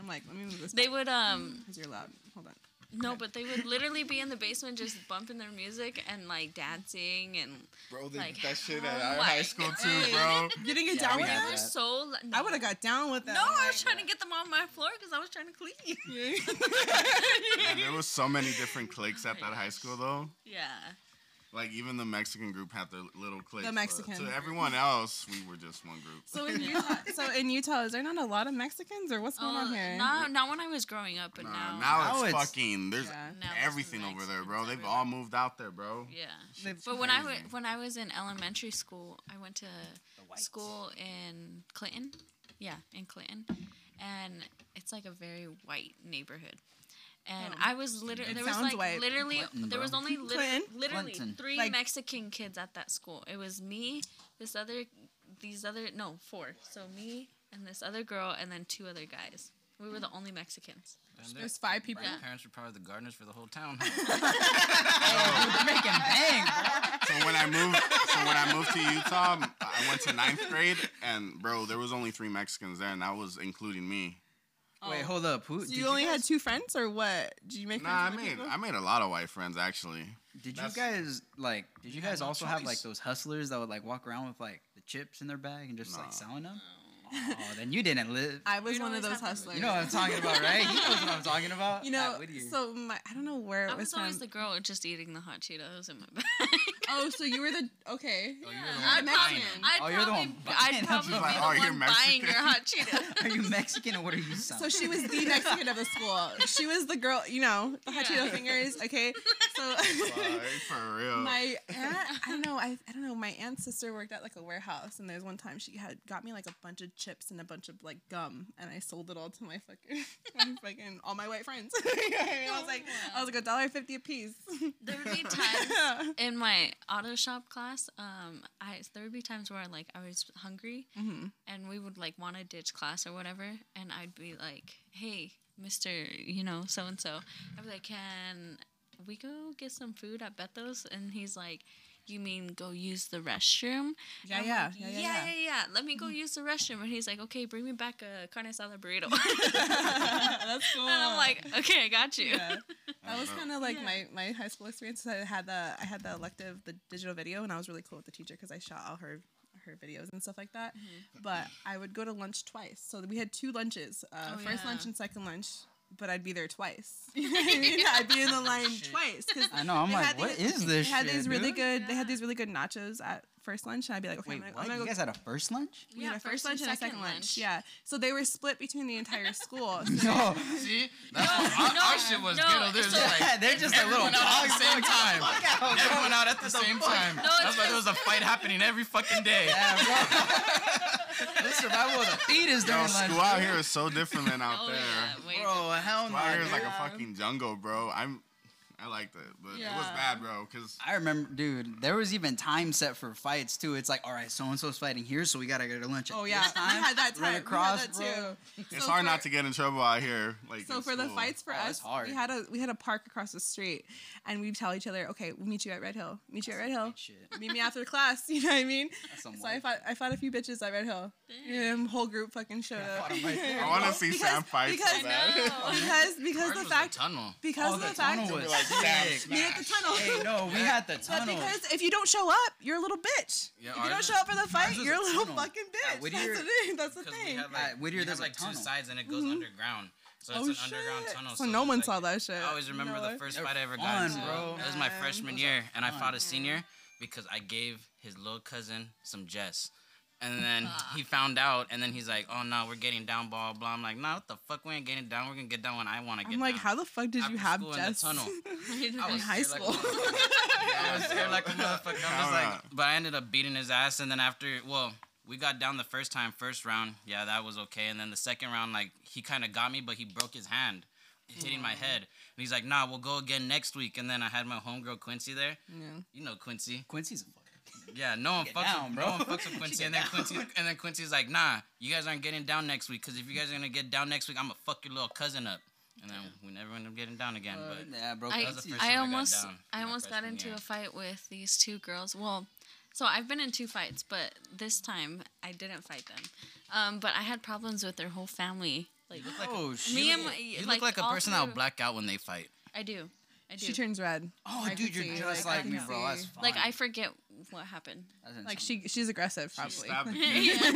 Speaker 1: I'm like, let me move this.
Speaker 4: they
Speaker 1: back
Speaker 4: would um
Speaker 1: 'cause you're loud. Hold on.
Speaker 4: no but they would literally be in the basement just bumping their music and like dancing and
Speaker 3: Bro, they
Speaker 4: Like,
Speaker 3: did that shit at
Speaker 4: how
Speaker 3: our high
Speaker 4: like-
Speaker 3: school too, bro.
Speaker 1: You didn't get
Speaker 5: Yeah,
Speaker 1: down
Speaker 5: we
Speaker 1: with
Speaker 5: had
Speaker 1: that?
Speaker 4: they were
Speaker 5: that.
Speaker 4: so lo- no.
Speaker 1: I would have got down with that.
Speaker 4: no I was trying to get them on my floor because I was trying to clean
Speaker 3: Man, there was so many different cliques at that high school though.
Speaker 4: yeah
Speaker 3: Like even the Mexican group had their little cliques. but
Speaker 1: Mexican
Speaker 3: To
Speaker 1: group.
Speaker 3: everyone else, we were just one group.
Speaker 1: So in Utah, so in Utah, is there not a lot of Mexicans or what's going
Speaker 4: oh
Speaker 1: on here?
Speaker 4: not not when I was growing up but
Speaker 3: Nah,
Speaker 4: now
Speaker 3: now,
Speaker 5: Now
Speaker 3: it's,
Speaker 5: it's-
Speaker 3: fucking. There's
Speaker 1: Yeah.
Speaker 4: Now it's
Speaker 3: everything over there,
Speaker 4: Mexicans
Speaker 3: bro. They've
Speaker 4: everywhere.
Speaker 3: all moved out there, bro.
Speaker 4: yeah
Speaker 1: They've-
Speaker 4: But when I wa-
Speaker 3: crazy.
Speaker 4: when I was in elementary school, I went to
Speaker 5: whites.
Speaker 4: school in Clinton. Yeah, in Clinton, and it's like a very white neighborhood. And
Speaker 1: Oh.
Speaker 4: I was literally
Speaker 1: It
Speaker 4: there was
Speaker 1: sounds
Speaker 4: like
Speaker 1: white.
Speaker 4: literally
Speaker 5: Clinton,
Speaker 4: there was
Speaker 5: bro.
Speaker 4: only lit-
Speaker 1: Clinton?
Speaker 4: literally
Speaker 5: Clinton.
Speaker 4: three
Speaker 1: Like-
Speaker 4: Mexican kids at that school. It was me, this other, these other no four. So me and this other girl, and then two other guys. We were the only Mexicans.
Speaker 2: And their-
Speaker 1: There's five people.
Speaker 2: their parents were probably the gardeners for the whole town.
Speaker 1: Oh.
Speaker 4: Oh.
Speaker 5: Making bang.
Speaker 3: So when I moved, so when I moved to Utah, m- I went to ninth grade, and bro, there was only three Mexicans there, and that was including me.
Speaker 5: Wait, hold up. Who
Speaker 1: Oh. So
Speaker 5: did
Speaker 1: you only
Speaker 5: guys-
Speaker 1: had two friends or what? Did you make
Speaker 3: Nah, I
Speaker 1: friends with
Speaker 3: made
Speaker 1: people?
Speaker 3: I made a lot of white friends actually.
Speaker 5: Did you
Speaker 3: That's-
Speaker 5: guys like? Did you
Speaker 2: had
Speaker 5: guys
Speaker 2: no
Speaker 5: also have like
Speaker 2: choice.
Speaker 5: those hustlers that would like walk around with like the chips in their bag and just
Speaker 3: Nah.
Speaker 5: like selling them? Oh, then you didn't live.
Speaker 1: I was
Speaker 4: You'd
Speaker 1: one of
Speaker 4: always
Speaker 1: those
Speaker 4: have
Speaker 1: hustlers.
Speaker 5: You know what I'm talking about, right? You know what I'm talking about.
Speaker 1: You know,
Speaker 5: Matt Whittier.
Speaker 1: so my I don't know where it
Speaker 4: I
Speaker 1: was,
Speaker 4: was always
Speaker 1: from.
Speaker 4: the girl just eating the hot Cheetos in my bag.
Speaker 1: oh, so you were the okay.
Speaker 2: Oh, you're the one
Speaker 4: I'd
Speaker 2: buying
Speaker 4: probably,
Speaker 2: 'em.
Speaker 4: I'd
Speaker 5: Oh,
Speaker 4: probably,
Speaker 5: you're the one buying
Speaker 4: I'd
Speaker 5: them.
Speaker 4: probably be
Speaker 5: She's
Speaker 4: the
Speaker 3: like, "Oh, you're
Speaker 4: one buying
Speaker 3: Mexican."
Speaker 4: your hot Cheetos.
Speaker 5: are you Mexican or what are you?
Speaker 1: So
Speaker 5: South?
Speaker 1: she was the Mexican of the school. She was the girl, you know, the hot
Speaker 4: Yeah.
Speaker 1: Cheeto fingers. Okay, so
Speaker 3: Like, for real.
Speaker 1: my aunt, I don't know, I, I don't know. My aunt's sister worked at like a warehouse, and there's one time she had got me like a bunch of chips and a bunch of like gum, and I sold it all to my fucking, my fucking all my white friends. I was like,
Speaker 4: Oh,
Speaker 1: I was like a dollar fifty a piece.
Speaker 4: There would be times in my auto shop class, um, I there would be times where like I was hungry,
Speaker 1: Mm-hmm.
Speaker 4: and we would like want to ditch class or whatever, and I'd be like, "Hey, Mister, you know, so and so," I'd be like, "Can we go get some food at Bethel's?" And he's like. You mean go use the restroom?
Speaker 1: Yeah,
Speaker 4: And I'm
Speaker 1: yeah,
Speaker 4: like,
Speaker 1: yeah, yeah,
Speaker 4: yeah,
Speaker 1: yeah." Mm-hmm.
Speaker 4: yeah, yeah. Let me go use the restroom. And he's like, okay, bring me back a carne asada burrito.
Speaker 1: That's cool.
Speaker 4: and I'm like, okay, I got you.
Speaker 1: Yeah. That was kind of like
Speaker 4: Yeah.
Speaker 1: my, my high school experience. I had the I had the elective the digital video, and I was really cool with the teacher because I shot all her her videos and stuff like that. But I would go to lunch twice, so we had two lunches, uh,
Speaker 4: Oh,
Speaker 1: first lunch
Speaker 4: yeah.
Speaker 1: and second lunch. But I'd be there twice. You know what I mean? I'd be in the line twice because
Speaker 5: I know. I'm
Speaker 1: They
Speaker 5: like,
Speaker 1: had
Speaker 5: what
Speaker 1: these-
Speaker 5: is this?
Speaker 1: they had
Speaker 5: shit,
Speaker 1: these really
Speaker 5: dude?
Speaker 1: good they had these really good nachos at first lunch, and I'd be like, okay,
Speaker 5: Wait,
Speaker 1: I'm gonna, I'm
Speaker 5: what?
Speaker 1: gonna
Speaker 5: You
Speaker 1: go
Speaker 5: guys had a first lunch?
Speaker 1: we had a first lunch and a second lunch. Yeah, so they were split between the entire school. So
Speaker 5: No,
Speaker 2: See, That's- our, our shit was
Speaker 4: no,
Speaker 2: ghetto. There's
Speaker 4: it's
Speaker 2: like
Speaker 5: yeah, they're just like little
Speaker 2: everyone out at
Speaker 5: dogs.
Speaker 2: the same time.
Speaker 5: out, bro.
Speaker 2: Everyone out at the same time. That's
Speaker 4: it's
Speaker 2: why there was a fight happening every fucking day.
Speaker 5: This survival of the fetus
Speaker 3: Yo,
Speaker 5: during lunch.
Speaker 3: school out here is so different than out
Speaker 4: Oh
Speaker 3: there.
Speaker 4: yeah, wait.
Speaker 5: Bro, hell
Speaker 3: School out here is
Speaker 5: no.
Speaker 3: like a fucking jungle, bro. I'm, I liked it, but it was
Speaker 1: Yeah.
Speaker 3: bad, bro. Cause
Speaker 5: I remember, dude. There was even time set for fights too. It's like, all right, so and so's fighting here, so we gotta go to lunch. at
Speaker 1: Oh yeah,
Speaker 5: this
Speaker 1: I
Speaker 5: time.
Speaker 1: had that time.
Speaker 5: Run across,
Speaker 1: we had that
Speaker 5: bro.
Speaker 1: too.
Speaker 3: it's
Speaker 1: So
Speaker 3: hard
Speaker 1: for-
Speaker 3: not to get in trouble out here. Like
Speaker 1: So
Speaker 3: in
Speaker 1: for the
Speaker 3: school.
Speaker 1: fights for
Speaker 5: Oh, that's
Speaker 1: us,
Speaker 5: hard.
Speaker 1: we had a we had a park across the street, and we'd tell each other, okay, we'll meet you at Red Hill. Meet you at Red Hill.
Speaker 5: Shit.
Speaker 1: Meet me after class. You know what I mean?
Speaker 5: some
Speaker 1: So I
Speaker 5: life.
Speaker 1: fought I fought a few bitches at Red Hill. Um, whole group fucking showed up.
Speaker 3: I want to see Sam fight
Speaker 1: because-
Speaker 3: so bad.
Speaker 1: Because because
Speaker 2: Ours
Speaker 1: the
Speaker 2: was
Speaker 1: fact
Speaker 2: tunnel.
Speaker 1: because
Speaker 5: Oh,
Speaker 1: of the,
Speaker 5: the
Speaker 1: fact
Speaker 5: tunnel was
Speaker 3: Like Sam
Speaker 5: sick.
Speaker 1: meet at the tunnel.
Speaker 5: Hey, no, we had the
Speaker 1: But
Speaker 5: tunnel.
Speaker 1: because if you don't show up, you're a little bitch.
Speaker 2: Yeah,
Speaker 1: if you don't
Speaker 2: ours
Speaker 1: show up for the fight,
Speaker 5: was a
Speaker 1: you're a little
Speaker 5: tunnel.
Speaker 1: fucking
Speaker 5: Yeah,
Speaker 1: bitch.
Speaker 5: Whittier-
Speaker 1: that's the thing. That's the
Speaker 2: Because
Speaker 1: thing.
Speaker 2: we had like,
Speaker 5: At
Speaker 2: we
Speaker 5: Whittier,
Speaker 2: had,
Speaker 5: there's a
Speaker 2: like two
Speaker 5: tunnel.
Speaker 2: sides and it goes underground. So it's
Speaker 1: Mm-hmm. Oh
Speaker 2: an underground
Speaker 1: shit.
Speaker 2: tunnel.
Speaker 1: So
Speaker 2: it's
Speaker 1: no one
Speaker 2: like-
Speaker 1: saw that shit.
Speaker 2: I always remember
Speaker 1: No
Speaker 2: the
Speaker 1: way.
Speaker 2: first
Speaker 5: They're
Speaker 2: fight I ever got
Speaker 5: fun,
Speaker 2: into.
Speaker 5: bro.
Speaker 2: That was my
Speaker 1: Man.
Speaker 2: freshman year, and I fought a senior because I gave his little cousin some Jess. And then
Speaker 1: Ah.
Speaker 2: he found out, and then he's like, "Oh no, we're getting down, blah blah." I'm like, "No, what the fuck? We ain't getting down. We're gonna get down when I want to get
Speaker 1: I'm like,
Speaker 2: down."
Speaker 1: how the fuck did
Speaker 2: After
Speaker 1: you have
Speaker 2: school in the
Speaker 1: Jess
Speaker 2: tunnel.
Speaker 1: in
Speaker 2: was
Speaker 1: high
Speaker 2: scared
Speaker 1: school?
Speaker 2: like a I was scared like a motherfucker. I was
Speaker 3: Alright.
Speaker 2: like, but I ended up beating his ass, and then after, well, we got down the first time, first round, yeah, that was okay, and then the second round, like he kind of got me, but he broke his hand, hitting my head, and he's like, nah, we'll go again next week, and then I had my homegirl Quincy there, you know Quincy,
Speaker 5: Quincy's a fucking.
Speaker 2: yeah, no one fucks
Speaker 5: down,
Speaker 2: with,
Speaker 5: bro.
Speaker 2: no one fucks with Quincy, and then Quincy, and then Quincy's like, nah, you guys aren't getting down next week, cause if you guys are gonna get down next week, I'm gonna fuck your little cousin up, and then we never end up getting down again, but.
Speaker 5: Yeah, bro.
Speaker 4: I,
Speaker 2: That was the
Speaker 5: Quincy's-
Speaker 2: first time I
Speaker 4: I
Speaker 2: got
Speaker 4: almost
Speaker 2: down
Speaker 4: I
Speaker 2: my
Speaker 4: almost got
Speaker 2: freshman
Speaker 4: into
Speaker 2: year.
Speaker 4: a fight with these two girls. Well, so I've been in two fights, but this time I didn't fight them. Um, but I had problems with their whole family. Like
Speaker 5: oh shit.
Speaker 4: me and my,
Speaker 2: You look like a
Speaker 4: all
Speaker 2: person
Speaker 4: three
Speaker 2: that'll
Speaker 4: of-
Speaker 2: black out when they fight.
Speaker 4: I do. I do.
Speaker 1: She turns red.
Speaker 5: oh,
Speaker 1: I
Speaker 5: dude,
Speaker 1: could
Speaker 5: you're
Speaker 1: see,
Speaker 5: just
Speaker 1: like, I
Speaker 5: like,
Speaker 1: can
Speaker 5: me, bro. That's
Speaker 1: see.
Speaker 5: fine.
Speaker 4: Like I forget what happened.
Speaker 5: That's
Speaker 1: Like
Speaker 5: insane.
Speaker 1: she she's aggressive probably.
Speaker 3: Stop it.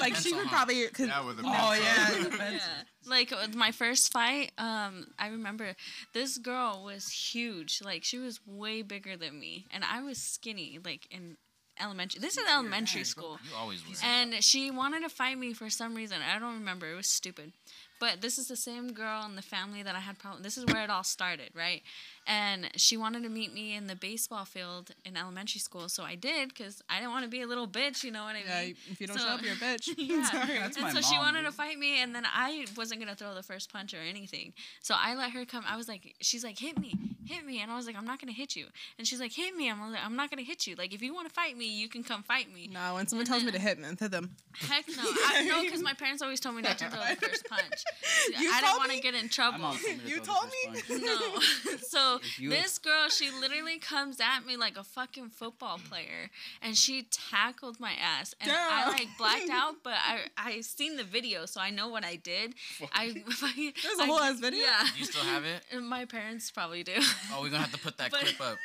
Speaker 1: like she would probably cause
Speaker 3: Yeah, with a
Speaker 5: Oh yeah.
Speaker 4: Yeah.
Speaker 5: defensive.
Speaker 4: Like with my first fight, um, I remember this girl was huge. Like she was way bigger than me, and I was skinny. Like in elementary, this is elementary school.
Speaker 2: You always were.
Speaker 4: And she wanted to fight me for some reason. I don't remember. It was stupid. But this is the same girl in the family that I had problems. This is where it all started, right? And she wanted to meet me in the baseball field in elementary school, so I did because I didn't want to be a little bitch. You know what I mean?
Speaker 1: yeah, if you don't
Speaker 4: So-
Speaker 1: show up, you're a bitch.
Speaker 4: Yeah.
Speaker 5: That's
Speaker 4: and
Speaker 5: my
Speaker 4: so she
Speaker 5: mom,
Speaker 4: wanted
Speaker 5: dude.
Speaker 4: to fight me, and then I wasn't gonna throw the first punch or anything. So I let her come. I was like, she's like, hit me, hit me, and I was like, I'm not gonna hit you. And she's like, hit me. I'm like, I'm not gonna hit you. Like if you want to fight me, you can come fight me.
Speaker 1: No, when someone tells me to hit them, hit them.
Speaker 4: Heck no. I, no, because my parents always told me not to throw the first punch.
Speaker 1: You
Speaker 4: I
Speaker 1: told
Speaker 4: don't want
Speaker 1: me-
Speaker 4: to get in
Speaker 5: My
Speaker 4: trouble.
Speaker 5: mom told me to
Speaker 1: You
Speaker 5: throw the
Speaker 1: told
Speaker 5: first
Speaker 1: me.
Speaker 5: punch.
Speaker 4: No. so So
Speaker 5: if you-
Speaker 4: this girl, she literally comes at me like a fucking football player, and she tackled my ass, and I
Speaker 1: Damn.
Speaker 4: like blacked out. But I I seen the video, so I know what I did. I
Speaker 1: There's a whole
Speaker 4: I-
Speaker 1: ass video?
Speaker 4: Yeah,
Speaker 2: Do you still have it?
Speaker 4: And my parents probably do.
Speaker 2: Oh, we're gonna have to put that
Speaker 4: But-
Speaker 2: clip up.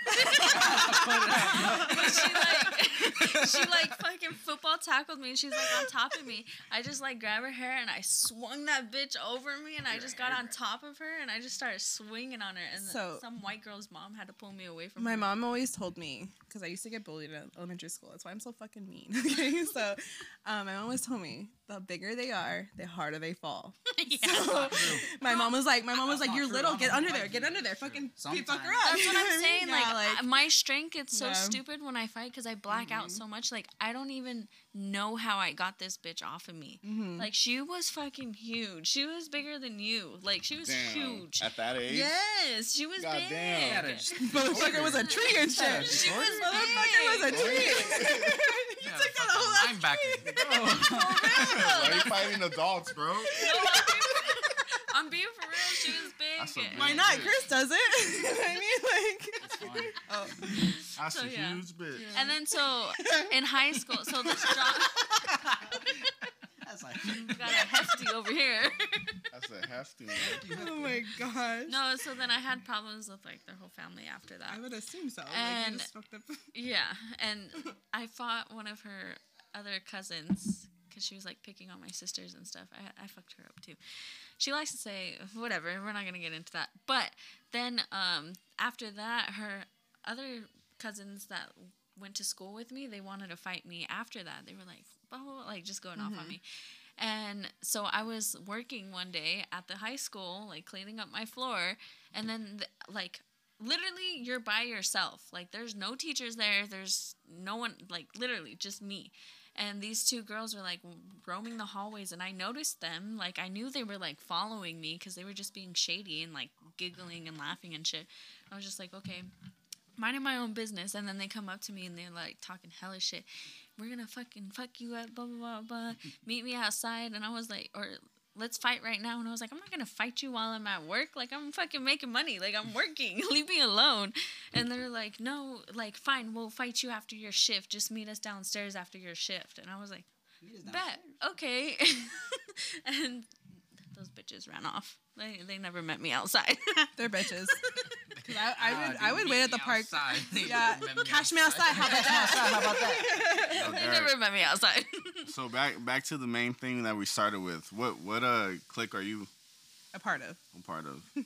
Speaker 4: But she like she like fucking football tackled me and she's like on top of me. I just like grab her hair and I swung that bitch over me and I just got on top of her and I just started swinging on her and
Speaker 1: So-
Speaker 4: some white girl's mom had to pull me away from
Speaker 1: My
Speaker 4: her.
Speaker 1: mom always told me because I used to get bullied in elementary school. That's why I'm so fucking mean. Okay, so um, my mom always told me the bigger they are, the harder they fall.
Speaker 4: yeah.
Speaker 1: So my mom was like, my mom was
Speaker 5: That's
Speaker 1: like,
Speaker 5: not
Speaker 1: "You're
Speaker 5: true.
Speaker 1: little,
Speaker 5: I'm
Speaker 1: get
Speaker 5: gonna
Speaker 1: under
Speaker 5: fight
Speaker 1: there,
Speaker 5: you."
Speaker 1: get under there, fucking beat fuck her
Speaker 5: Sometimes.
Speaker 1: up."
Speaker 4: That's what I'm saying.
Speaker 1: Yeah,
Speaker 4: like, I- my strength gets so
Speaker 1: Yeah. Mm-hmm.
Speaker 4: stupid when I fight because I black out so much. Like I don't even know how I got this bitch off of me.
Speaker 1: Mm-hmm.
Speaker 4: Like she was fucking huge. She was bigger than you. Like she was
Speaker 3: Damn.
Speaker 4: huge.
Speaker 3: At that age?
Speaker 4: Yes, she was
Speaker 3: God
Speaker 4: big.
Speaker 3: damn.
Speaker 5: Yeah, that's-
Speaker 1: motherfucker was a tree and
Speaker 5: Yeah,
Speaker 1: shit.
Speaker 5: short.
Speaker 1: Motherfucker was a tree.
Speaker 2: You
Speaker 1: took that whole ass
Speaker 2: linebacker.
Speaker 3: Why are you fighting adults, bro?
Speaker 4: No, I'm being for- I'm being for real. She was
Speaker 3: That's a
Speaker 4: big.
Speaker 3: big-
Speaker 1: Why not? Chris does it. You know what I mean, like.
Speaker 3: That's
Speaker 4: So,
Speaker 3: a
Speaker 4: yeah.
Speaker 3: huge bitch.
Speaker 4: And then so in high school, so this drop
Speaker 5: That's like,
Speaker 4: got a hefty over here.
Speaker 3: That's a hefty one.
Speaker 1: Oh my gosh.
Speaker 4: No, so then I had problems with like their whole family after that.
Speaker 1: I would assume so. like, you
Speaker 4: And-
Speaker 1: just fucked up.
Speaker 4: Yeah, and I fought one of her other cousins because she was like picking on my sisters and stuff. I, I fucked her up too. She likes to say whatever. We're not gonna get into that. But then um, after that, her other cousins that went to school with me, they wanted to fight me. After that, they were like, blah, blah, blah, like just going off on me. And so I was working one day at the high school, like cleaning up my floor, and then th- like literally you're by yourself. Like there's no teachers there, there's no one like literally just me. And these two girls were like roaming the hallways and I noticed them. Like I knew they were like following me cuz they were just being shady and like giggling and laughing and shit. I was just like, "Okay, minding my own business and then they come up to me and they're like talking hella shit we're gonna fucking fuck you up blah blah blah blah meet me outside and i was like or let's fight right now and i was like i'm not gonna fight you while i'm at work like i'm fucking making money like i'm working leave me alone and they're like no like fine we'll fight you after your shift just meet us downstairs after your shift and i was like bet okay and those bitches ran off they, they never met me outside
Speaker 1: They're bitches. 'Cause I, I would,
Speaker 5: dude,
Speaker 1: I would wait at the park.
Speaker 2: Outside.
Speaker 1: Yeah,
Speaker 2: Remember
Speaker 1: cash me outside. How about that?
Speaker 5: How about that?
Speaker 3: Oh,
Speaker 4: they
Speaker 3: Derek.
Speaker 4: never met me outside
Speaker 3: So back back to the main thing that we started with. What what uh clique are you
Speaker 1: A part of.
Speaker 3: a part of?
Speaker 6: The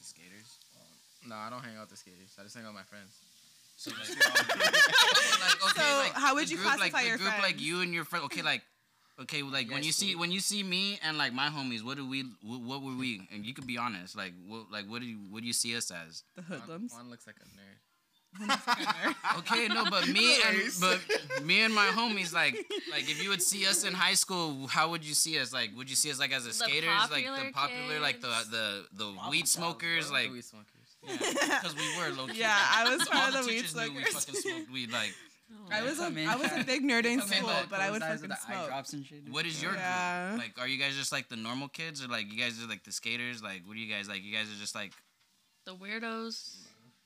Speaker 6: skaters? No, I don't hang out with the skaters. I just hang out with my friends.
Speaker 2: So, like, like, okay,
Speaker 1: So,
Speaker 2: like,
Speaker 1: how would
Speaker 2: the
Speaker 1: you
Speaker 2: group, like,
Speaker 1: classify
Speaker 2: the
Speaker 1: your
Speaker 2: group, Like
Speaker 1: friends?
Speaker 2: you and your friend. Okay, like okay, like when
Speaker 6: guys
Speaker 2: you see
Speaker 6: cool?
Speaker 2: when you see me and like my homies, what do we? What, what were we? And you could be honest. Like what? Like what do you? What do you see us as?
Speaker 1: The
Speaker 6: Juan,
Speaker 1: hoodlums.
Speaker 6: Juan looks like a nerd.
Speaker 2: Okay, no, but me and but me and my homies, like like if you would see us in high school, how would you see us? Like would you see us like as a skaters, like
Speaker 4: popular
Speaker 2: the popular, like
Speaker 4: kids.
Speaker 2: the the the weed smokers,
Speaker 6: Like
Speaker 2: like
Speaker 6: we smokers.
Speaker 2: because we were low key.
Speaker 1: Yeah, I was
Speaker 2: All
Speaker 1: part
Speaker 2: the
Speaker 1: of the weed
Speaker 2: teachers knew we
Speaker 1: smokers.
Speaker 2: fucking smoked weed. Like,
Speaker 4: Oh,
Speaker 1: I was a,
Speaker 5: Come in,
Speaker 1: I was a
Speaker 5: Karen.
Speaker 1: big nerd in
Speaker 2: Come in,
Speaker 1: school,
Speaker 2: bud.
Speaker 1: but I would
Speaker 5: Those eyes
Speaker 1: fucking
Speaker 5: with the Eye
Speaker 1: smoke.
Speaker 5: drops and shit.
Speaker 2: what is your
Speaker 1: Yeah.
Speaker 2: group? Like, are you guys just like the normal kids, or like you guys are like the skaters? Like, what are you guys like? You guys are just like
Speaker 4: the weirdos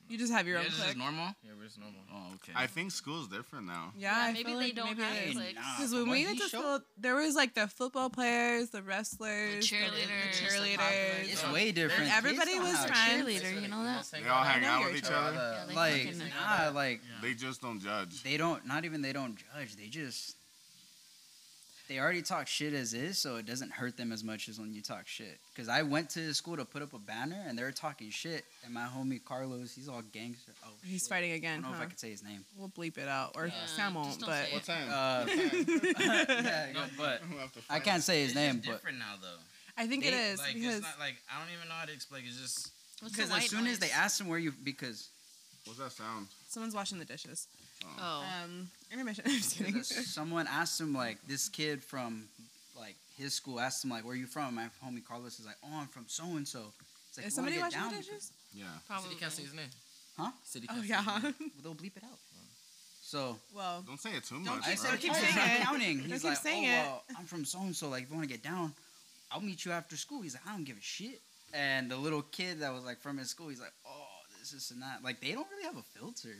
Speaker 1: You just have
Speaker 2: you
Speaker 1: your own
Speaker 2: guys are
Speaker 1: clique.
Speaker 2: just normal.
Speaker 6: Yeah, we're just normal.
Speaker 2: Oh, okay.
Speaker 3: I think school's different now.
Speaker 1: Yeah,
Speaker 4: Yeah,
Speaker 1: I
Speaker 4: maybe
Speaker 1: feel
Speaker 4: they
Speaker 1: like
Speaker 4: don't
Speaker 1: maybe
Speaker 4: have
Speaker 1: it is.
Speaker 4: cliques.
Speaker 5: Nah,
Speaker 1: Because when
Speaker 5: boy,
Speaker 1: we
Speaker 5: he
Speaker 1: went to
Speaker 5: showed-
Speaker 1: school, there was like the football players, the wrestlers,
Speaker 4: cheerleaders, the
Speaker 1: cheerleaders.
Speaker 4: popular-
Speaker 5: It's way different.
Speaker 1: everybody
Speaker 5: Kids don't
Speaker 1: was
Speaker 5: have
Speaker 1: friends.
Speaker 5: shit.
Speaker 4: cheerleader, you know that?
Speaker 6: Most hang
Speaker 3: They all
Speaker 1: I
Speaker 3: hang
Speaker 1: know
Speaker 3: out
Speaker 1: you're
Speaker 3: with each
Speaker 6: out with,
Speaker 3: other.
Speaker 6: uh,
Speaker 4: Yeah, they
Speaker 5: Like,
Speaker 4: fucking-
Speaker 5: nah, like
Speaker 3: They just don't judge.
Speaker 5: they don't. Not even they don't judge. They just they already talk shit as is, so it doesn't hurt them as much as when you talk shit. Because I went to the school to put up a banner, and they're talking shit. And my homie Carlos, he's all gangster. Oh,
Speaker 1: He's
Speaker 5: shit.
Speaker 1: fighting
Speaker 5: I
Speaker 1: again,
Speaker 5: don't know if
Speaker 1: huh?
Speaker 5: I could say his name.
Speaker 1: We'll bleep it out, or
Speaker 4: Yeah,
Speaker 1: Sam won't.
Speaker 4: just don't
Speaker 1: But
Speaker 4: say
Speaker 3: What time?
Speaker 5: Uh, yeah,
Speaker 2: No,
Speaker 5: but
Speaker 3: We'll have to
Speaker 5: I
Speaker 3: find
Speaker 5: can't say his
Speaker 2: It's
Speaker 5: name,
Speaker 2: just
Speaker 5: but
Speaker 2: different now though.
Speaker 1: I think it
Speaker 5: They-
Speaker 1: is
Speaker 2: Like,
Speaker 1: because
Speaker 2: it's not like I don't even know how to explain. It's just
Speaker 4: What's the
Speaker 5: because as
Speaker 4: white
Speaker 5: soon as
Speaker 4: noise?
Speaker 5: they asked him where you, because
Speaker 3: it. What's that sound?
Speaker 1: someone's washing the dishes.
Speaker 4: oh,
Speaker 1: Um, intermission. I'm just kidding.
Speaker 5: someone asked him like this kid from like his school asked him like where you from? My homie Carlos is like, oh, I'm from so and so. It's like
Speaker 1: Is
Speaker 5: "You wanna
Speaker 1: somebody
Speaker 5: get
Speaker 1: washing the
Speaker 5: down?"
Speaker 1: dishes?
Speaker 3: Yeah.
Speaker 4: probably.
Speaker 6: City can't say his name.
Speaker 5: Huh?
Speaker 6: City
Speaker 1: Oh
Speaker 6: can't say his
Speaker 1: yeah.
Speaker 6: name.
Speaker 5: Well, they'll bleep it out. So
Speaker 1: well,
Speaker 3: Don't say it too
Speaker 5: don't
Speaker 3: much.
Speaker 5: keep,
Speaker 3: bro.
Speaker 5: don't keep
Speaker 1: Don't
Speaker 5: saying
Speaker 1: keep
Speaker 5: it.
Speaker 1: saying it.
Speaker 5: Counting.
Speaker 1: Don't
Speaker 5: He's
Speaker 1: keep
Speaker 5: like, oh
Speaker 1: saying it."
Speaker 5: well, I'm from so and so. Like, if you want to get down, I'll meet you after school. He's like, I don't give a shit. And the little kid that was like from his school, he's like, oh, this, this, and that. Like they don't really have a filter.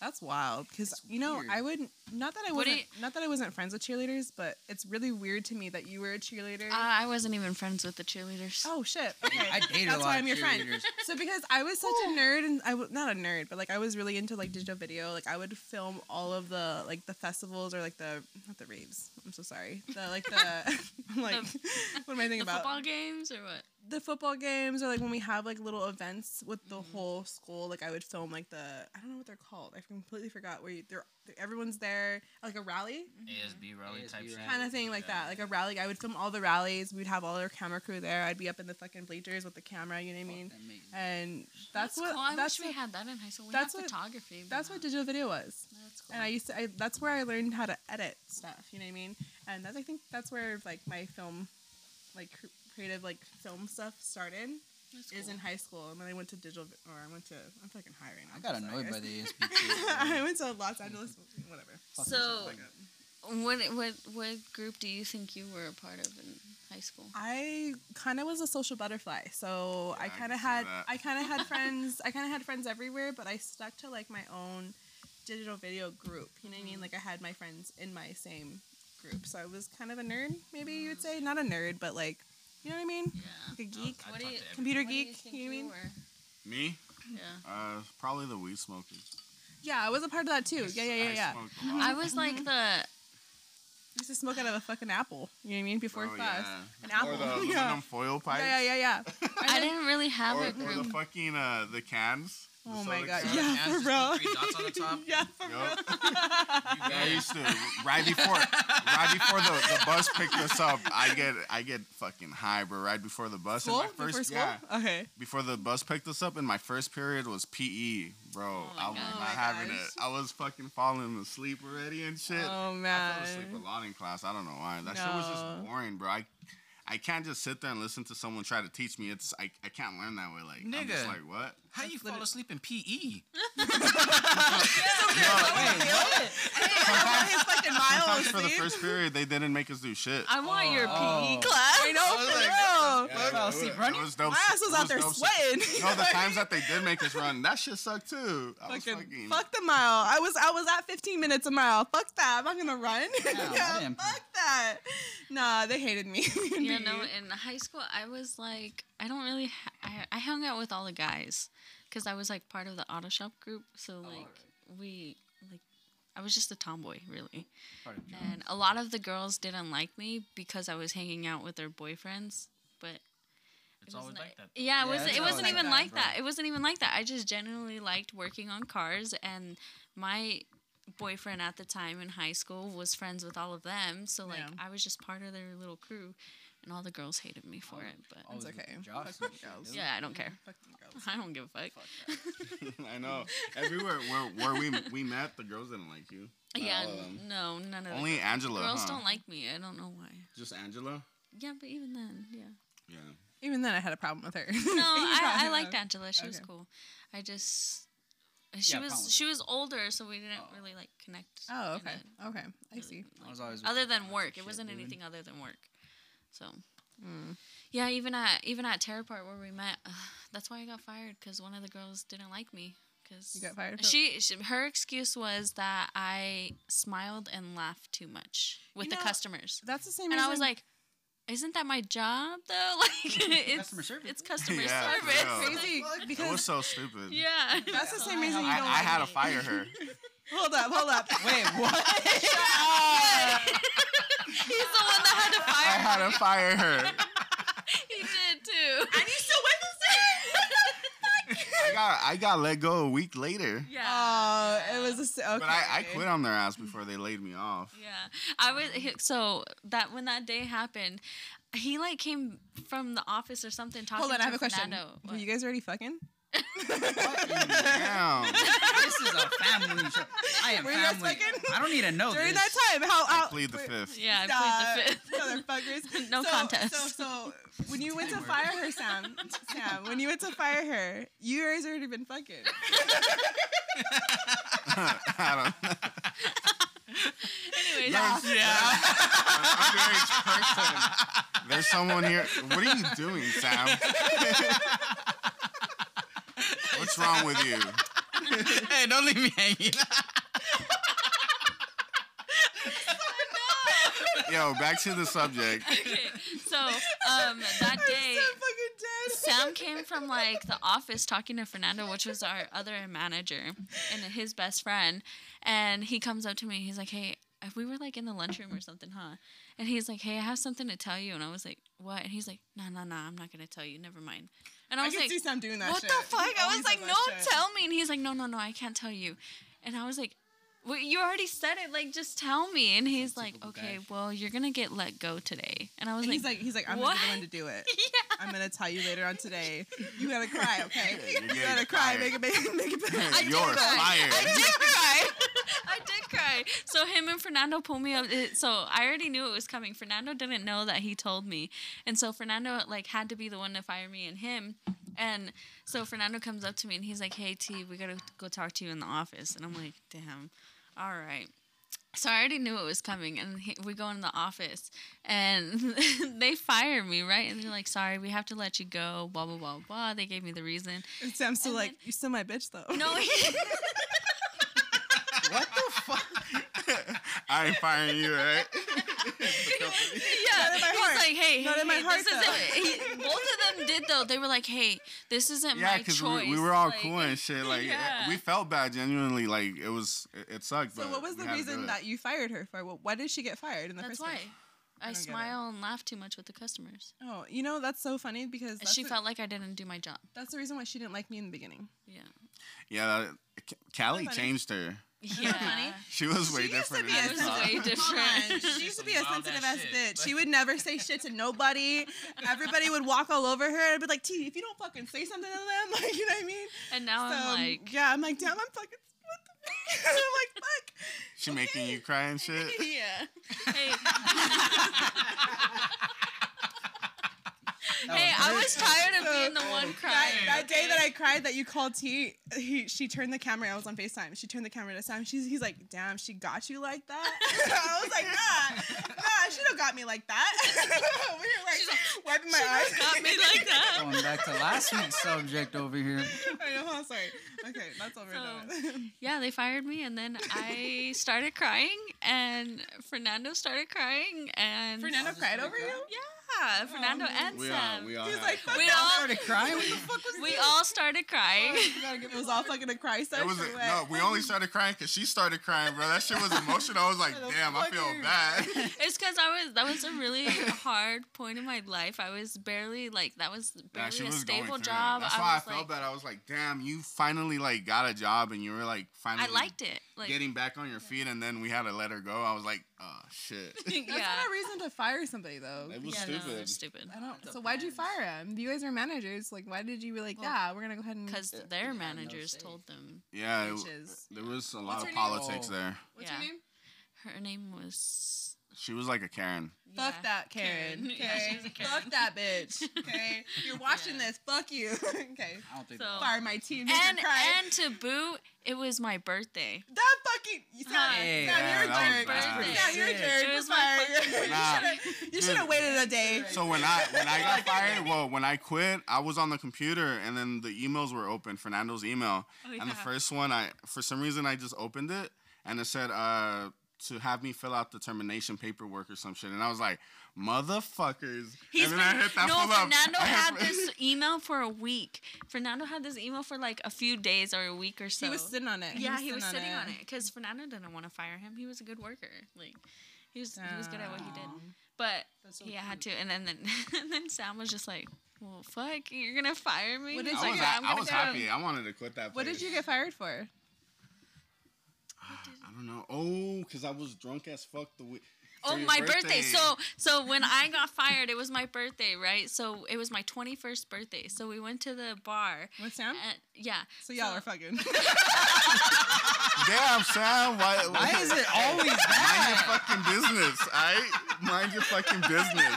Speaker 1: That's wild because you know
Speaker 5: weird.
Speaker 1: I wouldn't. Not that I
Speaker 4: What do
Speaker 1: wasn't. not that I wasn't friends with cheerleaders, but it's really weird to me that you were a cheerleader.
Speaker 4: Uh, I wasn't even friends with the cheerleaders.
Speaker 1: oh shit. Okay.
Speaker 5: I dated
Speaker 1: That's
Speaker 5: a lot
Speaker 1: why
Speaker 5: of
Speaker 1: I'm your friend.
Speaker 5: cheerleaders.
Speaker 1: So because I was such
Speaker 4: Oh.
Speaker 1: a nerd and I was not a nerd, but like I was really into like digital video. Like I would film all of the like the festivals or like the not the raves. I'm so sorry. The like the I'm like what am I thinking
Speaker 4: the
Speaker 1: about?
Speaker 4: football games or what?
Speaker 1: the football games or like when we have like little events with the
Speaker 4: Mm-hmm.
Speaker 1: whole school like i would film like the i don't know what they're called i completely forgot where you, they're everyone's there like a rally
Speaker 2: ASB rally
Speaker 5: ASB
Speaker 2: type shit.
Speaker 5: rally.
Speaker 1: kind of thing like
Speaker 2: Yeah.
Speaker 1: that like a rally i would film all the rallies we'd have all our camera crew there i'd be up in the fucking bleachers with the camera you know what i mean
Speaker 5: Amazing.
Speaker 1: and that's,
Speaker 4: cool.
Speaker 1: what
Speaker 4: I
Speaker 1: that's
Speaker 4: wish we
Speaker 1: what,
Speaker 4: had that in high school. We
Speaker 1: that's
Speaker 4: had
Speaker 1: what-
Speaker 4: photography. but
Speaker 1: that's
Speaker 4: not-
Speaker 1: what digital video was
Speaker 4: That's cool.
Speaker 1: and i used to I, that's where i learned how to edit stuff you know what i mean and that's i think that's where like my film like cr- creative like film stuff started
Speaker 4: That's
Speaker 1: is
Speaker 4: cool.
Speaker 1: in high school, and then I went to digital, vi- or I went to, I'm fucking high right now.
Speaker 5: I got
Speaker 1: I'm
Speaker 5: annoyed
Speaker 1: sorry,
Speaker 5: by
Speaker 1: guys.
Speaker 5: the ASB.
Speaker 1: I went to Los Angeles, whatever.
Speaker 4: So, what what what group do you think you were a part of in high school?
Speaker 1: I kind of was a social butterfly, so
Speaker 3: Yeah, I
Speaker 1: I kind
Speaker 3: can
Speaker 1: of
Speaker 3: see
Speaker 1: had,
Speaker 3: that.
Speaker 1: I kind of had friends, I kind of had friends everywhere, but I stuck to like my own digital video group. You know what I
Speaker 3: Mm-hmm.
Speaker 1: mean? Like I had my friends in my same group, so I was kind of a nerd, maybe you
Speaker 3: Mm-hmm.
Speaker 1: would say, not a nerd, but like, you know what I mean?
Speaker 4: Yeah.
Speaker 1: Like a geek,
Speaker 2: I
Speaker 4: What do
Speaker 2: talked
Speaker 4: you-
Speaker 2: to every-
Speaker 1: computer
Speaker 4: What do you
Speaker 1: geek.
Speaker 4: think
Speaker 1: You know
Speaker 4: you
Speaker 1: what I mean?
Speaker 4: were?
Speaker 3: Me?
Speaker 4: Yeah.
Speaker 3: Uh, probably the weed smokers.
Speaker 1: Yeah, I was a part of that too. Yeah, yeah, yeah, yeah.
Speaker 3: Smoked a lot.
Speaker 4: I was like the
Speaker 1: used to smoke out of a fucking apple. You know what I mean? Before
Speaker 3: Bro,
Speaker 1: class,
Speaker 3: Oh, yeah.
Speaker 1: an apple.
Speaker 3: Or the
Speaker 1: yeah.
Speaker 3: aluminum foil pipes.
Speaker 1: yeah, yeah, yeah, yeah.
Speaker 4: I didn't really have
Speaker 3: Or,
Speaker 4: a
Speaker 3: or the
Speaker 4: group.
Speaker 3: fucking uh, the cans. The
Speaker 1: Oh my
Speaker 3: soda
Speaker 1: god,
Speaker 3: cans.
Speaker 1: yeah,
Speaker 2: Yeah,
Speaker 1: for
Speaker 2: it's just the three dots on the
Speaker 1: real.
Speaker 2: top.
Speaker 1: yeah, for real.
Speaker 3: Yup. Yeah, I used to right before right before the, the bus picked us up. I get I get fucking high, bro. Right before the bus.
Speaker 1: School?
Speaker 3: and my first
Speaker 1: Before school?
Speaker 3: yeah,
Speaker 1: Okay.
Speaker 3: before the bus picked us up, and my first period was PE, bro. I
Speaker 1: gosh.
Speaker 3: was
Speaker 1: Oh
Speaker 3: not
Speaker 1: my
Speaker 3: having
Speaker 1: gosh.
Speaker 3: it. I was fucking falling asleep already and shit.
Speaker 1: Oh
Speaker 3: I fell asleep
Speaker 1: man.
Speaker 3: a lot in class. I don't know why. That shit was
Speaker 1: No.
Speaker 3: just boring, bro. I, I can't just sit there and listen to someone try to teach me. It's I, I can't learn that way. Like I'm just
Speaker 2: Nigga.
Speaker 3: like what?
Speaker 2: How you fall asleep in E? PE?
Speaker 1: It's like a mile
Speaker 3: Sometimes
Speaker 1: of
Speaker 3: for the
Speaker 1: sleep.
Speaker 3: first period they didn't make us do shit.
Speaker 4: I want your
Speaker 3: Oh.
Speaker 4: E PE class.
Speaker 1: I know for real.
Speaker 5: I fell asleep running.
Speaker 3: It was dope.
Speaker 1: My ass was
Speaker 3: It
Speaker 1: out there
Speaker 3: dope.
Speaker 1: sweating.
Speaker 3: No, the times that they did make us run, that shit sucked too. I was
Speaker 1: Fucking,
Speaker 3: fucking.
Speaker 1: fuck the mile. I was I was at 15 minutes a mile. Fuck that. I'm not gonna run.
Speaker 5: Yeah, I am.
Speaker 1: fuck that. Nah, they hated me.
Speaker 4: You know, in high school, I was like, I don't really. Ha- I, I hung out with all the guys because I was like part of the auto shop group. So
Speaker 3: Oh,
Speaker 4: like we like, I was just a tomboy really,
Speaker 5: Pardon me.
Speaker 4: and a lot of the girls didn't like me because I was hanging out with their boyfriends. But
Speaker 2: It's always
Speaker 4: wasn't-
Speaker 2: like that. though.
Speaker 4: Yeah, it
Speaker 5: Yeah,
Speaker 4: wasn't.
Speaker 5: it's
Speaker 4: It wasn't
Speaker 5: always
Speaker 4: even
Speaker 5: like
Speaker 4: like
Speaker 5: that,
Speaker 4: that. It wasn't even like that. I just genuinely liked working on cars, and my boyfriend at the time in high school was friends with all of them. So like,
Speaker 1: Yeah.
Speaker 4: I was just part of their little crew, and all the girls hated me for it. But
Speaker 5: Always with
Speaker 1: okay.
Speaker 5: Josh
Speaker 1: Fuck
Speaker 5: and
Speaker 1: the
Speaker 5: shit,
Speaker 1: girls.
Speaker 5: dude.
Speaker 4: yeah, I don't care.
Speaker 1: Fuck them girls.
Speaker 4: I don't give a fuck.
Speaker 3: I know. Everywhere where, where we we met, the girls didn't like you. Not
Speaker 4: yeah,
Speaker 3: all of them.
Speaker 4: no, none of
Speaker 3: Only
Speaker 4: the
Speaker 3: Angela.
Speaker 4: girls
Speaker 3: huh?
Speaker 4: don't like me. I don't know why.
Speaker 3: Just Angela.
Speaker 4: Yeah, but even then, yeah.
Speaker 3: Yeah.
Speaker 1: Even then, I had a problem with her.
Speaker 4: No, I, I liked
Speaker 1: that.
Speaker 4: Angela. She was
Speaker 1: Okay.
Speaker 4: cool. I just. She
Speaker 5: Yeah,
Speaker 4: was
Speaker 5: Pamela.
Speaker 4: she was older, so we didn't really like connect.
Speaker 1: Oh,
Speaker 4: in
Speaker 1: okay.
Speaker 4: it.
Speaker 1: Okay. I see.
Speaker 5: I was always
Speaker 4: other than work. It
Speaker 5: shit
Speaker 4: wasn't
Speaker 5: doing.
Speaker 4: anything other than work. So, Mm. yeah, even at even at Terra Park where we met, uh, that's why I got fired because one of the girls didn't like me. Cause
Speaker 1: You got fired for-
Speaker 4: She, she her excuse was that I smiled and laughed too much with
Speaker 1: You
Speaker 4: the
Speaker 1: know,
Speaker 4: customers,
Speaker 1: That's the same
Speaker 4: and
Speaker 1: reason.
Speaker 4: I was like. Isn't that my job though? Like it's
Speaker 5: Customer service.
Speaker 4: It's customer
Speaker 3: Yeah, for
Speaker 4: service.
Speaker 3: real.
Speaker 1: crazy
Speaker 3: It was
Speaker 1: because
Speaker 3: so stupid.
Speaker 4: Yeah.
Speaker 1: that's the
Speaker 4: So
Speaker 1: same
Speaker 4: I-
Speaker 1: reason you
Speaker 3: I,
Speaker 1: don't
Speaker 3: I
Speaker 1: like
Speaker 3: had to
Speaker 1: me.
Speaker 3: fire her.
Speaker 1: Hold up, hold up.
Speaker 5: Wait, what?
Speaker 4: He's the one that had to
Speaker 3: I
Speaker 4: fire.
Speaker 3: had to fire her.
Speaker 4: He did too. And he's still with us.
Speaker 3: I got I got let go a week later.
Speaker 4: yeah.
Speaker 1: Oh, it was a s- okay.
Speaker 3: But I, I quit on their ass before they laid me off.
Speaker 4: Yeah, I was he- so that when that day happened, he like came from the office or something talking
Speaker 1: Hold on,
Speaker 4: to
Speaker 1: I have a question.
Speaker 4: Fernando.
Speaker 1: Were you guys already fucking?
Speaker 3: Damn.
Speaker 5: this is a family show. I am
Speaker 1: Were you guys
Speaker 5: family.
Speaker 1: fucking-
Speaker 5: I don't need to know
Speaker 1: During
Speaker 5: this.
Speaker 1: that time, how
Speaker 3: I
Speaker 1: out?
Speaker 3: plead the fifth.
Speaker 4: yeah, I played the fifth.
Speaker 1: Motherfuckers.
Speaker 4: No
Speaker 1: so,
Speaker 4: contest.
Speaker 1: So, so when you went to fire her, Sam, Sam, when you went to fire her, you guys already been fucking.
Speaker 3: I don't know.
Speaker 4: Anyways,
Speaker 3: Yeah. I'm a very person There's someone here. What are you doing, Sam? What's wrong with you?
Speaker 2: hey, don't leave me hanging.
Speaker 3: Yo, back to the subject.
Speaker 4: Okay, so um, that day, Sam came from like the office talking to Fernando, which was our other manager and his best friend, and he comes up to me. He's like, "Hey." If we were like in the lunchroom or something, huh? And he's like, "Hey, I have something to tell you." And I was like, "What?" And he's like, "No, no, no, I'm not gonna tell you. Never mind." And I
Speaker 1: I
Speaker 4: was
Speaker 1: can
Speaker 4: like,
Speaker 1: see Sam doing that
Speaker 4: what
Speaker 1: shit.
Speaker 4: the fuck?
Speaker 1: He
Speaker 4: I
Speaker 1: always
Speaker 4: was
Speaker 1: does
Speaker 4: like,
Speaker 1: that
Speaker 4: no,
Speaker 1: shit.
Speaker 4: tell me. And he's like, no, no, no, I can't tell you. And I was like, well, you already said it. Like, just tell me. And he's like, okay, well, you're gonna get let go today. And I was
Speaker 1: And
Speaker 4: like,
Speaker 1: he's like, he's like, I'm gonna be the one
Speaker 4: what?
Speaker 1: to do it.
Speaker 4: yeah.
Speaker 1: I'm gonna tell you later on today. You gotta cry, okay?
Speaker 3: you're
Speaker 1: you
Speaker 3: getting
Speaker 1: gotta cry.
Speaker 3: fired.
Speaker 1: Make it, make it, make it.
Speaker 4: I
Speaker 3: You're
Speaker 4: did cry.
Speaker 3: fired.
Speaker 4: I did cry. I did cry. So him and Fernando pulled me up. It- So I already knew it was coming. Fernando didn't know that he told me, and so Fernando like had to be the one to fire me and him. And so Fernando comes up to me and he's like, "Hey T, we gotta go talk to you in the office." And I'm like, "Damn, all right." So I already knew it was coming, and he, we go in the office, and they fire me, right? And they're like, "Sorry, we have to let you go." Blah blah blah blah. They gave me the reason.
Speaker 1: And Sam's still
Speaker 4: And
Speaker 1: like,
Speaker 4: then-
Speaker 1: you still my bitch though.
Speaker 4: No,
Speaker 5: What the fuck?
Speaker 3: I ain't firing you, right?
Speaker 4: yeah.
Speaker 1: Not in my
Speaker 4: he
Speaker 1: heart.
Speaker 4: was like, hey,
Speaker 1: Not
Speaker 4: hey,
Speaker 1: in my
Speaker 4: hey,
Speaker 1: heart,
Speaker 4: this isn't. He, both of them did though. They were like, hey, this isn't
Speaker 3: Yeah,
Speaker 4: my
Speaker 3: because
Speaker 4: choice.
Speaker 3: we, we were all
Speaker 4: Like,
Speaker 3: cool and shit. Like eh,
Speaker 4: yeah.
Speaker 3: we felt bad, genuinely. Like it was, it, it sucked.
Speaker 1: So
Speaker 3: but
Speaker 1: what was
Speaker 3: we
Speaker 1: the
Speaker 3: had to do
Speaker 1: reason
Speaker 3: it.
Speaker 1: that you fired her for? Why did she get fired in the
Speaker 4: That's
Speaker 1: first
Speaker 4: why.
Speaker 1: place?
Speaker 4: I,
Speaker 1: don't get it.
Speaker 4: smile and laugh too much with the customers.
Speaker 1: Oh, you know that's so funny because
Speaker 4: And
Speaker 1: that's
Speaker 4: she
Speaker 1: the-
Speaker 4: felt like I didn't do my job.
Speaker 1: that's the reason why she didn't like me in the beginning.
Speaker 4: Yeah.
Speaker 3: Yeah, that, Callie
Speaker 1: funny?
Speaker 3: changed her.
Speaker 4: Yeah.
Speaker 1: funny?
Speaker 3: She was way
Speaker 1: she used to
Speaker 3: different.
Speaker 1: be
Speaker 3: than
Speaker 1: a
Speaker 3: we
Speaker 4: was
Speaker 3: thought.
Speaker 4: way
Speaker 1: sensitive.
Speaker 4: different.
Speaker 1: Come on. She used to be a
Speaker 2: Some wild
Speaker 1: sensitive
Speaker 2: ass
Speaker 1: ass
Speaker 2: shit.
Speaker 1: bitch. She would never say shit to nobody. Everybody would walk all over her and be like, "T, if you don't fucking say something to them, like you know what I mean."
Speaker 4: And now
Speaker 1: so
Speaker 4: I'm like,
Speaker 1: yeah, I'm like, damn, I'm fucking. What the fuck? I'm like, fuck.
Speaker 3: She making you cry and shit.
Speaker 4: yeah. Hey.
Speaker 5: That
Speaker 4: hey, I was tired of
Speaker 1: So-
Speaker 4: being the one
Speaker 1: That,
Speaker 4: crying.
Speaker 1: that day
Speaker 4: okay?
Speaker 1: that I cried that you called T, he she turned the camera. I was on Facetime. She turned the camera to Sam. She's he's like, damn, she got you like that. I was like, nah, nah, she don't got me like that. we were like, wiping my eyes.
Speaker 4: got me like that.
Speaker 5: Going back to last week's subject over here.
Speaker 1: I know, I'm sorry. Okay, that's over.
Speaker 4: So-
Speaker 1: done.
Speaker 4: Yeah, they fired me, and then I started crying, and Fernando started crying, and
Speaker 1: Fernando cried over you.
Speaker 4: yeah, Fernando and
Speaker 3: Oh, We all,
Speaker 4: Sam.
Speaker 3: we all.
Speaker 1: He's
Speaker 3: had-
Speaker 1: like, fuck
Speaker 4: We
Speaker 1: that.
Speaker 4: all
Speaker 5: Started crying.
Speaker 4: we all started crying.
Speaker 1: It was all fucking a cry
Speaker 3: It
Speaker 1: session.
Speaker 3: was
Speaker 1: or what?
Speaker 3: no. We only started crying because she started crying, bro. That shit was emotional. I was like, damn, I feel bad.
Speaker 4: It's because I was that was a really hard point in my life. I was barely like that was
Speaker 3: Nah,
Speaker 4: barely a
Speaker 3: going
Speaker 4: stable
Speaker 3: through it.
Speaker 4: job.
Speaker 3: That's
Speaker 4: I
Speaker 3: why I
Speaker 4: was
Speaker 3: felt
Speaker 4: like,
Speaker 3: bad. I was like, damn, you finally like got a job and you were like finally.
Speaker 4: I liked it. Like
Speaker 3: getting back on your feet, and then we had to let her go. I was like, oh shit.
Speaker 1: That's
Speaker 4: yeah,
Speaker 1: not a reason to fire somebody though.
Speaker 3: It was
Speaker 4: yeah, no,
Speaker 3: stupid.
Speaker 4: it's stupid.
Speaker 1: I don't. So why'd you fire him? You guys are managers. Like, why did you be like,
Speaker 4: Well,
Speaker 1: yeah, we're gonna go ahead and
Speaker 4: Because their managers
Speaker 5: say.
Speaker 4: told them.
Speaker 3: Yeah, it,
Speaker 1: Bitches.
Speaker 3: there was a lot
Speaker 1: What's
Speaker 3: of
Speaker 1: her name?
Speaker 3: politics
Speaker 5: Oh.
Speaker 3: there.
Speaker 1: What's
Speaker 4: yeah.
Speaker 1: your name?
Speaker 4: Her name was.
Speaker 3: She was like a Karen.
Speaker 4: yeah.
Speaker 1: Fuck that, Karen.
Speaker 4: Karen.
Speaker 1: Okay.
Speaker 4: Yeah, she's a Karen.
Speaker 1: Fuck that bitch. Okay. You're watching this. Fuck you. okay.
Speaker 5: I don't think
Speaker 4: So-
Speaker 5: so.
Speaker 1: Fire my team. Make
Speaker 4: Oh. And
Speaker 1: her cry.
Speaker 4: and to boot, it was my birthday.
Speaker 1: that fucking. Sam,
Speaker 5: Hey,
Speaker 1: Sam,
Speaker 3: yeah,
Speaker 1: you're
Speaker 3: that was
Speaker 1: a jerk.
Speaker 3: bad.
Speaker 1: Sam, you're a
Speaker 5: Shit.
Speaker 1: jerk.
Speaker 4: It
Speaker 1: You're
Speaker 4: was my
Speaker 1: fired.
Speaker 4: fucking
Speaker 3: Nah.
Speaker 1: You should have waited a day.
Speaker 3: So when I when I got fired, well, when I quit, I was on the computer, and then the emails were open. Fernando's email,
Speaker 1: Oh,
Speaker 3: and the
Speaker 4: yeah.
Speaker 3: first one, I for some reason I just opened it, and it said uh to have me fill out the termination paperwork or some shit, and I was like, motherfuckers. and then I hit that
Speaker 4: no,
Speaker 3: fool up.
Speaker 4: Fernando
Speaker 3: I
Speaker 4: had
Speaker 3: hit-
Speaker 4: this email for a week. Fernando had this email for like a few days or a week or so.
Speaker 1: He was sitting on it.
Speaker 4: yeah, he was sitting on it because Fernando didn't want to fire him. He was a good worker. Like he was, he was good at what he did. But he had to, and then then, and then Sam was just like, "Well, fuck, you're gonna fire me."
Speaker 1: What
Speaker 4: He's
Speaker 1: did
Speaker 3: I
Speaker 1: you
Speaker 4: like,
Speaker 3: was,
Speaker 1: Yeah,
Speaker 4: I'm
Speaker 3: I
Speaker 4: gonna
Speaker 3: was
Speaker 4: go."
Speaker 3: happy. I wanted to quit that.
Speaker 1: What
Speaker 3: place.
Speaker 1: did you get fired for?
Speaker 3: I don't know. Oh, cause I was drunk as fuck the week.
Speaker 4: Oh,
Speaker 3: for your
Speaker 4: my birthday. So so when I got fired, it was my birthday, right? So it was my 21st birthday. So we went to the bar.
Speaker 1: With Sam?
Speaker 4: And, yeah.
Speaker 1: So y'all are fucking.
Speaker 3: Damn, Sam. Why,
Speaker 5: Why is it always
Speaker 3: Mind your
Speaker 5: that?
Speaker 3: fucking business, alright? Mind your fucking business.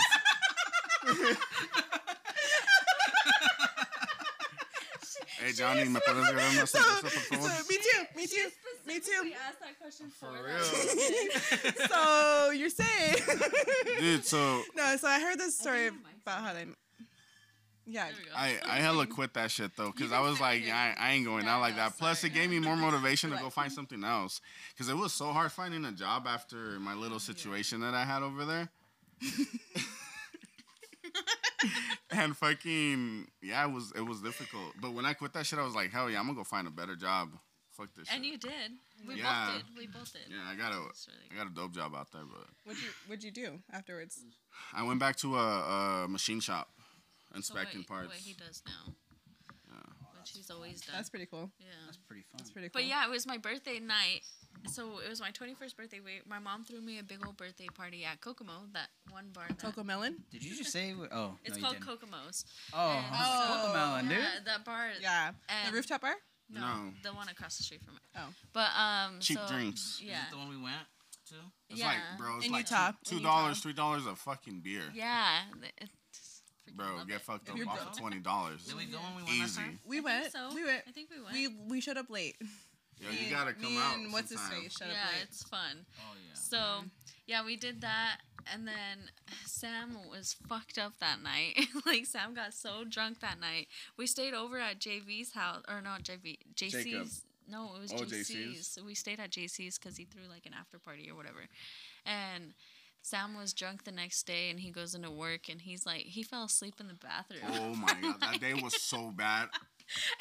Speaker 3: hey, Johnny, ¿me puedes grabar una cerveza, por favor?
Speaker 1: me too. Me too. Me too.
Speaker 4: asked that question
Speaker 3: For real.
Speaker 1: So you're saying
Speaker 3: dude. So
Speaker 1: No, so I heard this story about how they. Yeah,
Speaker 3: I, I hella quit that shit though, cause I was like, I, I ain't going out like that. Plus, it gave me more motivation to go find something else, cause it was so hard finding a job after my little situation that I had over there. and fucking yeah, it was it was difficult. But when I quit that shit, I was like, hell yeah, I'm gonna go find a better job. Fuck this
Speaker 4: And
Speaker 3: shit.
Speaker 4: you did. We
Speaker 3: Yeah.
Speaker 4: both did. We both did.
Speaker 3: Yeah, I got a
Speaker 4: It's really
Speaker 3: I got a dope job out there, but
Speaker 1: what'd you what'd you do afterwards?
Speaker 3: I went back to a, a machine shop,
Speaker 4: So what-
Speaker 3: inspecting parts.
Speaker 4: What he does now. Which he's always done.
Speaker 1: That's pretty cool.
Speaker 4: yeah.
Speaker 5: pretty fun.
Speaker 1: That's pretty cool.
Speaker 4: But yeah, it was my birthday night. So it was my 21st birthday. We, my mom threw me a big old birthday party at Kokomo, that one bar. That,
Speaker 1: Coco Melon.
Speaker 5: Did you just say? what- Oh,
Speaker 4: It's
Speaker 5: no,
Speaker 4: called
Speaker 5: you didn't.
Speaker 4: Kokomo's.
Speaker 5: Oh, I was like, Cocomelon, dude.
Speaker 4: Yeah, that bar.
Speaker 1: Oh, Yeah,
Speaker 4: And-
Speaker 1: the rooftop bar.
Speaker 4: No,
Speaker 3: No.
Speaker 4: The one across the street from it.
Speaker 1: Oh.
Speaker 4: But um.
Speaker 3: Cheap
Speaker 4: so,
Speaker 3: drinks.
Speaker 4: Yeah.
Speaker 2: the one we went to?
Speaker 3: It's
Speaker 4: yeah.
Speaker 3: like, bro, it's
Speaker 1: In
Speaker 3: like
Speaker 1: Utah.
Speaker 3: two
Speaker 4: In
Speaker 3: dollars,
Speaker 4: Utah.
Speaker 3: three dollars a fucking beer.
Speaker 4: Yeah. th- it's freaking
Speaker 3: Bro,
Speaker 4: love
Speaker 3: get
Speaker 4: it.
Speaker 3: fucked up
Speaker 1: You're
Speaker 3: off
Speaker 1: broke.
Speaker 3: of twenty dollars.
Speaker 2: Did we go when we went last
Speaker 3: Easy.
Speaker 2: time?
Speaker 1: We
Speaker 4: I
Speaker 1: went.
Speaker 4: think so.
Speaker 1: We went.
Speaker 4: I think we went.
Speaker 1: We we showed up late.
Speaker 3: Yo,
Speaker 1: Me
Speaker 3: you
Speaker 1: and-
Speaker 3: gotta come
Speaker 1: me
Speaker 3: out.
Speaker 1: And what's his
Speaker 3: sometime.
Speaker 1: face? Shut
Speaker 4: yeah,
Speaker 1: up late.
Speaker 4: it's fun.
Speaker 2: Oh yeah.
Speaker 4: So
Speaker 3: Mm-hmm.
Speaker 4: yeah, we did that, and then Sam was fucked up that night. like Sam got so drunk that night. We stayed over at JV's house, or no, JV, JC's. No, it was
Speaker 3: Oh,
Speaker 4: JC's.
Speaker 3: JC's.
Speaker 4: We stayed at JC's because he threw like an after party or whatever, and. Sam was drunk the next day and he goes into work and he's like he fell asleep in the bathroom.
Speaker 3: Oh my god, that day was so bad.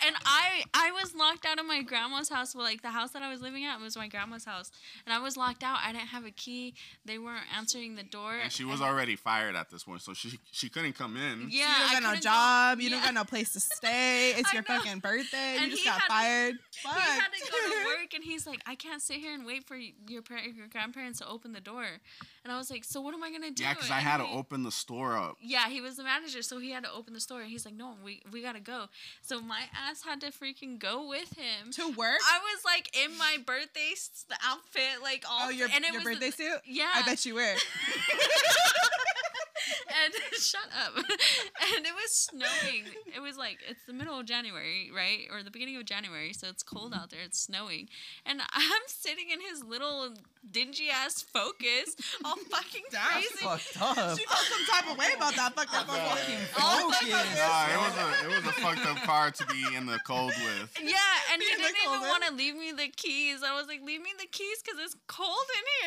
Speaker 4: And I I was locked out of my grandma's house. Well, like the house that I was living at was my grandma's house, and I was locked out. I didn't have a key. They weren't answering the door.
Speaker 3: And she was already fired at this point, so she she couldn't come in.
Speaker 1: You
Speaker 4: Yeah,
Speaker 1: don't
Speaker 4: I
Speaker 1: got no
Speaker 4: couldn't go-
Speaker 1: job. You
Speaker 4: Yeah.
Speaker 1: don't got no place to stay. It's
Speaker 4: I
Speaker 1: your
Speaker 4: know.
Speaker 1: fucking birthday.
Speaker 4: And
Speaker 1: you just
Speaker 4: he
Speaker 1: got
Speaker 4: had to-
Speaker 1: fired. Fuck.
Speaker 4: He had to go to work, and he's like, I can't sit here and wait for your par- your grandparents to open the door. And I was like, so what am I gonna do?
Speaker 3: Yeah, because I had to
Speaker 4: And he-
Speaker 3: open the store up.
Speaker 4: Yeah, he was the manager, so he had to open the store. And he's like, no, we we gotta go. So my ass had to freaking go with him.
Speaker 1: To work?
Speaker 4: I was like in my birthday s- outfit, like all
Speaker 1: Oh, your,
Speaker 4: and it
Speaker 1: your
Speaker 4: was the-
Speaker 1: birthday suit?
Speaker 4: Yeah,
Speaker 1: I bet you were.
Speaker 4: and shut up. And it was snowing. It was like it's the middle of January, right? Or the beginning of January, so it's cold out there. It's snowing. And I'm sitting in his little dingy ass focus, all fucking crazy.
Speaker 5: Fucked up.
Speaker 1: She felt some type of way about that fucking fucking.
Speaker 4: All
Speaker 5: Focus.
Speaker 4: fucking-
Speaker 3: Nah, it was a it was a fucked up car to be in the cold with.
Speaker 4: Yeah, and he
Speaker 1: Being
Speaker 4: didn't even
Speaker 1: cold, eh?
Speaker 4: want to leave me the keys. I was like, leave me the keys because it's cold in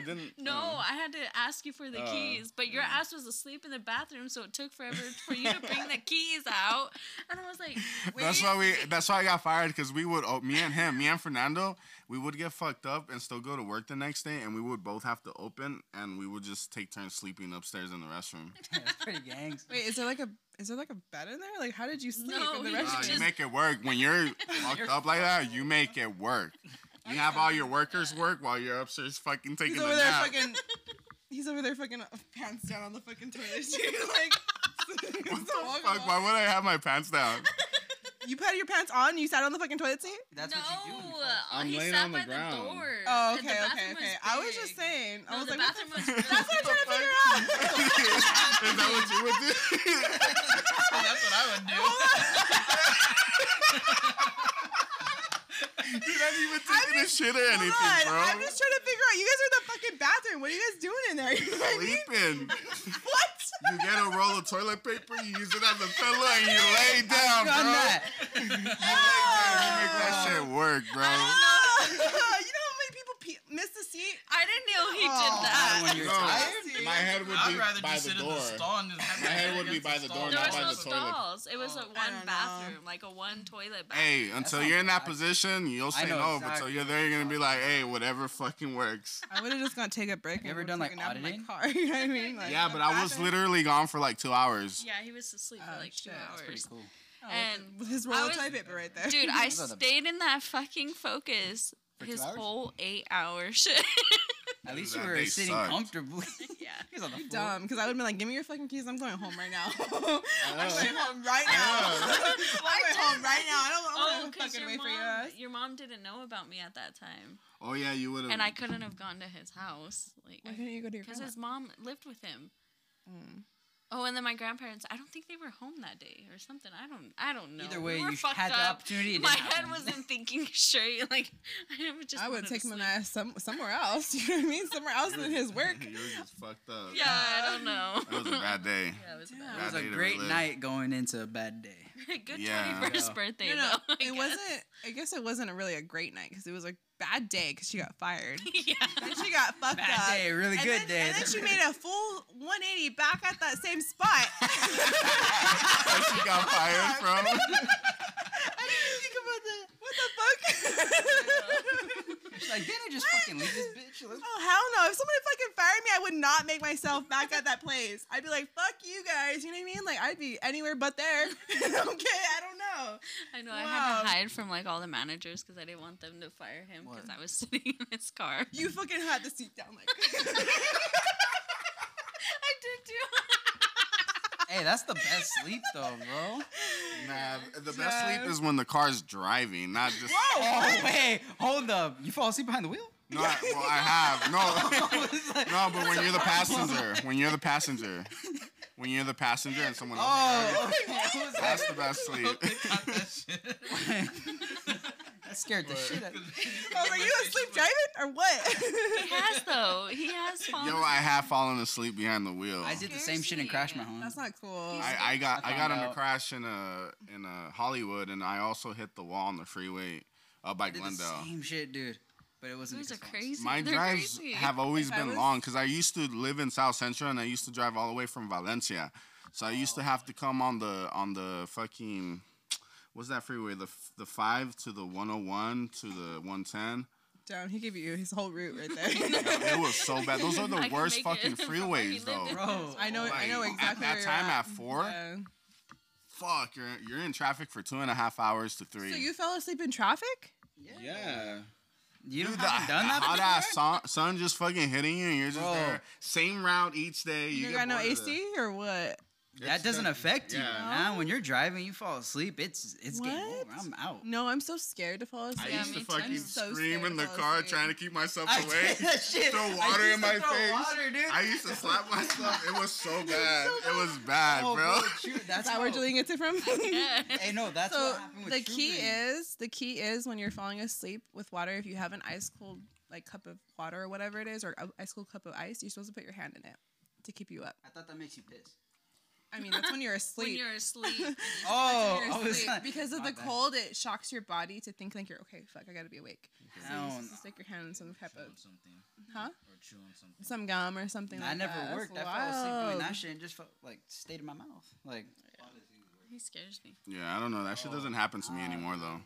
Speaker 3: I didn't. um,
Speaker 4: No, I had to ask you for the
Speaker 3: Uh,
Speaker 4: keys, but your ass was asleep in the bathroom, so it took forever for you to bring the keys out. And I was like,
Speaker 3: That's why we. That's why I got fired because we would. Oh, me and him, me and Fernando, we would get fucked up and still go to work the next day, and we would both have to open, and we would just take turns sleeping upstairs in the restroom.
Speaker 5: That's pretty gangster.
Speaker 1: Wait, is there like a is there like a bed in there? Like, how did you sleep
Speaker 4: No,
Speaker 1: in the
Speaker 4: he
Speaker 3: Nah,
Speaker 1: restroom?
Speaker 4: just-
Speaker 3: you make it work when you're fucked up like that. You make it work. You have all your workers work while you're upstairs fucking taking
Speaker 1: He's
Speaker 3: a
Speaker 1: over there
Speaker 3: nap.
Speaker 1: fucking. He's over there fucking pants down on the fucking toilet seat, like.
Speaker 3: what the
Speaker 1: walk
Speaker 3: fuck?
Speaker 1: along.
Speaker 3: Why would I have my pants down?
Speaker 1: You put your pants on. You sat on the fucking toilet seat.
Speaker 5: That's
Speaker 4: no,
Speaker 5: what you do. when you fall
Speaker 3: I'm
Speaker 4: he
Speaker 3: laying
Speaker 4: sat
Speaker 3: on the
Speaker 4: by
Speaker 3: ground.
Speaker 4: the door.
Speaker 1: Oh,
Speaker 4: and the
Speaker 1: okay, okay,
Speaker 4: bathroom
Speaker 1: okay. I was
Speaker 4: big.
Speaker 1: just saying.
Speaker 4: No,
Speaker 1: I was
Speaker 4: the
Speaker 1: like, what
Speaker 4: bathroom was.
Speaker 1: the- that's what I'm trying to figure out.
Speaker 3: Is that what you would do?
Speaker 6: That's what I would do.
Speaker 3: You're not even taking a shit or anything,
Speaker 1: Hold on,
Speaker 3: bro.
Speaker 1: I'm just trying to figure out. You guys are in the fucking bathroom. What are you guys doing in there? You know what I mean?
Speaker 3: Sleeping.
Speaker 1: What?
Speaker 3: You get a roll of toilet paper, you use it as a pillow, and you lay down, bro.
Speaker 5: asleep. Done that. Oh.
Speaker 3: You make that shit work, bro.
Speaker 1: No. you know how many people pe- miss the seat?
Speaker 4: I didn't know he did
Speaker 1: Oh.
Speaker 4: that.
Speaker 5: When you're
Speaker 3: No,
Speaker 5: tired.
Speaker 3: my head would
Speaker 2: I'd
Speaker 3: be
Speaker 2: rather
Speaker 3: by
Speaker 2: just
Speaker 3: the
Speaker 2: sit
Speaker 3: door.
Speaker 2: in the stall and just have my
Speaker 3: head would be
Speaker 2: against
Speaker 3: by the door,
Speaker 4: There
Speaker 3: not
Speaker 4: was
Speaker 3: by
Speaker 4: no
Speaker 3: the toilet.
Speaker 4: stalls. It was a
Speaker 1: don't
Speaker 4: one
Speaker 1: know.
Speaker 4: bathroom, like a one toilet bathroom.
Speaker 3: Hey, until you're in that position, you'll
Speaker 5: I
Speaker 3: say
Speaker 5: know
Speaker 3: no. But until
Speaker 5: exactly
Speaker 3: you're there, you're gonna be like, hey, whatever fucking works.
Speaker 1: I would have just gone take a break.
Speaker 5: You ever done, like, auditing?
Speaker 1: car? You know what I mean? Like,
Speaker 3: Yeah,
Speaker 1: the
Speaker 3: but I was
Speaker 1: bathroom-
Speaker 3: literally gone for like two hours.
Speaker 4: Yeah, he was asleep for
Speaker 1: Oh,
Speaker 4: like two
Speaker 1: shit. That's
Speaker 4: hours.
Speaker 5: Pretty cool.
Speaker 1: Oh,
Speaker 4: and
Speaker 1: with his roll
Speaker 4: I
Speaker 1: of
Speaker 4: was-
Speaker 1: toilet paper right there.
Speaker 4: Dude, I
Speaker 5: Those are the-
Speaker 4: stayed in that fucking focus
Speaker 5: For two
Speaker 4: his
Speaker 5: hours?
Speaker 4: whole eight hour shit.
Speaker 5: At least
Speaker 3: that
Speaker 5: you were
Speaker 3: day
Speaker 5: sitting
Speaker 3: sucked.
Speaker 5: comfortably.
Speaker 4: yeah.
Speaker 5: He was on the floor.
Speaker 1: dumb because I would have been like, give me your fucking keys. I'm going home right now. I'm
Speaker 3: know.
Speaker 1: going home right now.
Speaker 3: Yeah.
Speaker 1: I'm going home right now. I don't
Speaker 4: Oh,
Speaker 1: want to
Speaker 4: because
Speaker 1: fucking
Speaker 4: your,
Speaker 1: wait for your
Speaker 4: mom-
Speaker 1: ass.
Speaker 4: your mom didn't know about me at that time.
Speaker 3: Oh yeah, you would have.
Speaker 4: And I couldn't have gone to his house. Like,
Speaker 1: Why couldn't you go to your
Speaker 4: because
Speaker 1: grandma?
Speaker 4: his mom lived with him. Oh, and then my grandparents. I don't think they were home that day or something. I don't. I don't know.
Speaker 5: Either way,
Speaker 4: we were
Speaker 5: you sh-
Speaker 4: fucked
Speaker 5: had the
Speaker 4: up.
Speaker 5: opportunity, it
Speaker 4: My
Speaker 5: didn't
Speaker 4: head
Speaker 5: happen.
Speaker 4: wasn't thinking straight. Like I was just.
Speaker 1: I would
Speaker 4: wanted to
Speaker 1: take my
Speaker 4: sleep.
Speaker 1: ass some, somewhere else. You know what I mean? Somewhere else than his work.
Speaker 3: you were just fucked up.
Speaker 4: Yeah, I don't know.
Speaker 3: That was a bad day.
Speaker 4: Yeah, it was
Speaker 1: Yeah.
Speaker 5: It was
Speaker 3: Bad
Speaker 5: a
Speaker 3: day to
Speaker 5: great
Speaker 3: relive.
Speaker 5: night going into a bad day.
Speaker 4: a good
Speaker 3: Yeah.
Speaker 4: 21st
Speaker 5: Yeah.
Speaker 4: birthday.
Speaker 1: No, no,
Speaker 4: though, I
Speaker 1: it
Speaker 4: guess.
Speaker 1: wasn't. I guess it wasn't a really a great night because it was a bad day because she got fired.
Speaker 4: yeah.
Speaker 1: then she got fucked
Speaker 5: Bad
Speaker 1: up.
Speaker 5: day, really
Speaker 1: and
Speaker 5: good
Speaker 1: then,
Speaker 5: day.
Speaker 1: And then she made a full 180 back at that same spot. I
Speaker 3: Where she got fired from?
Speaker 1: didn't think about that. What the fuck?
Speaker 5: She's like, didn't I just fucking leave this bitch? Let's
Speaker 1: Oh hell no! If somebody fucking fired me, I would not make myself back at that place. I'd be like, "Fuck you guys," you know what I mean? Like I'd be anywhere but there. okay, I don't know.
Speaker 4: I know. I had
Speaker 1: Wow.
Speaker 4: to hide from like all the managers because I didn't want them to fire him because I was sitting in his car.
Speaker 1: You fucking had the seat down, like.
Speaker 4: I did too.
Speaker 5: Hey, that's the best sleep though, bro.
Speaker 3: Nah, the best sleep is when the car's driving, not just.
Speaker 5: Oh wait, hold up. You fall asleep behind the wheel?
Speaker 3: No, I, well, I have no,
Speaker 5: It's like-
Speaker 3: no, but when you're the passenger, when you're the passenger, when you're the passenger and someone else,
Speaker 5: Oh, okay. I was like,
Speaker 3: that's the best sleep.
Speaker 5: that scared the shit out. of me.
Speaker 1: I was like, "You asleep driving or
Speaker 4: he
Speaker 1: what?"
Speaker 4: has though. He has fallen.
Speaker 3: Yo, I have fallen asleep behind the wheel.
Speaker 5: I did the same shit and crashed my home.
Speaker 1: That's not cool.
Speaker 3: I, I got I,
Speaker 5: I
Speaker 3: got
Speaker 5: found
Speaker 3: in a
Speaker 5: out.
Speaker 3: crash in a in a Hollywood, and I also hit the wall on the freeway uh, by
Speaker 5: I did the
Speaker 3: Glendale.
Speaker 5: same shit, dude. But it wasn't.
Speaker 4: Those are
Speaker 5: because of-
Speaker 4: crazy.
Speaker 3: My
Speaker 4: They're
Speaker 3: drives
Speaker 4: crazy.
Speaker 3: have always
Speaker 1: If I
Speaker 3: been long 'cause
Speaker 1: was-
Speaker 3: long because I used to live in South Central and I used to drive all the way from Valencia, so I
Speaker 4: Oh.
Speaker 3: used to have to come on the on the fucking what's that freeway the f- the five to the 101 to the 110.
Speaker 1: Down. He gave you his whole route right there.
Speaker 3: It was so bad. Those are
Speaker 4: I
Speaker 3: the
Speaker 4: can
Speaker 3: worst
Speaker 4: make
Speaker 3: fucking
Speaker 4: it from where he
Speaker 3: freeways
Speaker 4: lived in-
Speaker 3: though.
Speaker 5: Bro,
Speaker 1: I know. I know
Speaker 3: Like,
Speaker 1: exactly.
Speaker 3: At
Speaker 1: where
Speaker 3: that
Speaker 1: you're
Speaker 3: time, at four,
Speaker 1: Yeah.
Speaker 3: fuck, you're you're in traffic for two and a half hours to three.
Speaker 1: So you fell asleep in traffic?
Speaker 3: yeah.
Speaker 5: you
Speaker 3: Dude,
Speaker 5: haven't
Speaker 3: the,
Speaker 5: done that
Speaker 3: hot
Speaker 5: before?
Speaker 3: ass sun, sun just fucking hitting you, and you're just
Speaker 5: Bro.
Speaker 3: there. Same route each day.
Speaker 1: You,
Speaker 3: You, get
Speaker 1: got no
Speaker 3: bored of
Speaker 1: AC or what?
Speaker 3: it.
Speaker 5: That
Speaker 3: It's
Speaker 5: doesn't
Speaker 3: the-
Speaker 5: affect you.
Speaker 3: yeah.
Speaker 5: Now, when you're driving, you fall asleep. It's it's game
Speaker 1: What?
Speaker 5: over. I'm out.
Speaker 1: No, I'm so scared to fall
Speaker 3: I
Speaker 1: asleep.
Speaker 4: Yeah,
Speaker 3: used
Speaker 4: me
Speaker 3: to
Speaker 4: too.
Speaker 3: fucking
Speaker 4: I'm
Speaker 1: so
Speaker 3: scream
Speaker 1: scared
Speaker 3: in the
Speaker 1: to fall
Speaker 3: car
Speaker 1: asleep.
Speaker 3: trying to keep myself
Speaker 5: I
Speaker 3: awake.
Speaker 5: did that shit.
Speaker 3: Throw
Speaker 5: I
Speaker 3: water
Speaker 5: used
Speaker 3: in
Speaker 5: to
Speaker 3: my
Speaker 5: throw
Speaker 3: face.
Speaker 5: Water, dude.
Speaker 3: I used to slap myself. It was so bad. It was bad,
Speaker 5: oh,
Speaker 3: bro.
Speaker 5: shoot, that's
Speaker 1: Is that where
Speaker 3: Oh.
Speaker 5: how-
Speaker 1: Julian gets it from?
Speaker 4: Yeah.
Speaker 5: Hey, no, that's
Speaker 1: so
Speaker 5: what happened with
Speaker 1: the key
Speaker 5: Truman.
Speaker 1: is the key is when you're falling asleep with water, if you have an ice cold like cup of water or whatever it is, or a ice cold cup of ice, you're supposed to put your hand in it to keep you up.
Speaker 5: I thought that makes you piss.
Speaker 1: I mean, that's when you're asleep.
Speaker 4: When you're asleep.
Speaker 5: Oh,
Speaker 1: When you're
Speaker 5: I was
Speaker 1: asleep.
Speaker 5: like-
Speaker 1: because of
Speaker 5: my
Speaker 1: the
Speaker 5: bad.
Speaker 1: cold, it shocks your body to think like you're okay. Fuck, I gotta be awake. So
Speaker 5: Hell
Speaker 1: you're supposed
Speaker 5: no.
Speaker 1: to stick your hand in some type of
Speaker 2: something
Speaker 1: huh,
Speaker 2: or chew on something.
Speaker 1: some gum or something.
Speaker 5: I
Speaker 1: like
Speaker 5: never
Speaker 1: that. That's
Speaker 5: worked. I fell asleep doing
Speaker 1: wild.
Speaker 5: that shit and just felt like stayed in my mouth. Like
Speaker 4: He scares me.
Speaker 3: Yeah, I don't know. That shit doesn't happen to me anymore though.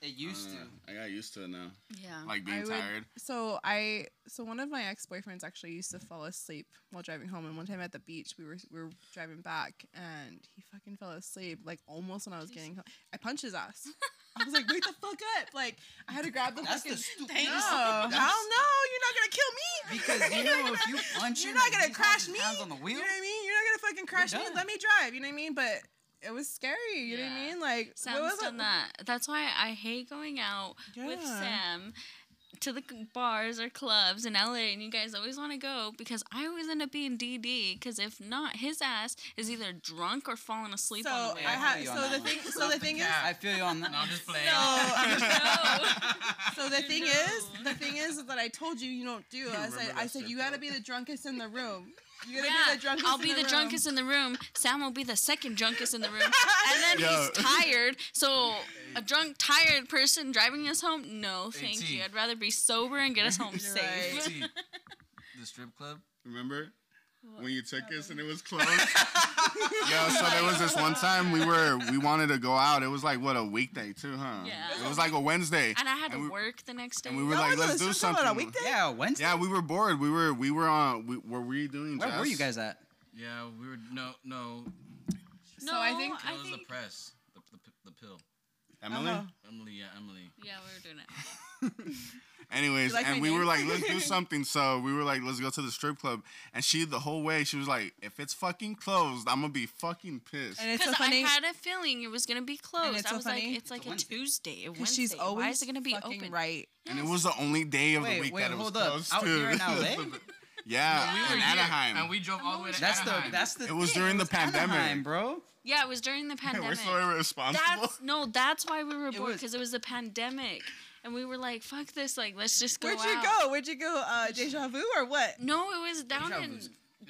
Speaker 5: it used to.
Speaker 3: I got used to it now.
Speaker 4: Yeah.
Speaker 3: Like
Speaker 1: I
Speaker 3: being
Speaker 1: would-
Speaker 3: tired.
Speaker 1: So I so one of my ex boyfriends actually used to fall asleep while driving home, and one time at the beach we were we were driving back, and he fucking fell asleep like almost when I was getting home. I punched his ass. I was like, wake the fuck up! Like I had to grab the
Speaker 5: That's the
Speaker 1: fucking.
Speaker 5: stupidest.
Speaker 1: no, hell no! You're not gonna kill me
Speaker 5: Because you know, if you punch,
Speaker 1: You're
Speaker 5: him
Speaker 1: not
Speaker 5: and
Speaker 1: gonna
Speaker 5: he's
Speaker 1: crash
Speaker 5: hundred
Speaker 1: me.
Speaker 5: Pounds on the wheel.
Speaker 1: You know what I mean? You're not gonna fucking crash me.
Speaker 5: done.
Speaker 1: Let me drive. You know what I mean? But it was scary. You know what I
Speaker 4: Yeah.
Speaker 1: mean? Like what
Speaker 4: Sam's
Speaker 1: was
Speaker 4: done
Speaker 1: it?
Speaker 4: that. That's why I hate going out with
Speaker 1: Yeah.
Speaker 4: Sam to the c- bars or clubs in LA, and you guys always want to go because I always end up being DD. Because if not, his ass is either drunk or falling asleep
Speaker 1: So
Speaker 4: on the way.
Speaker 1: I
Speaker 5: feel
Speaker 1: had
Speaker 5: you
Speaker 1: so
Speaker 5: on that
Speaker 1: the
Speaker 5: one.
Speaker 1: thing so the thing is
Speaker 5: I feel you on that.
Speaker 2: No, I'm just playing.
Speaker 1: so
Speaker 4: No.
Speaker 1: So the thing
Speaker 4: No.
Speaker 1: is, the thing is, is that I told you you don't do. I said, I said you gotta be the drunkest in the room. You gotta be the drunkest.
Speaker 4: I'll
Speaker 1: in
Speaker 4: be
Speaker 1: the,
Speaker 4: the
Speaker 1: room.
Speaker 4: drunkest in the room. Sam will be the second drunkest in the room, and then
Speaker 3: Yo.
Speaker 4: he's tired. So a drunk, tired person driving us home? No, thank
Speaker 2: AT.
Speaker 4: you. I'd rather be sober and get us home
Speaker 1: You're
Speaker 4: safe.
Speaker 1: right.
Speaker 2: See, the strip club.
Speaker 3: Remember? When you took us and it was closed. Yo, so there was this one time we were we wanted to go out. It was like what a weekday too, huh?
Speaker 4: Yeah.
Speaker 3: It was like a Wednesday.
Speaker 4: And I had to
Speaker 3: we-
Speaker 4: work the next day.
Speaker 3: and we were
Speaker 1: That
Speaker 3: like,
Speaker 1: wasn't
Speaker 3: let's
Speaker 1: a
Speaker 3: do
Speaker 1: strip club on a
Speaker 3: something.
Speaker 1: weekday?
Speaker 5: Yeah, Wednesday.
Speaker 3: Yeah, we were bored. We were we were on. We, were we doing?
Speaker 5: Where were
Speaker 3: Jess?
Speaker 5: you guys at?
Speaker 2: Yeah, we were no no.
Speaker 1: So I think-
Speaker 2: It was the press. The, the, p- the pill.
Speaker 3: Emily.
Speaker 1: Uh-huh.
Speaker 2: Emily, yeah, Emily.
Speaker 4: yeah, we were doing it.
Speaker 3: Anyways,
Speaker 1: You like
Speaker 3: and
Speaker 1: my
Speaker 3: we were
Speaker 1: name?
Speaker 3: like, let's do something. So we were like, let's go to the strip club. And she the whole way she was like, if it's fucking closed, I'm gonna be fucking pissed.
Speaker 1: And it's so
Speaker 4: Because I
Speaker 1: funny.
Speaker 4: had a feeling it was gonna be closed.
Speaker 1: it's
Speaker 4: I
Speaker 1: so
Speaker 4: was
Speaker 1: funny.
Speaker 4: like, it's like
Speaker 5: a
Speaker 4: a,
Speaker 5: Wednesday.
Speaker 4: Tuesday, a
Speaker 1: Because
Speaker 4: Wednesday.
Speaker 1: she's always
Speaker 4: Why is it gonna be
Speaker 1: fucking
Speaker 4: open?
Speaker 1: right.
Speaker 3: And it was the only day of the
Speaker 5: Wait,
Speaker 3: week
Speaker 5: wait,
Speaker 3: that it was
Speaker 5: hold up.
Speaker 3: closed
Speaker 5: Out
Speaker 3: too.
Speaker 5: here in LA?
Speaker 3: Yeah,
Speaker 4: Yeah.
Speaker 3: in
Speaker 4: Yeah.
Speaker 3: Anaheim.
Speaker 2: And we drove all the way to
Speaker 5: That's the
Speaker 2: Anaheim.
Speaker 5: that's the.
Speaker 3: It was
Speaker 5: thing,
Speaker 3: during the
Speaker 5: it Anaheim,
Speaker 3: pandemic.
Speaker 5: bro.
Speaker 4: Yeah, it was during the
Speaker 3: We're
Speaker 4: pandemic.
Speaker 3: so irresponsible.
Speaker 4: That's no, that's why we were bored
Speaker 5: was-
Speaker 4: because it was the pandemic, and we were like, "Fuck this! Like, let's just go
Speaker 8: Where'd you
Speaker 4: out."
Speaker 8: go? Where'd you go? Uh, deja vu or what?
Speaker 4: No, it was down in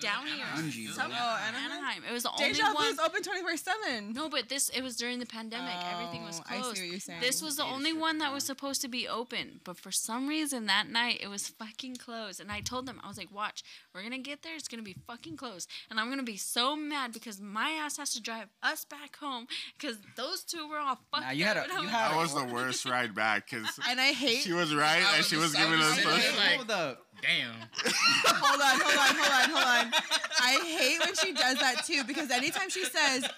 Speaker 4: Downey or
Speaker 5: Anji,
Speaker 4: something.
Speaker 5: bro.
Speaker 4: Anaheim. It was the
Speaker 1: Oh, Deja
Speaker 4: only
Speaker 1: Vu
Speaker 4: one.
Speaker 1: is open 24 7.
Speaker 4: No, but this it was during the pandemic. Everything was
Speaker 1: Oh, I see
Speaker 4: closed.
Speaker 1: what you're saying.
Speaker 4: This was the only one that was supposed to be open, but for some reason that night it was fucking closed. And I told them I was like, "Watch, we're gonna get there. It's gonna be fucking closed, and I'm gonna be so mad because my ass has to drive us back home because those two were all fucked
Speaker 5: Nah, you had
Speaker 4: up
Speaker 5: a-
Speaker 4: and I
Speaker 5: you
Speaker 4: was
Speaker 5: had
Speaker 3: that was the worst ride back because
Speaker 1: And I hate.
Speaker 3: she was right and she was giving us.
Speaker 5: Hey,
Speaker 3: the-
Speaker 2: like-
Speaker 5: hold up.
Speaker 2: Damn.
Speaker 1: hold on, hold on, hold on, hold on. I hate when she does that too because anytime she says,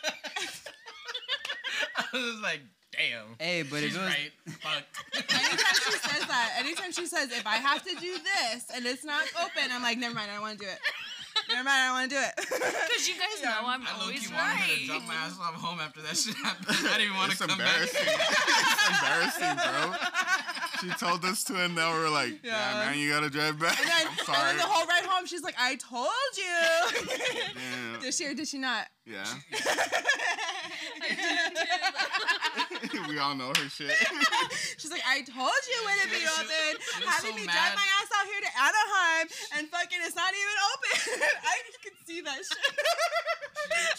Speaker 2: I was like, damn.
Speaker 5: Hey, but if
Speaker 2: She's
Speaker 5: it was
Speaker 2: right. Fuck.
Speaker 1: anytime she says that, anytime she says, if I have to do this and it's not open, I'm like, never mind, I don't want to do it. Never mind, I don't want to do it.
Speaker 4: Because you guys know I'm
Speaker 2: I low-key
Speaker 4: always
Speaker 2: wanted her to
Speaker 4: right.
Speaker 2: drop my ass off home after that shit happened. I didn't even want to
Speaker 3: It's
Speaker 2: come back.
Speaker 3: embarrassing. it's embarrassing, bro. She told us to, and now we're like, yeah,
Speaker 1: Yeah.
Speaker 3: man, you gotta drive back.
Speaker 1: And then,
Speaker 3: I'm
Speaker 1: and
Speaker 3: sorry.
Speaker 1: then the whole ride home, she's like, I told you.
Speaker 3: Damn.
Speaker 1: Did she or did she not?
Speaker 3: yeah. we all know her shit.
Speaker 1: She's like, I told you when it be open.
Speaker 2: was
Speaker 1: Having
Speaker 2: so
Speaker 1: me
Speaker 2: mad.
Speaker 1: drive my ass out here to Anaheim and fucking it's not even open. I could see that shit.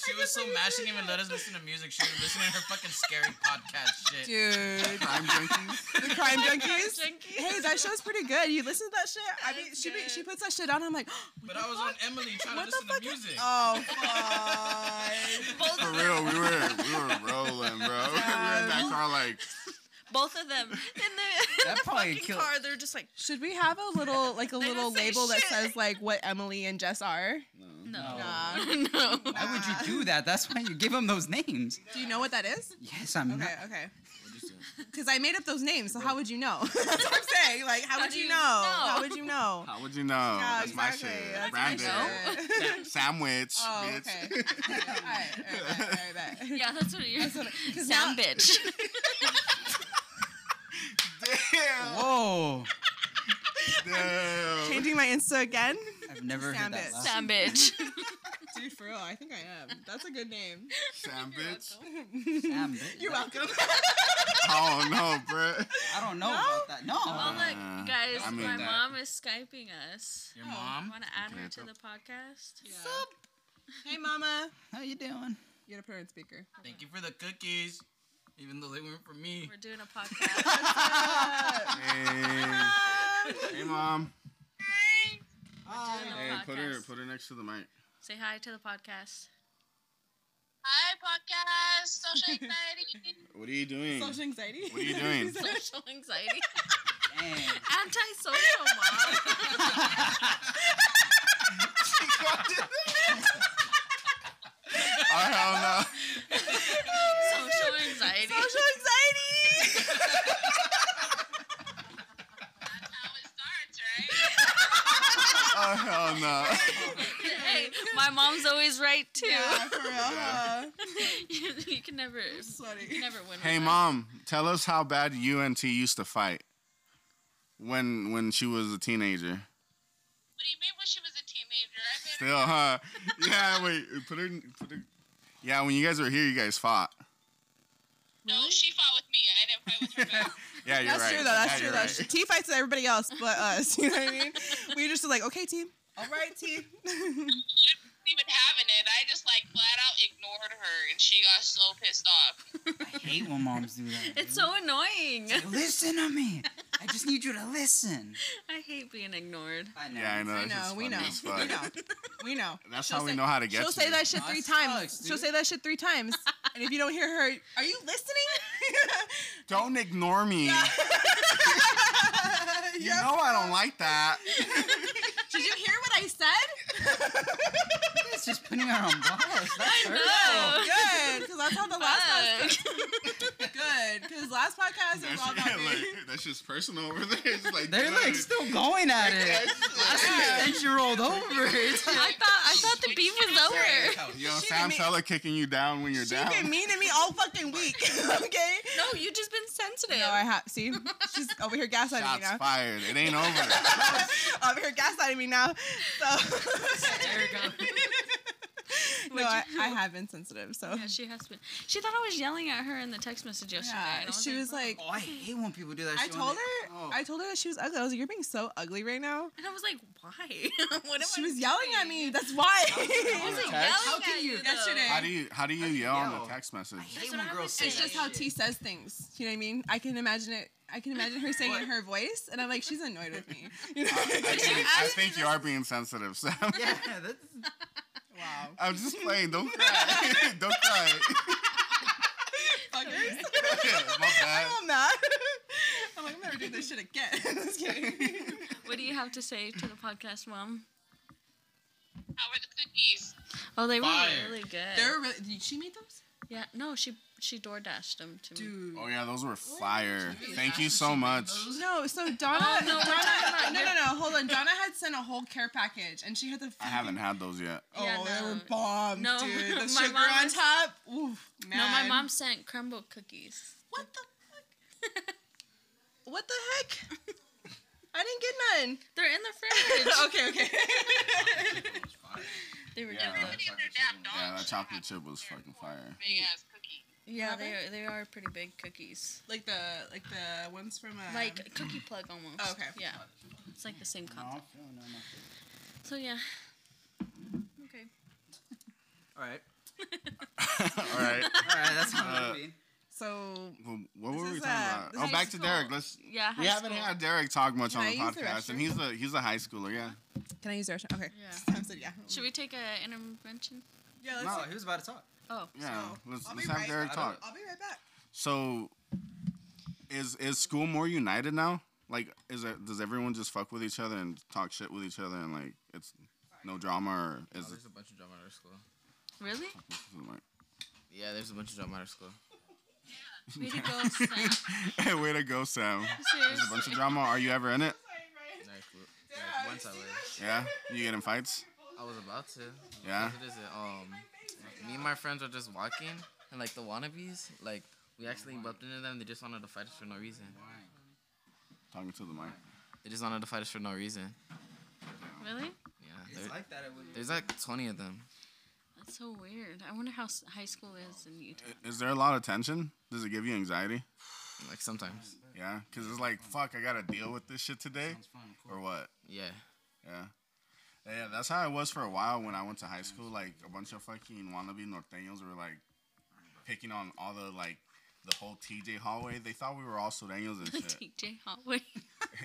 Speaker 2: She was so mad she didn't even let us listen to music. She was listening to her fucking scary podcast shit.
Speaker 1: Dude,
Speaker 3: Crime junkies.
Speaker 1: the crime junkies.
Speaker 4: junkies.
Speaker 1: Hey, that show's pretty good. You listen to that shit? I mean, she be, she puts that shit on. I'm like,
Speaker 2: But I was on Emily trying
Speaker 1: What
Speaker 2: to
Speaker 1: the
Speaker 2: listen
Speaker 1: fuck
Speaker 2: to music.
Speaker 1: oh, fuck.
Speaker 4: Both
Speaker 3: For
Speaker 4: of them,
Speaker 3: real, we were we were rolling, bro. we were in that car like
Speaker 4: both of them in the, in
Speaker 5: That
Speaker 4: the
Speaker 5: probably
Speaker 4: fucking
Speaker 5: killed-
Speaker 4: car. They're just like,
Speaker 1: Should we have a little like a
Speaker 4: They
Speaker 1: little
Speaker 4: don't say
Speaker 1: label that
Speaker 4: shit.
Speaker 1: says like what Emily and Jess are?
Speaker 4: no,
Speaker 1: Nah.
Speaker 4: no.
Speaker 5: Why would you do that? That's why you give them those names.
Speaker 1: Do you know what that is?
Speaker 5: Yes, I'm
Speaker 1: Okay,
Speaker 5: not.
Speaker 1: okay. Because I made up those names, so how would you know? That's what I'm saying. Like, how, would
Speaker 4: do
Speaker 1: you
Speaker 4: you
Speaker 1: know?
Speaker 4: know?
Speaker 1: How would you know?
Speaker 3: How would you know?
Speaker 1: Yeah,
Speaker 3: That's
Speaker 1: exactly.
Speaker 3: my shit.
Speaker 1: That's my
Speaker 3: Brandon.
Speaker 1: shit.
Speaker 3: Sandwich,
Speaker 1: Oh,
Speaker 3: bitch.
Speaker 1: okay. All right, all right, all right.
Speaker 4: Yeah, that's what you're.
Speaker 1: Because
Speaker 4: Sound
Speaker 1: now-
Speaker 4: bitch.
Speaker 3: Damn.
Speaker 5: Whoa,
Speaker 3: Damn.
Speaker 1: Changing my Insta again?
Speaker 5: I've never
Speaker 1: Sound
Speaker 5: heard that.
Speaker 1: it.
Speaker 5: last-
Speaker 4: Sound bitch.
Speaker 1: Dude, for real, I think I am. That's a good name.
Speaker 3: Sandwich.
Speaker 5: Damn, bitch.
Speaker 1: You're welcome.
Speaker 3: Oh no, bro.
Speaker 5: I don't know about that. No.
Speaker 4: Oh look,
Speaker 3: Uh,
Speaker 4: guys,
Speaker 3: I mean
Speaker 4: my
Speaker 3: that-
Speaker 4: mom is skyping us.
Speaker 2: Your mom?
Speaker 4: Want to add her
Speaker 3: Okay.
Speaker 4: to the podcast?
Speaker 1: Hey, mama.
Speaker 5: How you doing?
Speaker 1: You gotta put her on speaker.
Speaker 2: Thank you for the cookies. Even though they weren't for me.
Speaker 4: We're doing a podcast.
Speaker 1: Um,
Speaker 3: Hey, hey, mom.
Speaker 4: We're doing a
Speaker 3: Hey, put her
Speaker 4: podcast.
Speaker 3: put her next to the mic.
Speaker 4: Say hi to the podcast.
Speaker 9: Hi, podcast. Social anxiety.
Speaker 3: What are you doing?
Speaker 1: Social anxiety.
Speaker 3: What are you doing?
Speaker 4: Social anxiety.
Speaker 5: Damn.
Speaker 4: Antisocial mom.
Speaker 3: oh hell
Speaker 4: Social anxiety.
Speaker 1: Social anxiety.
Speaker 9: That's how it starts, right?
Speaker 3: no! Oh hell no!
Speaker 4: hey, my mom's always right too.
Speaker 1: yeah, for real. huh?
Speaker 4: you, you can never, you
Speaker 1: Sweaty.
Speaker 4: can never win.
Speaker 3: Hey
Speaker 4: with
Speaker 3: mom, tell us how bad UNT used to fight when when she was a teenager.
Speaker 9: What do you mean when she was a teenager? I made her
Speaker 3: Still, huh? Yeah, wait, put her, put her. Yeah, when you guys were here, you guys fought.
Speaker 9: no, she fought with me. I didn't fight with her. back.
Speaker 3: Yeah, you're
Speaker 1: That's
Speaker 3: right.
Speaker 1: true though. That's
Speaker 3: Yeah,
Speaker 1: true
Speaker 3: you're
Speaker 1: though.
Speaker 3: right.
Speaker 1: T fights with everybody else but us. You know what I mean? We just are like, okay, team. All right, team.
Speaker 9: wasn't even having it. I just like flat out ignored her, and she got so pissed off.
Speaker 5: I hate when moms do that.
Speaker 4: It's so annoying.
Speaker 5: dude. listen to me. I just need you to listen.
Speaker 4: I hate being ignored.
Speaker 5: I know.
Speaker 3: Yeah, I know.
Speaker 1: I
Speaker 3: that's
Speaker 1: know.
Speaker 3: just
Speaker 1: We know.
Speaker 3: funny as fuck.
Speaker 1: We know. We know.
Speaker 3: That's
Speaker 1: She'll
Speaker 3: how we
Speaker 1: say-
Speaker 3: know how to get.
Speaker 1: She'll
Speaker 3: to
Speaker 1: say
Speaker 3: you.
Speaker 1: that shit
Speaker 5: Nah,
Speaker 1: three
Speaker 5: it
Speaker 1: times.
Speaker 5: sucks,
Speaker 1: She'll
Speaker 5: dude.
Speaker 1: say that shit three times. And if you don't hear her, are you listening?
Speaker 3: Don't ignore me. You know I don't like that.
Speaker 1: Did you hear what I said?
Speaker 5: It's just putting her on blast. That's her.
Speaker 4: No.
Speaker 1: Oh,
Speaker 4: Uh,
Speaker 1: Good, because that's how the last time.
Speaker 4: Fuck.
Speaker 1: Good, because last podcast, it was
Speaker 3: That's,
Speaker 1: all
Speaker 3: yeah,
Speaker 1: about me.
Speaker 3: like, that's just personal over there. It's like,
Speaker 5: They're like
Speaker 3: dude.
Speaker 5: still going at it.
Speaker 3: Yeah.
Speaker 5: Eight year old over. it.
Speaker 4: I thought I thought the beef was over.
Speaker 3: Yo,
Speaker 1: She
Speaker 3: Sam
Speaker 1: made-
Speaker 3: Feller kicking you down when you're
Speaker 8: She
Speaker 3: down.
Speaker 8: been mean to me all fucking week. okay.
Speaker 4: No, you just been sensitive.
Speaker 8: No, I have. See, she's over here gaslighting me
Speaker 3: Shots
Speaker 8: now.
Speaker 3: fired. It ain't over.
Speaker 8: over here gaslighting me now. So
Speaker 4: there you go.
Speaker 1: No, I,
Speaker 4: Would you-
Speaker 1: I have been sensitive, so.
Speaker 4: Yeah, she has been. She thought I was yelling at her in the text message yesterday. and I
Speaker 1: Yeah, she was
Speaker 4: "Wow."
Speaker 1: like,
Speaker 5: Oh, I hate when people do that.
Speaker 1: I
Speaker 5: shit when
Speaker 1: told
Speaker 5: they-
Speaker 1: her,
Speaker 5: Oh.
Speaker 1: I told her that she was ugly. I was like, "You're being so ugly right now."
Speaker 4: and I was like, why? what am
Speaker 1: She
Speaker 4: I
Speaker 1: was yelling at
Speaker 4: doing?"
Speaker 1: me. That's why.
Speaker 4: I was like,
Speaker 5: Text?
Speaker 4: yelling
Speaker 5: How
Speaker 4: at
Speaker 5: can you-
Speaker 4: you though.
Speaker 1: Yesterday.
Speaker 3: How do you how do you yell on
Speaker 5: yell.
Speaker 3: a text message?
Speaker 5: hate
Speaker 4: what
Speaker 5: when
Speaker 4: I
Speaker 5: girls
Speaker 4: was
Speaker 5: say
Speaker 1: it's
Speaker 5: that
Speaker 1: just how
Speaker 5: shit.
Speaker 1: T says things. You know what I mean? I can imagine it. I can imagine her saying it in her voice, and I'm like, she's annoyed with me. You know?
Speaker 3: I think, I think you are being sensitive, Sam.
Speaker 5: Yeah, that's.
Speaker 1: wow.
Speaker 3: I'm just playing. Don't cry. Don't cry.
Speaker 1: Fuckers.
Speaker 3: My bad.
Speaker 1: I'm mad. I'm like, I'm never doing this shit again. Just kidding.
Speaker 4: What do you have to say to the podcast, mom?
Speaker 9: How are the cookies?
Speaker 4: Oh, they
Speaker 2: Fire.
Speaker 4: were really good.
Speaker 1: They're really. Did she made those?
Speaker 4: yeah, no, she she door dashed them to me.
Speaker 1: Dude.
Speaker 3: Oh yeah, those were fire. Thank you so much.
Speaker 1: No, so Donna,
Speaker 4: Oh, no, we're talking
Speaker 1: Donna,
Speaker 4: about
Speaker 1: no, no,
Speaker 4: your-
Speaker 1: no, hold on. Donna had sent a whole care package, and she had the.
Speaker 3: I haven't had those yet.
Speaker 1: Oh,
Speaker 4: Yeah,
Speaker 1: they were
Speaker 4: no.
Speaker 1: bomb,
Speaker 4: No,
Speaker 1: dude. The
Speaker 4: my
Speaker 1: sugar
Speaker 4: mom
Speaker 1: on
Speaker 4: was-
Speaker 1: top. Oof, man.
Speaker 4: No, my mom sent crumble cookies.
Speaker 1: What the fuck? what the heck? I didn't
Speaker 4: They're in the
Speaker 1: get
Speaker 4: fridge.
Speaker 1: none. okay, okay.
Speaker 4: They were
Speaker 3: Yeah,
Speaker 4: good.
Speaker 3: that-
Speaker 9: Somebody in their damn dog.
Speaker 3: Yeah, that
Speaker 9: should
Speaker 3: chocolate
Speaker 9: have
Speaker 3: chip was
Speaker 9: their
Speaker 3: fucking fire.
Speaker 9: Big ass cookie.
Speaker 4: Yeah, they are, they are pretty big cookies.
Speaker 1: like the like the ones from uh,
Speaker 4: Like a cookie plug almost.
Speaker 1: Oh, okay.
Speaker 4: Yeah. It's like the same concept.
Speaker 5: No, no, no, no.
Speaker 4: So yeah. Okay.
Speaker 5: All right.
Speaker 3: All right.
Speaker 5: All right, that's how
Speaker 3: Uh,
Speaker 5: it would be.
Speaker 1: so.
Speaker 3: Well, what were
Speaker 1: This
Speaker 3: we
Speaker 1: is,
Speaker 3: talking
Speaker 1: uh,
Speaker 3: about?
Speaker 1: this
Speaker 3: Oh,
Speaker 1: is
Speaker 3: back to
Speaker 4: school.
Speaker 3: Derek. Let's.
Speaker 4: Yeah. High
Speaker 3: We haven't
Speaker 4: school.
Speaker 3: had Derek talk much
Speaker 1: Can
Speaker 3: on
Speaker 1: I
Speaker 3: the
Speaker 1: use the
Speaker 3: podcast, and he's a he's a high schooler. Yeah.
Speaker 1: Can I use your Okay.
Speaker 4: Yeah.
Speaker 1: Sam said yeah.
Speaker 4: Should we take a intervention?
Speaker 1: Yeah. Let's.
Speaker 5: No, he was about to talk.
Speaker 4: Oh.
Speaker 3: Yeah.
Speaker 1: So,
Speaker 3: Let's
Speaker 1: I'll
Speaker 3: let's
Speaker 1: be
Speaker 3: have
Speaker 1: right
Speaker 3: Derek
Speaker 1: back.
Speaker 3: talk.
Speaker 1: I'll be right back.
Speaker 3: So, is is school more united now? Like, is it does everyone just fuck with each other and talk shit with each other and like it's no drama
Speaker 2: Oh,
Speaker 3: or is it
Speaker 6: there's a bunch of drama at our school.
Speaker 4: Really?
Speaker 6: Yeah, there's a bunch of drama at our school.
Speaker 4: Way to go, Sam.
Speaker 3: hey, way to go, Sam. There's a bunch of drama. Are you ever in it?
Speaker 6: At our school. Like, once I was,
Speaker 3: Yeah, you get in fights.
Speaker 6: I was about to.
Speaker 3: Yeah.
Speaker 6: What is it? Um, me and my friends were just walking, and like the wannabes, like we actually bumped into them. They just wanted to fight us for no reason.
Speaker 3: Talking to the mic.
Speaker 6: They just wanted to fight us for no reason.
Speaker 4: really?
Speaker 6: Yeah. there-
Speaker 5: like that. It would.
Speaker 6: there's like 20 of them.
Speaker 4: That's so weird. I wonder how s- high school is in Utah.
Speaker 3: Is there a lot of tension? Does it give you anxiety?
Speaker 6: Like sometimes.
Speaker 3: Yeah, because it's like fuck, I gotta deal with this shit today, or what?
Speaker 6: Yeah.
Speaker 3: Yeah. Yeah, that's how it was for a while when I went to high school. Like a bunch of fucking wannabe norteños were like picking on all the like the whole TJ hallway. They thought we were all sureños and shit.
Speaker 4: TJ Hotway.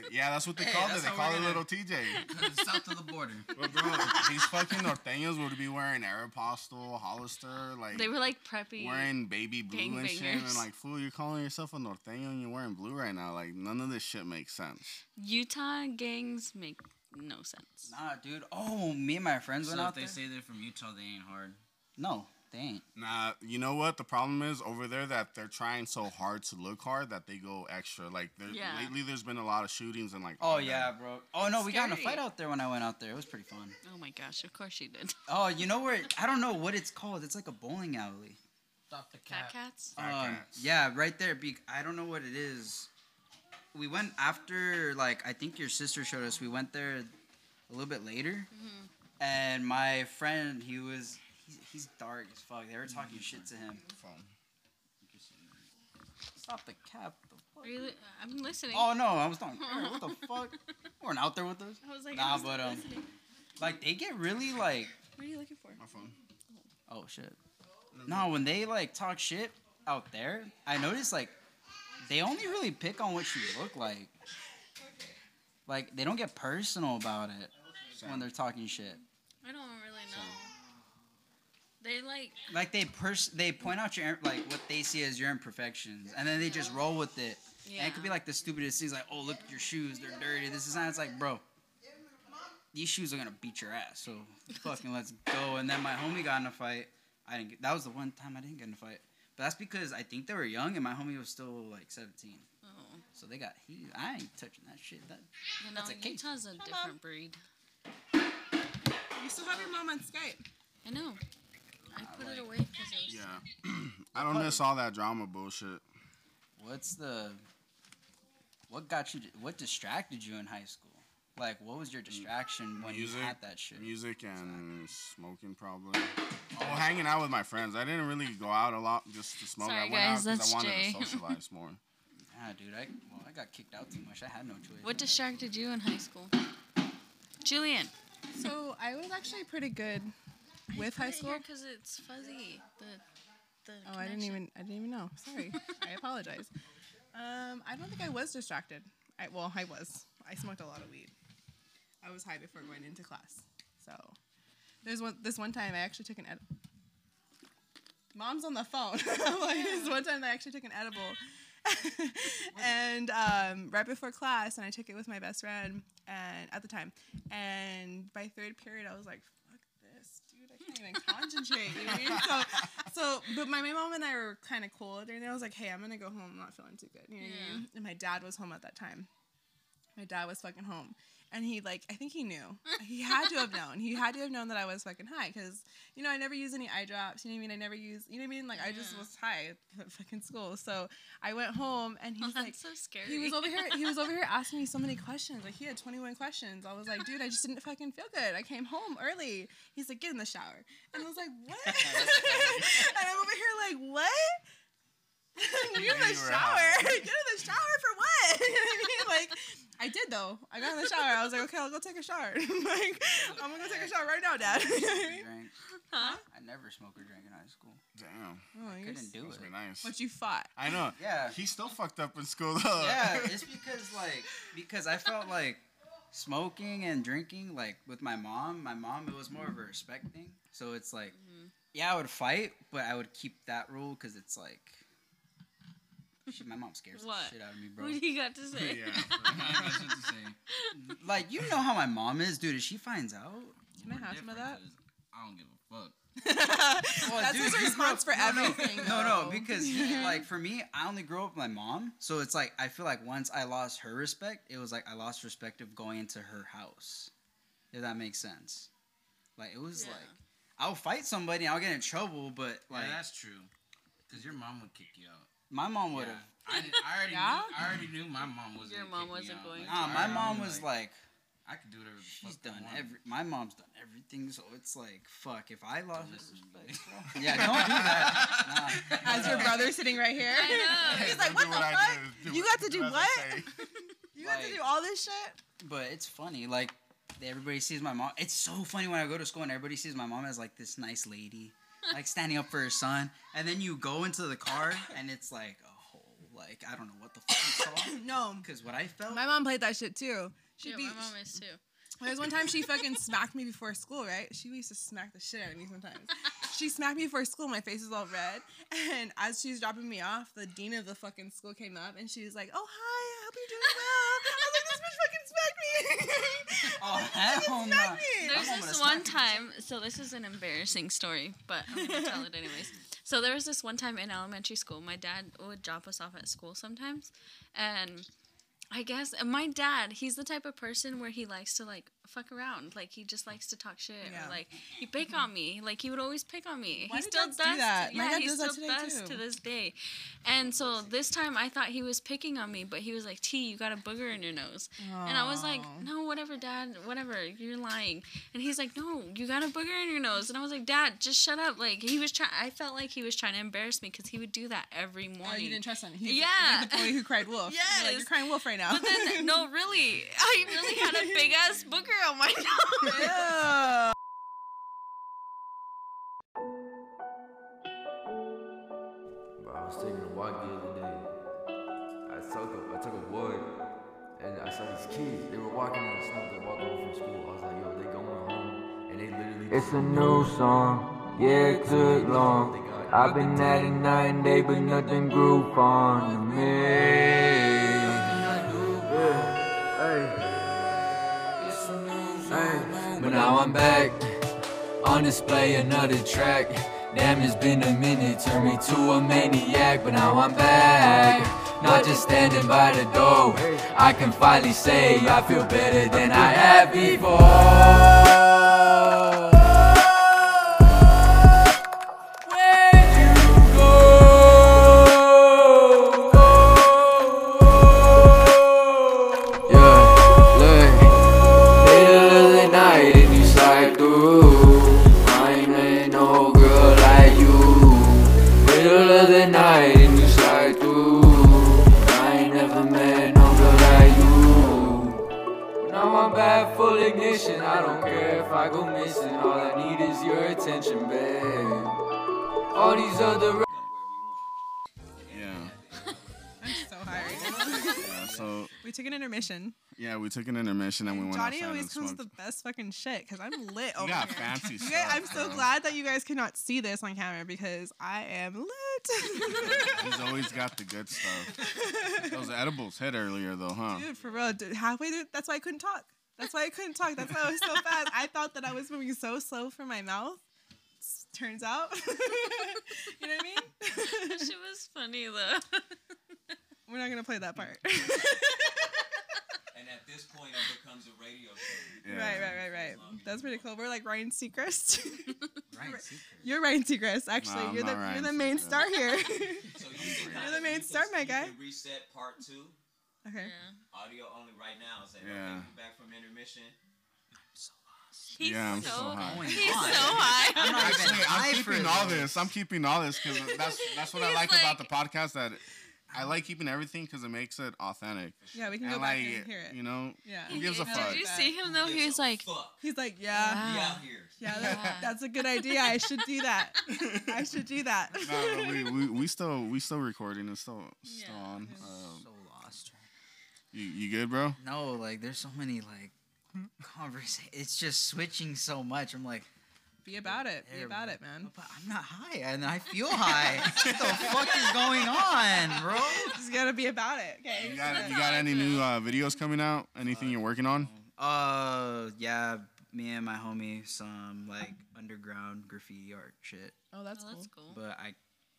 Speaker 3: yeah, that's what they called
Speaker 2: that's
Speaker 3: it. They
Speaker 2: how we're
Speaker 3: called it
Speaker 2: gonna-
Speaker 3: little TJ.
Speaker 2: South of the border.
Speaker 3: But bro, these fucking norteños would be wearing Aeropostale, Hollister, like
Speaker 4: They were like preppy.
Speaker 3: wearing baby blue and shit. And
Speaker 4: gangbangers.
Speaker 3: like, fool, you're calling yourself a norteño and you're wearing blue right now. Like, none of this shit makes sense.
Speaker 4: Utah gangs make no sense.
Speaker 5: Nah, dude. Oh, me and my friends went
Speaker 2: So if
Speaker 5: out
Speaker 2: they
Speaker 5: there.
Speaker 2: say they're from Utah, they ain't hard.
Speaker 5: no, they ain't.
Speaker 3: Nah, you know what the problem is over there that they're trying so hard to look hard that they go extra. Like there,
Speaker 4: Yeah.
Speaker 3: lately, there's been a lot of shootings and like.
Speaker 5: Oh
Speaker 3: all that.
Speaker 5: yeah, bro. Oh no, we got in a
Speaker 4: Scary.
Speaker 5: fight out there when I went out there. It was pretty fun.
Speaker 4: Oh my gosh, of course she did.
Speaker 5: Oh, you know where? I don't know what it's called. It's like a bowling alley.
Speaker 2: Stop the
Speaker 4: Fat cats?
Speaker 3: Fat
Speaker 5: Um,
Speaker 3: Cats.
Speaker 5: yeah, right there. Be- I don't know what it is. We went after, like, I think your sister showed us. We went there a little bit later,
Speaker 2: Mm-hmm.
Speaker 5: and my friend, he was, he's, he's dark as fuck. They were
Speaker 2: Mm-hmm.
Speaker 5: talking shit to him. Stop the cap. The fuck?
Speaker 4: Are you li- I'm listening.
Speaker 5: Oh no, I was talking. What the fuck? You weren't out there with us.
Speaker 4: I was like,
Speaker 5: nah,
Speaker 4: I was
Speaker 5: but, um,
Speaker 4: listening.
Speaker 5: Like they get really like.
Speaker 4: What are you looking for?
Speaker 5: Oh shit. No, when they like talk shit out there, I notice like they only really pick on what you look like. Like they don't get personal about it when they're talking shit.
Speaker 4: I don't really know. They like,
Speaker 5: Like they pers- they point out your like what they see as your imperfections, and then they just roll with it. And it could be
Speaker 4: Yeah.
Speaker 5: like the stupidest things, like oh look at your shoes, they're dirty. This is not. It's like bro, these shoes are gonna beat your ass. So fucking let's go. And then my homie got in a fight. I didn't. Get, that was the one time I didn't get in a fight. But that's because I think they were young and my homie was still like 17.
Speaker 4: Oh,
Speaker 5: So they got he. I ain't touching that shit. That
Speaker 4: you know,
Speaker 5: That's a cake.
Speaker 4: Utah's a different breed.
Speaker 1: You still have your mom on Skype.
Speaker 4: I know. I put it away because it was.
Speaker 3: Yeah. I don't miss all that drama bullshit.
Speaker 5: what's the what got you? What distracted you in high school? Like, what was your distraction when
Speaker 3: music,
Speaker 5: you had that shit?
Speaker 3: Music and smoking, probably. Oh, hanging out with my friends. I didn't really go out a lot just to smoke.
Speaker 4: Sorry,
Speaker 3: I went
Speaker 4: guys,
Speaker 3: out
Speaker 4: that's
Speaker 3: I wanted
Speaker 4: Jay.
Speaker 3: to socialize more.
Speaker 5: Ah, dude, I well, I got kicked out too much. I had no choice.
Speaker 4: What distracted you in high school? Julian.
Speaker 1: So I was actually pretty good with high school.
Speaker 4: Because it's fuzzy. The, the
Speaker 1: Oh, I didn't even I didn't even know. Sorry, I apologize. Um, I don't think I was distracted. I well, I was. I smoked a lot of weed. I was high before going into class. So there's one this one time I actually took an ed- Mom's on the phone. like, this one time I actually took an edible. and um, right before class, and I took it with my best friend, and at the time, and by third period, I was like, "Fuck this, dude! I can't even concentrate." You know what I mean? So so, but my, my mom and I were kind of cool during that. I was like, hey, I'm gonna go home. I'm not feeling too good. You know what I
Speaker 4: Yeah.
Speaker 1: mean? And my dad was home at that time. My dad was fucking home. And he, like, I think he knew. He had to have known. He had to have known that I was fucking high because, you know, I never use any eye drops. You know what I mean? I never use, you know what I mean? Like, I just
Speaker 4: Yeah.
Speaker 1: was high at fucking school. So I went home and he
Speaker 4: Oh,
Speaker 1: was
Speaker 4: that's
Speaker 1: like,
Speaker 4: so scary.
Speaker 1: he was over here. He was over here asking me so many questions. Like he had 21 questions. I was like, dude, I just didn't fucking feel good. I came home early. He's like, get in the shower. And I was like, what? and I'm over here like, what? get in the
Speaker 3: You were
Speaker 1: shower.
Speaker 3: high.
Speaker 1: get in the shower for what? You know what I mean? Like, I did though. I got in the shower. I was like, okay, I'll go take a shower. like, I'm gonna go take a shower right now, Dad. You know what I mean?
Speaker 5: Drank.
Speaker 4: Huh?
Speaker 5: I never smoked or drank in high school.
Speaker 3: Damn,
Speaker 1: Oh, you're
Speaker 5: Couldn't
Speaker 1: s-
Speaker 5: do
Speaker 3: must be
Speaker 5: it.
Speaker 3: nice.
Speaker 1: But you fought.
Speaker 3: I know.
Speaker 5: Yeah.
Speaker 3: He's still fucked up in school though.
Speaker 5: yeah, it's because like because I felt like smoking and drinking like with my mom. My mom, it was more of a respect thing. So it's like, yeah, I would fight, but I would keep that rule because it's like, shit, my mom scares the
Speaker 4: What?
Speaker 5: shit out of me, bro.
Speaker 4: What do you got to say?
Speaker 3: yeah.
Speaker 5: like you know how my mom is, dude. If she finds out,
Speaker 1: Can I have some of that?
Speaker 2: I don't give a fuck.
Speaker 5: Well,
Speaker 1: That's
Speaker 5: Oh, dude,
Speaker 1: his
Speaker 5: you grew
Speaker 1: response
Speaker 5: up-
Speaker 1: for
Speaker 5: no, no,
Speaker 1: everything.
Speaker 5: No, no,
Speaker 1: though.
Speaker 5: because like for me, I only grew up with my mom, so it's like I feel like once I lost her respect, it was like I lost respect of going into her house, if that makes sense. Like it was
Speaker 4: Yeah.
Speaker 5: like I'll fight somebody, I'll get in trouble, but like
Speaker 2: yeah, that's true. Cause your mom would kick you out.
Speaker 5: my mom would have.
Speaker 2: I, didn't- I already
Speaker 1: Yeah?
Speaker 2: knew, I already knew my mom wasn't.
Speaker 4: Your
Speaker 2: gonna
Speaker 4: mom
Speaker 2: kick me
Speaker 4: wasn't
Speaker 2: out.
Speaker 4: going
Speaker 2: Like,
Speaker 4: to.
Speaker 5: Nah,
Speaker 2: I
Speaker 5: ah, my
Speaker 2: already
Speaker 5: mom
Speaker 2: knew,
Speaker 5: was
Speaker 2: like,
Speaker 5: like,
Speaker 2: I could do whatever. the
Speaker 5: she's
Speaker 2: fuck I
Speaker 5: done
Speaker 2: want.
Speaker 5: every. My mom's done everything, so it's like fuck. If I lost, her
Speaker 2: listen to me.
Speaker 5: respect, bro. yeah, don't do that. Nah.
Speaker 1: As your brother sitting right here.
Speaker 4: I know.
Speaker 1: He's like, what the fuck? You got to do what? You got to
Speaker 5: Like-
Speaker 1: do all this shit?
Speaker 5: But it's funny, like everybody sees my mom. It's so funny when I go to school and everybody sees my mom as like this nice lady, like standing up for her son. And then you go into the car and it's like a whole like I don't know what the fuck you saw.
Speaker 1: No.
Speaker 5: Because what I felt,
Speaker 1: My mom played that shit too. She'd
Speaker 4: Yeah,
Speaker 1: be,
Speaker 4: my mom is too.
Speaker 1: There was one time she fucking smacked me before school, right? She used to smack the shit out of me sometimes. She smacked me before school, my face was all red. And as she was dropping me off, the dean of the fucking school came up and she was like, Oh, hi, I hope you're doing well. I was like, This bitch fucking smacked me.
Speaker 5: oh hell no.
Speaker 1: me.
Speaker 5: I'm
Speaker 4: There's
Speaker 5: gonna
Speaker 4: this
Speaker 5: smack
Speaker 4: one time, so this is an embarrassing story, but I'm gonna tell it anyways. So there was this one time in elementary school, my dad would drop us off at school sometimes, and I guess and my dad, he's the type of person where he likes to like fuck around, like he just likes to talk shit,
Speaker 1: Yeah.
Speaker 4: or like he pick on me, like he would always pick on me.
Speaker 1: Why
Speaker 4: he
Speaker 1: do
Speaker 4: still
Speaker 1: dads
Speaker 4: does.
Speaker 1: do that? My
Speaker 4: Yeah,
Speaker 1: dad
Speaker 4: he
Speaker 1: does
Speaker 4: still
Speaker 1: that today,
Speaker 4: does
Speaker 1: too.
Speaker 4: to this day. And so this time I thought he was picking on me, but he was like, T, you got a booger in your nose. And I was like,
Speaker 1: Aw.
Speaker 4: no, whatever, dad, whatever, you're lying. And he's like, no, you got a booger in your nose. And I was like, dad, just shut up. Like, he was trying, I felt like he was trying to embarrass me because he would do that every morning.
Speaker 1: Oh, you didn't trust him. He's
Speaker 4: Yeah.
Speaker 1: like the boy who cried wolf. You're like,
Speaker 4: Yes.
Speaker 1: You're crying wolf right now.
Speaker 4: but then, no, really, I really had a big ass booger on my nose.
Speaker 1: Ew.
Speaker 10: Bro, I was taking a walk the other day. I took a, I took a wood, and I saw these kids. They were walking in the snow. They walked home from school. I was like, yo, they going home, and they literally.
Speaker 11: It's a new song, yeah, it took long. I've been at it night and day, but nothing grew on me. Ay, But now I'm back on display, another track. Damn, it's been a minute, turned me to a maniac, but now I'm back. Not just standing by the door, I can finally say I feel better than I have before. Yeah, look. Middle of the night and you slide through. I ain't let no girl like you. Middle of the night and you slide through. I ain't never met no girl like you. Now I'm back full ignition. I don't care if I go missing. All I need is your attention, babe. All these other.
Speaker 3: Yeah.
Speaker 1: I'm so high.
Speaker 3: yeah. So
Speaker 1: we took an intermission.
Speaker 3: yeah, we took an intermission and we went
Speaker 1: Johnny
Speaker 3: outside
Speaker 1: always
Speaker 3: and
Speaker 1: comes
Speaker 3: smoked.
Speaker 1: with the oh best fucking shit because I'm lit over
Speaker 3: got
Speaker 1: here.
Speaker 3: fancy
Speaker 1: You guys-
Speaker 3: stuff,
Speaker 1: I'm so
Speaker 3: bro.
Speaker 1: glad that you guys cannot see this on camera because I am lit.
Speaker 3: He's always got the good stuff. Those edibles hit earlier though, huh?
Speaker 1: Dude, for real, dude, halfway through, that's why I couldn't talk. That's why I couldn't talk. That's why I was so fast. I thought that I was moving so slow for my mouth. S- Turns out, you know what I mean?
Speaker 4: that shit was funny though.
Speaker 1: We're not gonna play that part.
Speaker 12: And at this point, it becomes a radio show.
Speaker 1: Right, right, right, right. That's pretty cool. We're like Ryan Seacrest. You're Ryan Seacrest, actually.
Speaker 12: Nah, I'm
Speaker 1: you're the
Speaker 12: not Ryan
Speaker 1: you're the main
Speaker 12: Seacrest.
Speaker 1: star here.
Speaker 12: So you can
Speaker 1: you're
Speaker 12: kinda-
Speaker 1: the main
Speaker 12: you
Speaker 1: star,
Speaker 12: can-
Speaker 1: my
Speaker 12: you
Speaker 1: guy.
Speaker 12: can reset part two.
Speaker 1: Okay.
Speaker 12: Audio only right now. Say,
Speaker 3: Yeah.
Speaker 12: okay, we back from intermission.
Speaker 4: He's
Speaker 3: yeah, I'm
Speaker 4: so,
Speaker 3: so, high.
Speaker 4: He's so high.
Speaker 3: I'm, actually, I'm
Speaker 4: for
Speaker 3: keeping all this. I'm keeping all this because that's that's what I
Speaker 4: He's
Speaker 3: like, about the podcast. That I like keeping everything because it makes it authentic.
Speaker 1: Yeah, we can
Speaker 3: And
Speaker 1: go back
Speaker 3: like,
Speaker 1: and hear it.
Speaker 3: You know,
Speaker 1: Yeah.
Speaker 3: who gives a fuck?
Speaker 4: Did you see him though? He was like, "Ah."
Speaker 1: He's like, yeah, yeah,
Speaker 4: Yeah. Yeah, here.
Speaker 1: that-
Speaker 4: Yeah.
Speaker 1: that's a good idea. I should do that. I should do that.
Speaker 3: No, but we, we we still we still recording. It's still still on. Um,
Speaker 5: so lost.
Speaker 3: you you good, bro?
Speaker 5: No, like there's so many like conversation. It's just switching so much. I'm like,
Speaker 1: Be about it. Be
Speaker 5: There,
Speaker 1: about it, man.
Speaker 5: But I'm not high, and I feel high. what the fuck is going on, bro?
Speaker 1: Just gotta be about it. Okay.
Speaker 3: You got, you got any new uh, videos coming out? Anything you're working on?
Speaker 5: Uh, yeah, me and my homie some like underground graffiti art shit.
Speaker 1: Oh, that's
Speaker 4: Oh,
Speaker 1: cool.
Speaker 4: that's cool.
Speaker 5: But I,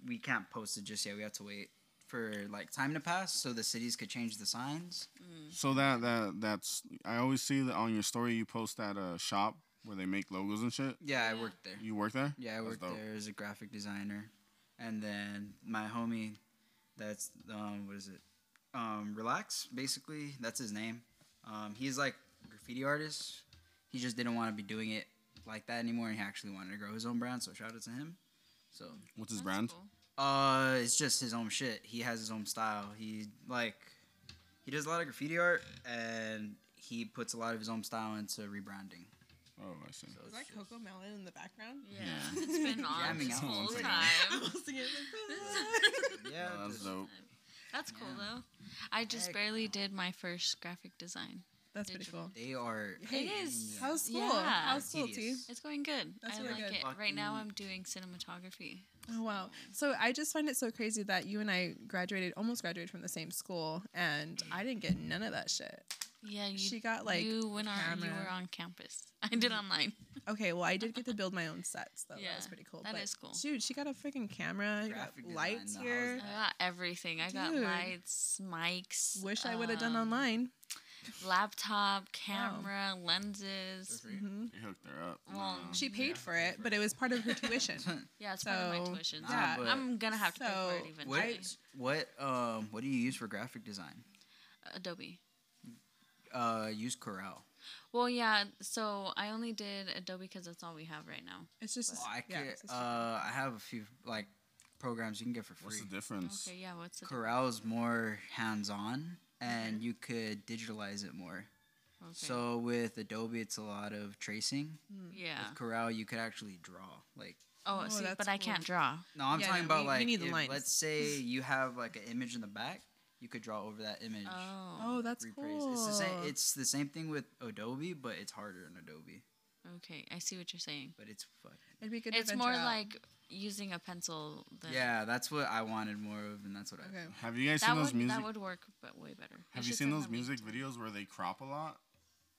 Speaker 5: we can't post it just yet. We have to wait for like time to pass so the cities could change the signs.
Speaker 3: So that that that's I always see that on your story you post at a shop where they make logos and shit.
Speaker 5: Yeah, I worked there.
Speaker 3: You work there?
Speaker 5: Yeah, I
Speaker 3: That's
Speaker 5: worked
Speaker 3: dope.
Speaker 5: there as a graphic designer, and then my homie, that's um, what is it? Um, Relax, basically, that's his name. Um, he's like a graffiti artist. He just didn't want to be doing it like that anymore, and he actually wanted to grow his own brand. So shout out to him. So
Speaker 3: What's his brand?
Speaker 5: uh, it's just his own shit. He has his own style. He like he does a lot of graffiti art, and he puts a lot of his own style into rebranding.
Speaker 3: Oh, I see.
Speaker 1: Is that Coco Melon in the background?
Speaker 4: Yeah. It's been on
Speaker 5: Jamming
Speaker 4: this
Speaker 5: out
Speaker 4: whole
Speaker 5: once again.
Speaker 4: time.
Speaker 5: Yeah,
Speaker 3: No, that's
Speaker 5: just-
Speaker 3: dope.
Speaker 4: That's cool though. I just
Speaker 5: Heck
Speaker 4: barely did my first graphic design.
Speaker 1: That's pretty cool.
Speaker 5: They are.
Speaker 4: it is.
Speaker 1: How's school?
Speaker 4: Yeah.
Speaker 1: How's school, T?
Speaker 5: Tedious.
Speaker 4: It's going good.
Speaker 1: That's
Speaker 4: I
Speaker 1: really
Speaker 4: like
Speaker 1: good.
Speaker 4: it. Right now, I'm doing cinematography.
Speaker 1: Oh wow. So I just find it so crazy that you and I graduated almost graduated from the same school and I didn't get none of that shit.
Speaker 4: Yeah, you,
Speaker 1: She got, like,
Speaker 4: you went on. You
Speaker 1: camera. Mm.
Speaker 4: were on campus. I did online.
Speaker 1: Okay, well I did get to build my own sets though. that was
Speaker 4: Yeah,
Speaker 1: pretty cool.
Speaker 4: that
Speaker 1: But,
Speaker 4: is cool.
Speaker 1: Dude, she got a freaking camera, you got
Speaker 5: Graphic design,
Speaker 1: lights
Speaker 5: though, how's
Speaker 1: here.
Speaker 4: I got everything. I got
Speaker 1: Dude.
Speaker 4: lights, mics.
Speaker 1: Wish I would have done
Speaker 4: um,
Speaker 1: online.
Speaker 4: Laptop, camera, lenses.
Speaker 1: Mhm.
Speaker 3: You hooked her up.
Speaker 4: Well,
Speaker 3: Nah.
Speaker 1: She paid for it, but it was part of her tuition.
Speaker 4: Yeah, it's part of
Speaker 1: So,
Speaker 4: my tuition.
Speaker 5: Nah,
Speaker 4: Yeah,
Speaker 5: but-
Speaker 4: I'm gonna have to pay for
Speaker 1: So,
Speaker 4: it even.
Speaker 5: What what um what do you use for graphic design?
Speaker 4: Adobe.
Speaker 5: Uh, use Corel.
Speaker 4: Well, yeah. So I only did Adobe because that's all we have right now.
Speaker 1: It's just
Speaker 5: Well, I
Speaker 1: yeah,
Speaker 5: can,
Speaker 1: it's just-
Speaker 5: uh, I have a few like programs you can get for free.
Speaker 3: What's the difference?
Speaker 4: Okay, yeah. What's the
Speaker 5: Corel is more hands-on, and you could digitalize it more.
Speaker 4: Okay.
Speaker 5: So with Adobe, it's a lot of tracing.
Speaker 4: yeah.
Speaker 5: With Corel, you could actually draw. Like
Speaker 4: Oh,
Speaker 1: Oh,
Speaker 4: see,
Speaker 1: that's
Speaker 4: but I
Speaker 1: cool.
Speaker 4: can't draw.
Speaker 5: no, I'm
Speaker 1: Yeah,
Speaker 5: talking
Speaker 1: no,
Speaker 5: about
Speaker 1: we- we
Speaker 5: like
Speaker 1: need the
Speaker 5: if-
Speaker 1: lines.
Speaker 5: let's say you have like an image in the back, you could draw over that image.
Speaker 4: Oh.
Speaker 1: oh, that's
Speaker 5: repraise.
Speaker 1: cool.
Speaker 5: It's the same. It's the same thing with Adobe, but it's harder in Adobe.
Speaker 4: Oh. Okay, I see what you're saying.
Speaker 5: But it's fun.
Speaker 1: It'd be good to
Speaker 4: It's
Speaker 1: venture
Speaker 4: more
Speaker 1: out.
Speaker 4: like using a pencil. Than
Speaker 5: Yeah, that's what I wanted more of, and that's what I.
Speaker 1: Okay.
Speaker 3: Have you guys
Speaker 4: That
Speaker 3: seen
Speaker 4: would,
Speaker 3: those music?
Speaker 4: that would work, but way better. I
Speaker 3: have you
Speaker 4: should
Speaker 3: seen
Speaker 4: send
Speaker 3: those
Speaker 4: them a link.
Speaker 3: music videos where they crop a lot?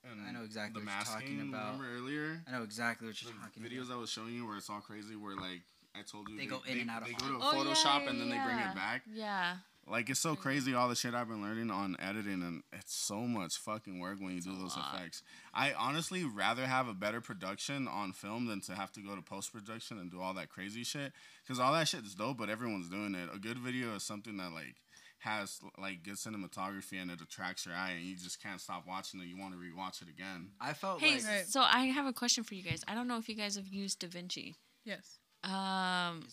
Speaker 3: And
Speaker 5: I know exactly
Speaker 3: the
Speaker 5: what you're talking
Speaker 3: masking,
Speaker 5: about.
Speaker 3: Remember earlier
Speaker 5: I know exactly what
Speaker 3: the
Speaker 5: you're talking
Speaker 3: videos I was showing you where it's all crazy, where like I told you
Speaker 5: They go in and out of
Speaker 3: They go to Photoshop
Speaker 5: Photoshop.
Speaker 4: Oh, yeah, yeah,
Speaker 3: and then they bring
Speaker 4: yeah.
Speaker 3: it back.
Speaker 4: Yeah.
Speaker 3: Like it's so
Speaker 4: Mm-hmm.
Speaker 3: crazy all the shit I've been learning on editing and it's so much fucking work when you do those effects. I honestly rather have a better production on film than to have to go to post production and do all that crazy shit cuz all that shit is dope but everyone's doing it. A good video is something that like has like good cinematography and it attracts your eye and you just can't stop watching it. You want to rewatch it again.
Speaker 5: I felt
Speaker 4: Hey, so I have a question for you guys. I don't know if you guys have used DaVinci.
Speaker 1: Yes.
Speaker 4: Um,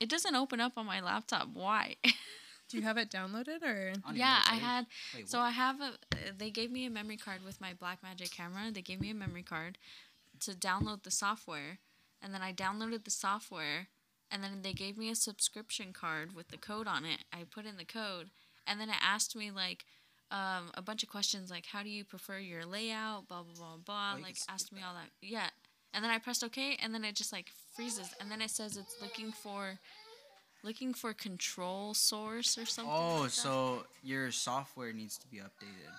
Speaker 4: it doesn't open up on my laptop. Why?
Speaker 1: Do you have it downloaded or?
Speaker 4: yeah, I had. so I have a. They gave me a memory card with my Blackmagic camera. They gave me a memory card to download the software, and then I downloaded the software, and then they gave me a subscription card with the code on it. I put in the code, and then it asked me like. Um, a bunch of questions like how do you prefer your layout blah blah blah blah
Speaker 5: Oh, you
Speaker 4: like
Speaker 5: can
Speaker 4: asked me all that yeah and then i pressed okay and then it just like freezes and then it says it's looking for looking for control source or something like
Speaker 5: Oh,
Speaker 4: that.
Speaker 5: so your software needs to be updated.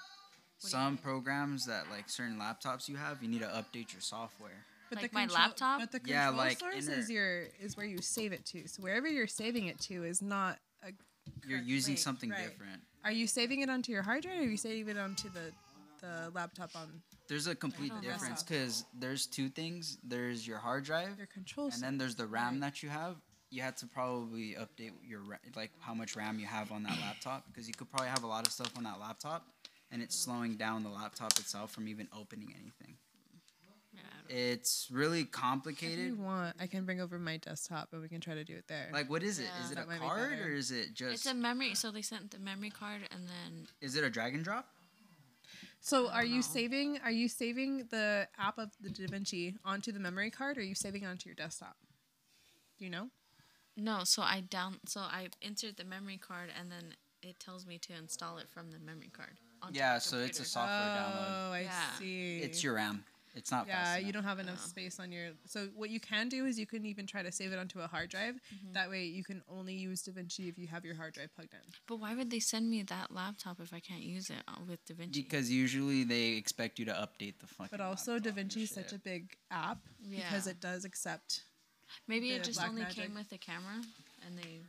Speaker 5: Some programs that like certain laptops you have, you need to update your software.
Speaker 4: Like my laptop?
Speaker 1: But the control
Speaker 5: Yeah, like
Speaker 1: source
Speaker 5: inner-
Speaker 1: is your is where you save it to. So wherever you're saving it to is not a.
Speaker 5: You're using
Speaker 1: link,
Speaker 5: something
Speaker 1: right.
Speaker 5: different.
Speaker 1: Are you saving it onto your hard drive, or are you saving it onto the the laptop on?
Speaker 5: There's a complete
Speaker 1: don't know.
Speaker 5: difference because there's two things. There's your hard drive,
Speaker 1: your control,
Speaker 5: and then there's the RAM that you have. You had to probably update your ra- like how much RAM you have on that laptop because you could probably have a lot of stuff on that laptop, and it's slowing down the laptop itself from even opening anything. It's really
Speaker 1: If you
Speaker 5: complicated.
Speaker 1: want, I can bring over my desktop and we can try to do it there.
Speaker 5: Like, what is it?
Speaker 4: Yeah.
Speaker 5: Is it
Speaker 1: That
Speaker 5: a
Speaker 1: might be
Speaker 5: card
Speaker 1: better.
Speaker 5: or is it just?
Speaker 4: it's a memory so they sent the memory card and then
Speaker 5: Is it a drag and drop?
Speaker 1: So are you saving? Are you saving the app of the DaVinci onto the memory card, or are you saving it onto your desktop? Do you know?
Speaker 4: no so i down so i entered the memory card and then it tells me to install it from the memory card onto
Speaker 5: Yeah,
Speaker 4: my
Speaker 5: so it's a
Speaker 4: computer.
Speaker 5: software
Speaker 1: Oh,
Speaker 5: download.
Speaker 1: I
Speaker 4: Yeah.
Speaker 1: see.
Speaker 5: It's your RAM. It's not
Speaker 1: Yeah,
Speaker 5: fast
Speaker 1: you
Speaker 5: enough.
Speaker 1: don't have enough space on your. So what you can do is you can even try to save it onto a hard drive.
Speaker 4: Mm-hmm.
Speaker 1: That way you can only use DaVinci if you have your hard drive plugged in.
Speaker 4: but why would they send me that laptop if i can't use it uh, with davinci
Speaker 5: because usually they expect you to update the fucking.
Speaker 1: But also DaVinci is such a big app because
Speaker 4: Yeah.
Speaker 1: it does accept.
Speaker 4: maybe it
Speaker 1: the
Speaker 4: just
Speaker 1: Black
Speaker 4: only
Speaker 1: Magic.
Speaker 4: came with the camera and they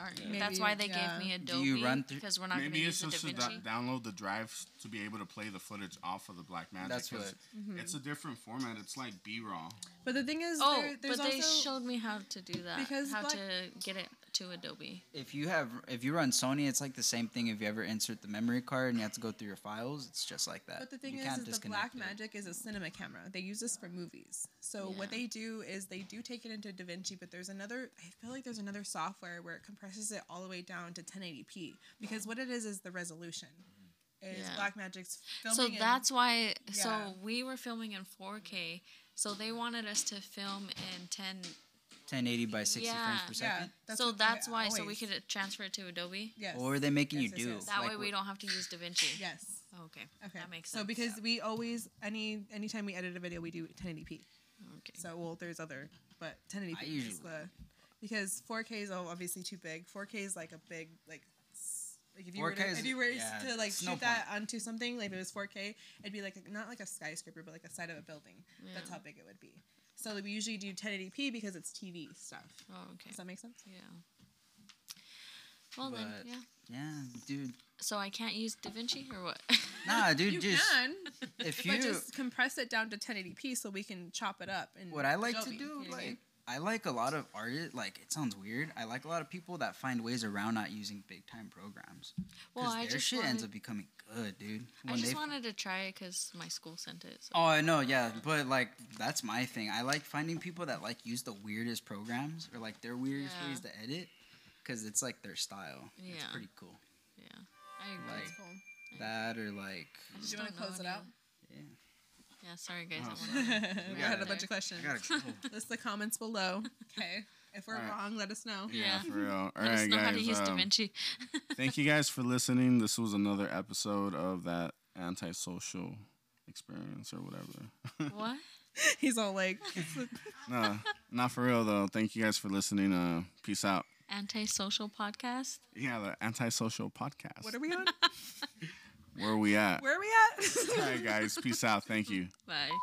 Speaker 4: aren't
Speaker 1: Yeah.
Speaker 4: that's
Speaker 1: Maybe,
Speaker 4: why they
Speaker 1: yeah.
Speaker 4: gave me
Speaker 3: Do you run
Speaker 4: adobe
Speaker 3: through-
Speaker 4: because we're not going to
Speaker 3: Maybe
Speaker 4: use
Speaker 3: it's
Speaker 4: the
Speaker 3: just to
Speaker 4: davinci
Speaker 3: do- download the drives to be able to play the footage off of the Black Magic.
Speaker 5: That's
Speaker 3: 'cause
Speaker 5: what-
Speaker 4: Mm-hmm.
Speaker 1: Mhm.
Speaker 3: It's a different format. It's like B-roll.
Speaker 1: But the thing is,
Speaker 4: oh
Speaker 1: there,
Speaker 4: but
Speaker 1: there's
Speaker 4: they
Speaker 1: also
Speaker 4: showed me how to do that
Speaker 1: Because
Speaker 4: how
Speaker 1: Black-
Speaker 4: to get it to adobe
Speaker 5: If you have, if you run Sony, it's like the same thing. If you ever insert the memory card and you have to go through your files, it's just like that.
Speaker 1: But the thing
Speaker 5: you
Speaker 1: is, is the Black
Speaker 5: disconnect
Speaker 1: Magic is a cinema camera. They use this for movies. So what
Speaker 4: Yeah.
Speaker 1: they do is they do take it into DaVinci, but there's another. I feel like there's another software where it compresses it all the way down to 1080p because what it is is the resolution. Is
Speaker 4: Yeah.
Speaker 1: Black Magic's filming.
Speaker 4: so
Speaker 1: in-
Speaker 4: that's why so
Speaker 1: Yeah.
Speaker 4: we were filming in 4k so they wanted us to film in 10
Speaker 5: 1080 by 60
Speaker 4: yeah.
Speaker 5: frames per second.
Speaker 1: that's
Speaker 4: so
Speaker 1: what they
Speaker 4: that's why so we
Speaker 1: always-
Speaker 4: could uh, transfer it to adobe
Speaker 1: Yes.
Speaker 5: Or are they making
Speaker 1: Yes,
Speaker 5: you
Speaker 1: yes,
Speaker 5: do?
Speaker 1: yes.
Speaker 4: that
Speaker 5: like
Speaker 4: way
Speaker 5: wh-
Speaker 4: we don't have to use davinci
Speaker 1: Yes.
Speaker 4: oh, okay
Speaker 1: Okay.
Speaker 4: that makes
Speaker 1: so
Speaker 4: sense
Speaker 1: because we always any anytime we edit a video we do 1080p.
Speaker 4: Okay.
Speaker 1: So well, there's other, but 1080p
Speaker 5: I
Speaker 1: is
Speaker 5: usually-
Speaker 1: the because 4K is obviously too big. 4K is like a big like. s- Like if you were
Speaker 5: 4K
Speaker 1: to,
Speaker 5: is-
Speaker 1: if you were
Speaker 5: yeah,
Speaker 1: to like
Speaker 5: it's
Speaker 1: shoot
Speaker 5: no
Speaker 1: that onto something like if it was 4K, it'd be like a, not like a skyscraper, but like a side of a building. That's
Speaker 4: Yeah.
Speaker 1: how big it would be. So we usually do 1080p because it's TV stuff.
Speaker 4: oh okay
Speaker 1: Does that make sense?
Speaker 4: yeah well then
Speaker 5: But-
Speaker 4: yeah
Speaker 5: Yeah, dude.
Speaker 4: so i can't use davinci or what
Speaker 5: Nah, dude.
Speaker 1: you
Speaker 5: just
Speaker 1: can, but
Speaker 5: if you
Speaker 1: just compress it down to 1080p so we can chop it up. And
Speaker 5: what I like
Speaker 1: Adobe,
Speaker 5: to do,
Speaker 1: you know what I mean?
Speaker 5: like I like a lot of artists. Like it sounds weird. I like a lot of people that find ways around not using big time programs.
Speaker 4: Well,
Speaker 5: Because
Speaker 4: I
Speaker 5: their
Speaker 4: just
Speaker 5: shit ends
Speaker 4: wanted-
Speaker 5: up becoming good, dude.
Speaker 4: i
Speaker 5: When
Speaker 4: just
Speaker 5: they-
Speaker 4: wanted to try it because my school sent it so.
Speaker 5: Oh, I know, yeah, but like that's my thing. I like finding people that like use the weirdest programs or like their weirdest
Speaker 4: Yeah.
Speaker 5: ways to edit, because it's like their style. It's
Speaker 4: Yeah.
Speaker 5: pretty cool.
Speaker 4: yeah i agree
Speaker 5: Like
Speaker 1: cool.
Speaker 5: that, or like
Speaker 4: I
Speaker 1: Did
Speaker 4: just
Speaker 1: you want to
Speaker 4: don't know
Speaker 1: close it
Speaker 4: any-
Speaker 1: out?
Speaker 4: yeah sorry guys
Speaker 5: Oh,
Speaker 4: I
Speaker 5: sorry.
Speaker 4: wanna-
Speaker 1: we
Speaker 5: gotta-
Speaker 1: had a bunch of questions.
Speaker 5: gotta
Speaker 1: List the comments below. Okay. If we're
Speaker 3: Alright.
Speaker 1: wrong, let us know.
Speaker 4: Yeah.
Speaker 3: For real. All
Speaker 4: Let us
Speaker 3: right,
Speaker 4: know how to
Speaker 3: guys,
Speaker 4: use
Speaker 3: um,
Speaker 4: DaVinci.
Speaker 3: Thank you guys for listening. This was another episode of that antisocial experience or whatever.
Speaker 4: what?
Speaker 1: He's all like,
Speaker 3: no, not for real though. Thank you guys for listening. Uh, peace out.
Speaker 4: Antisocial podcast?
Speaker 3: Yeah, the antisocial podcast.
Speaker 1: what are we on?
Speaker 3: Where are we at?
Speaker 1: Where are we at?
Speaker 3: All right, guys. Peace out. Thank you.
Speaker 4: Bye.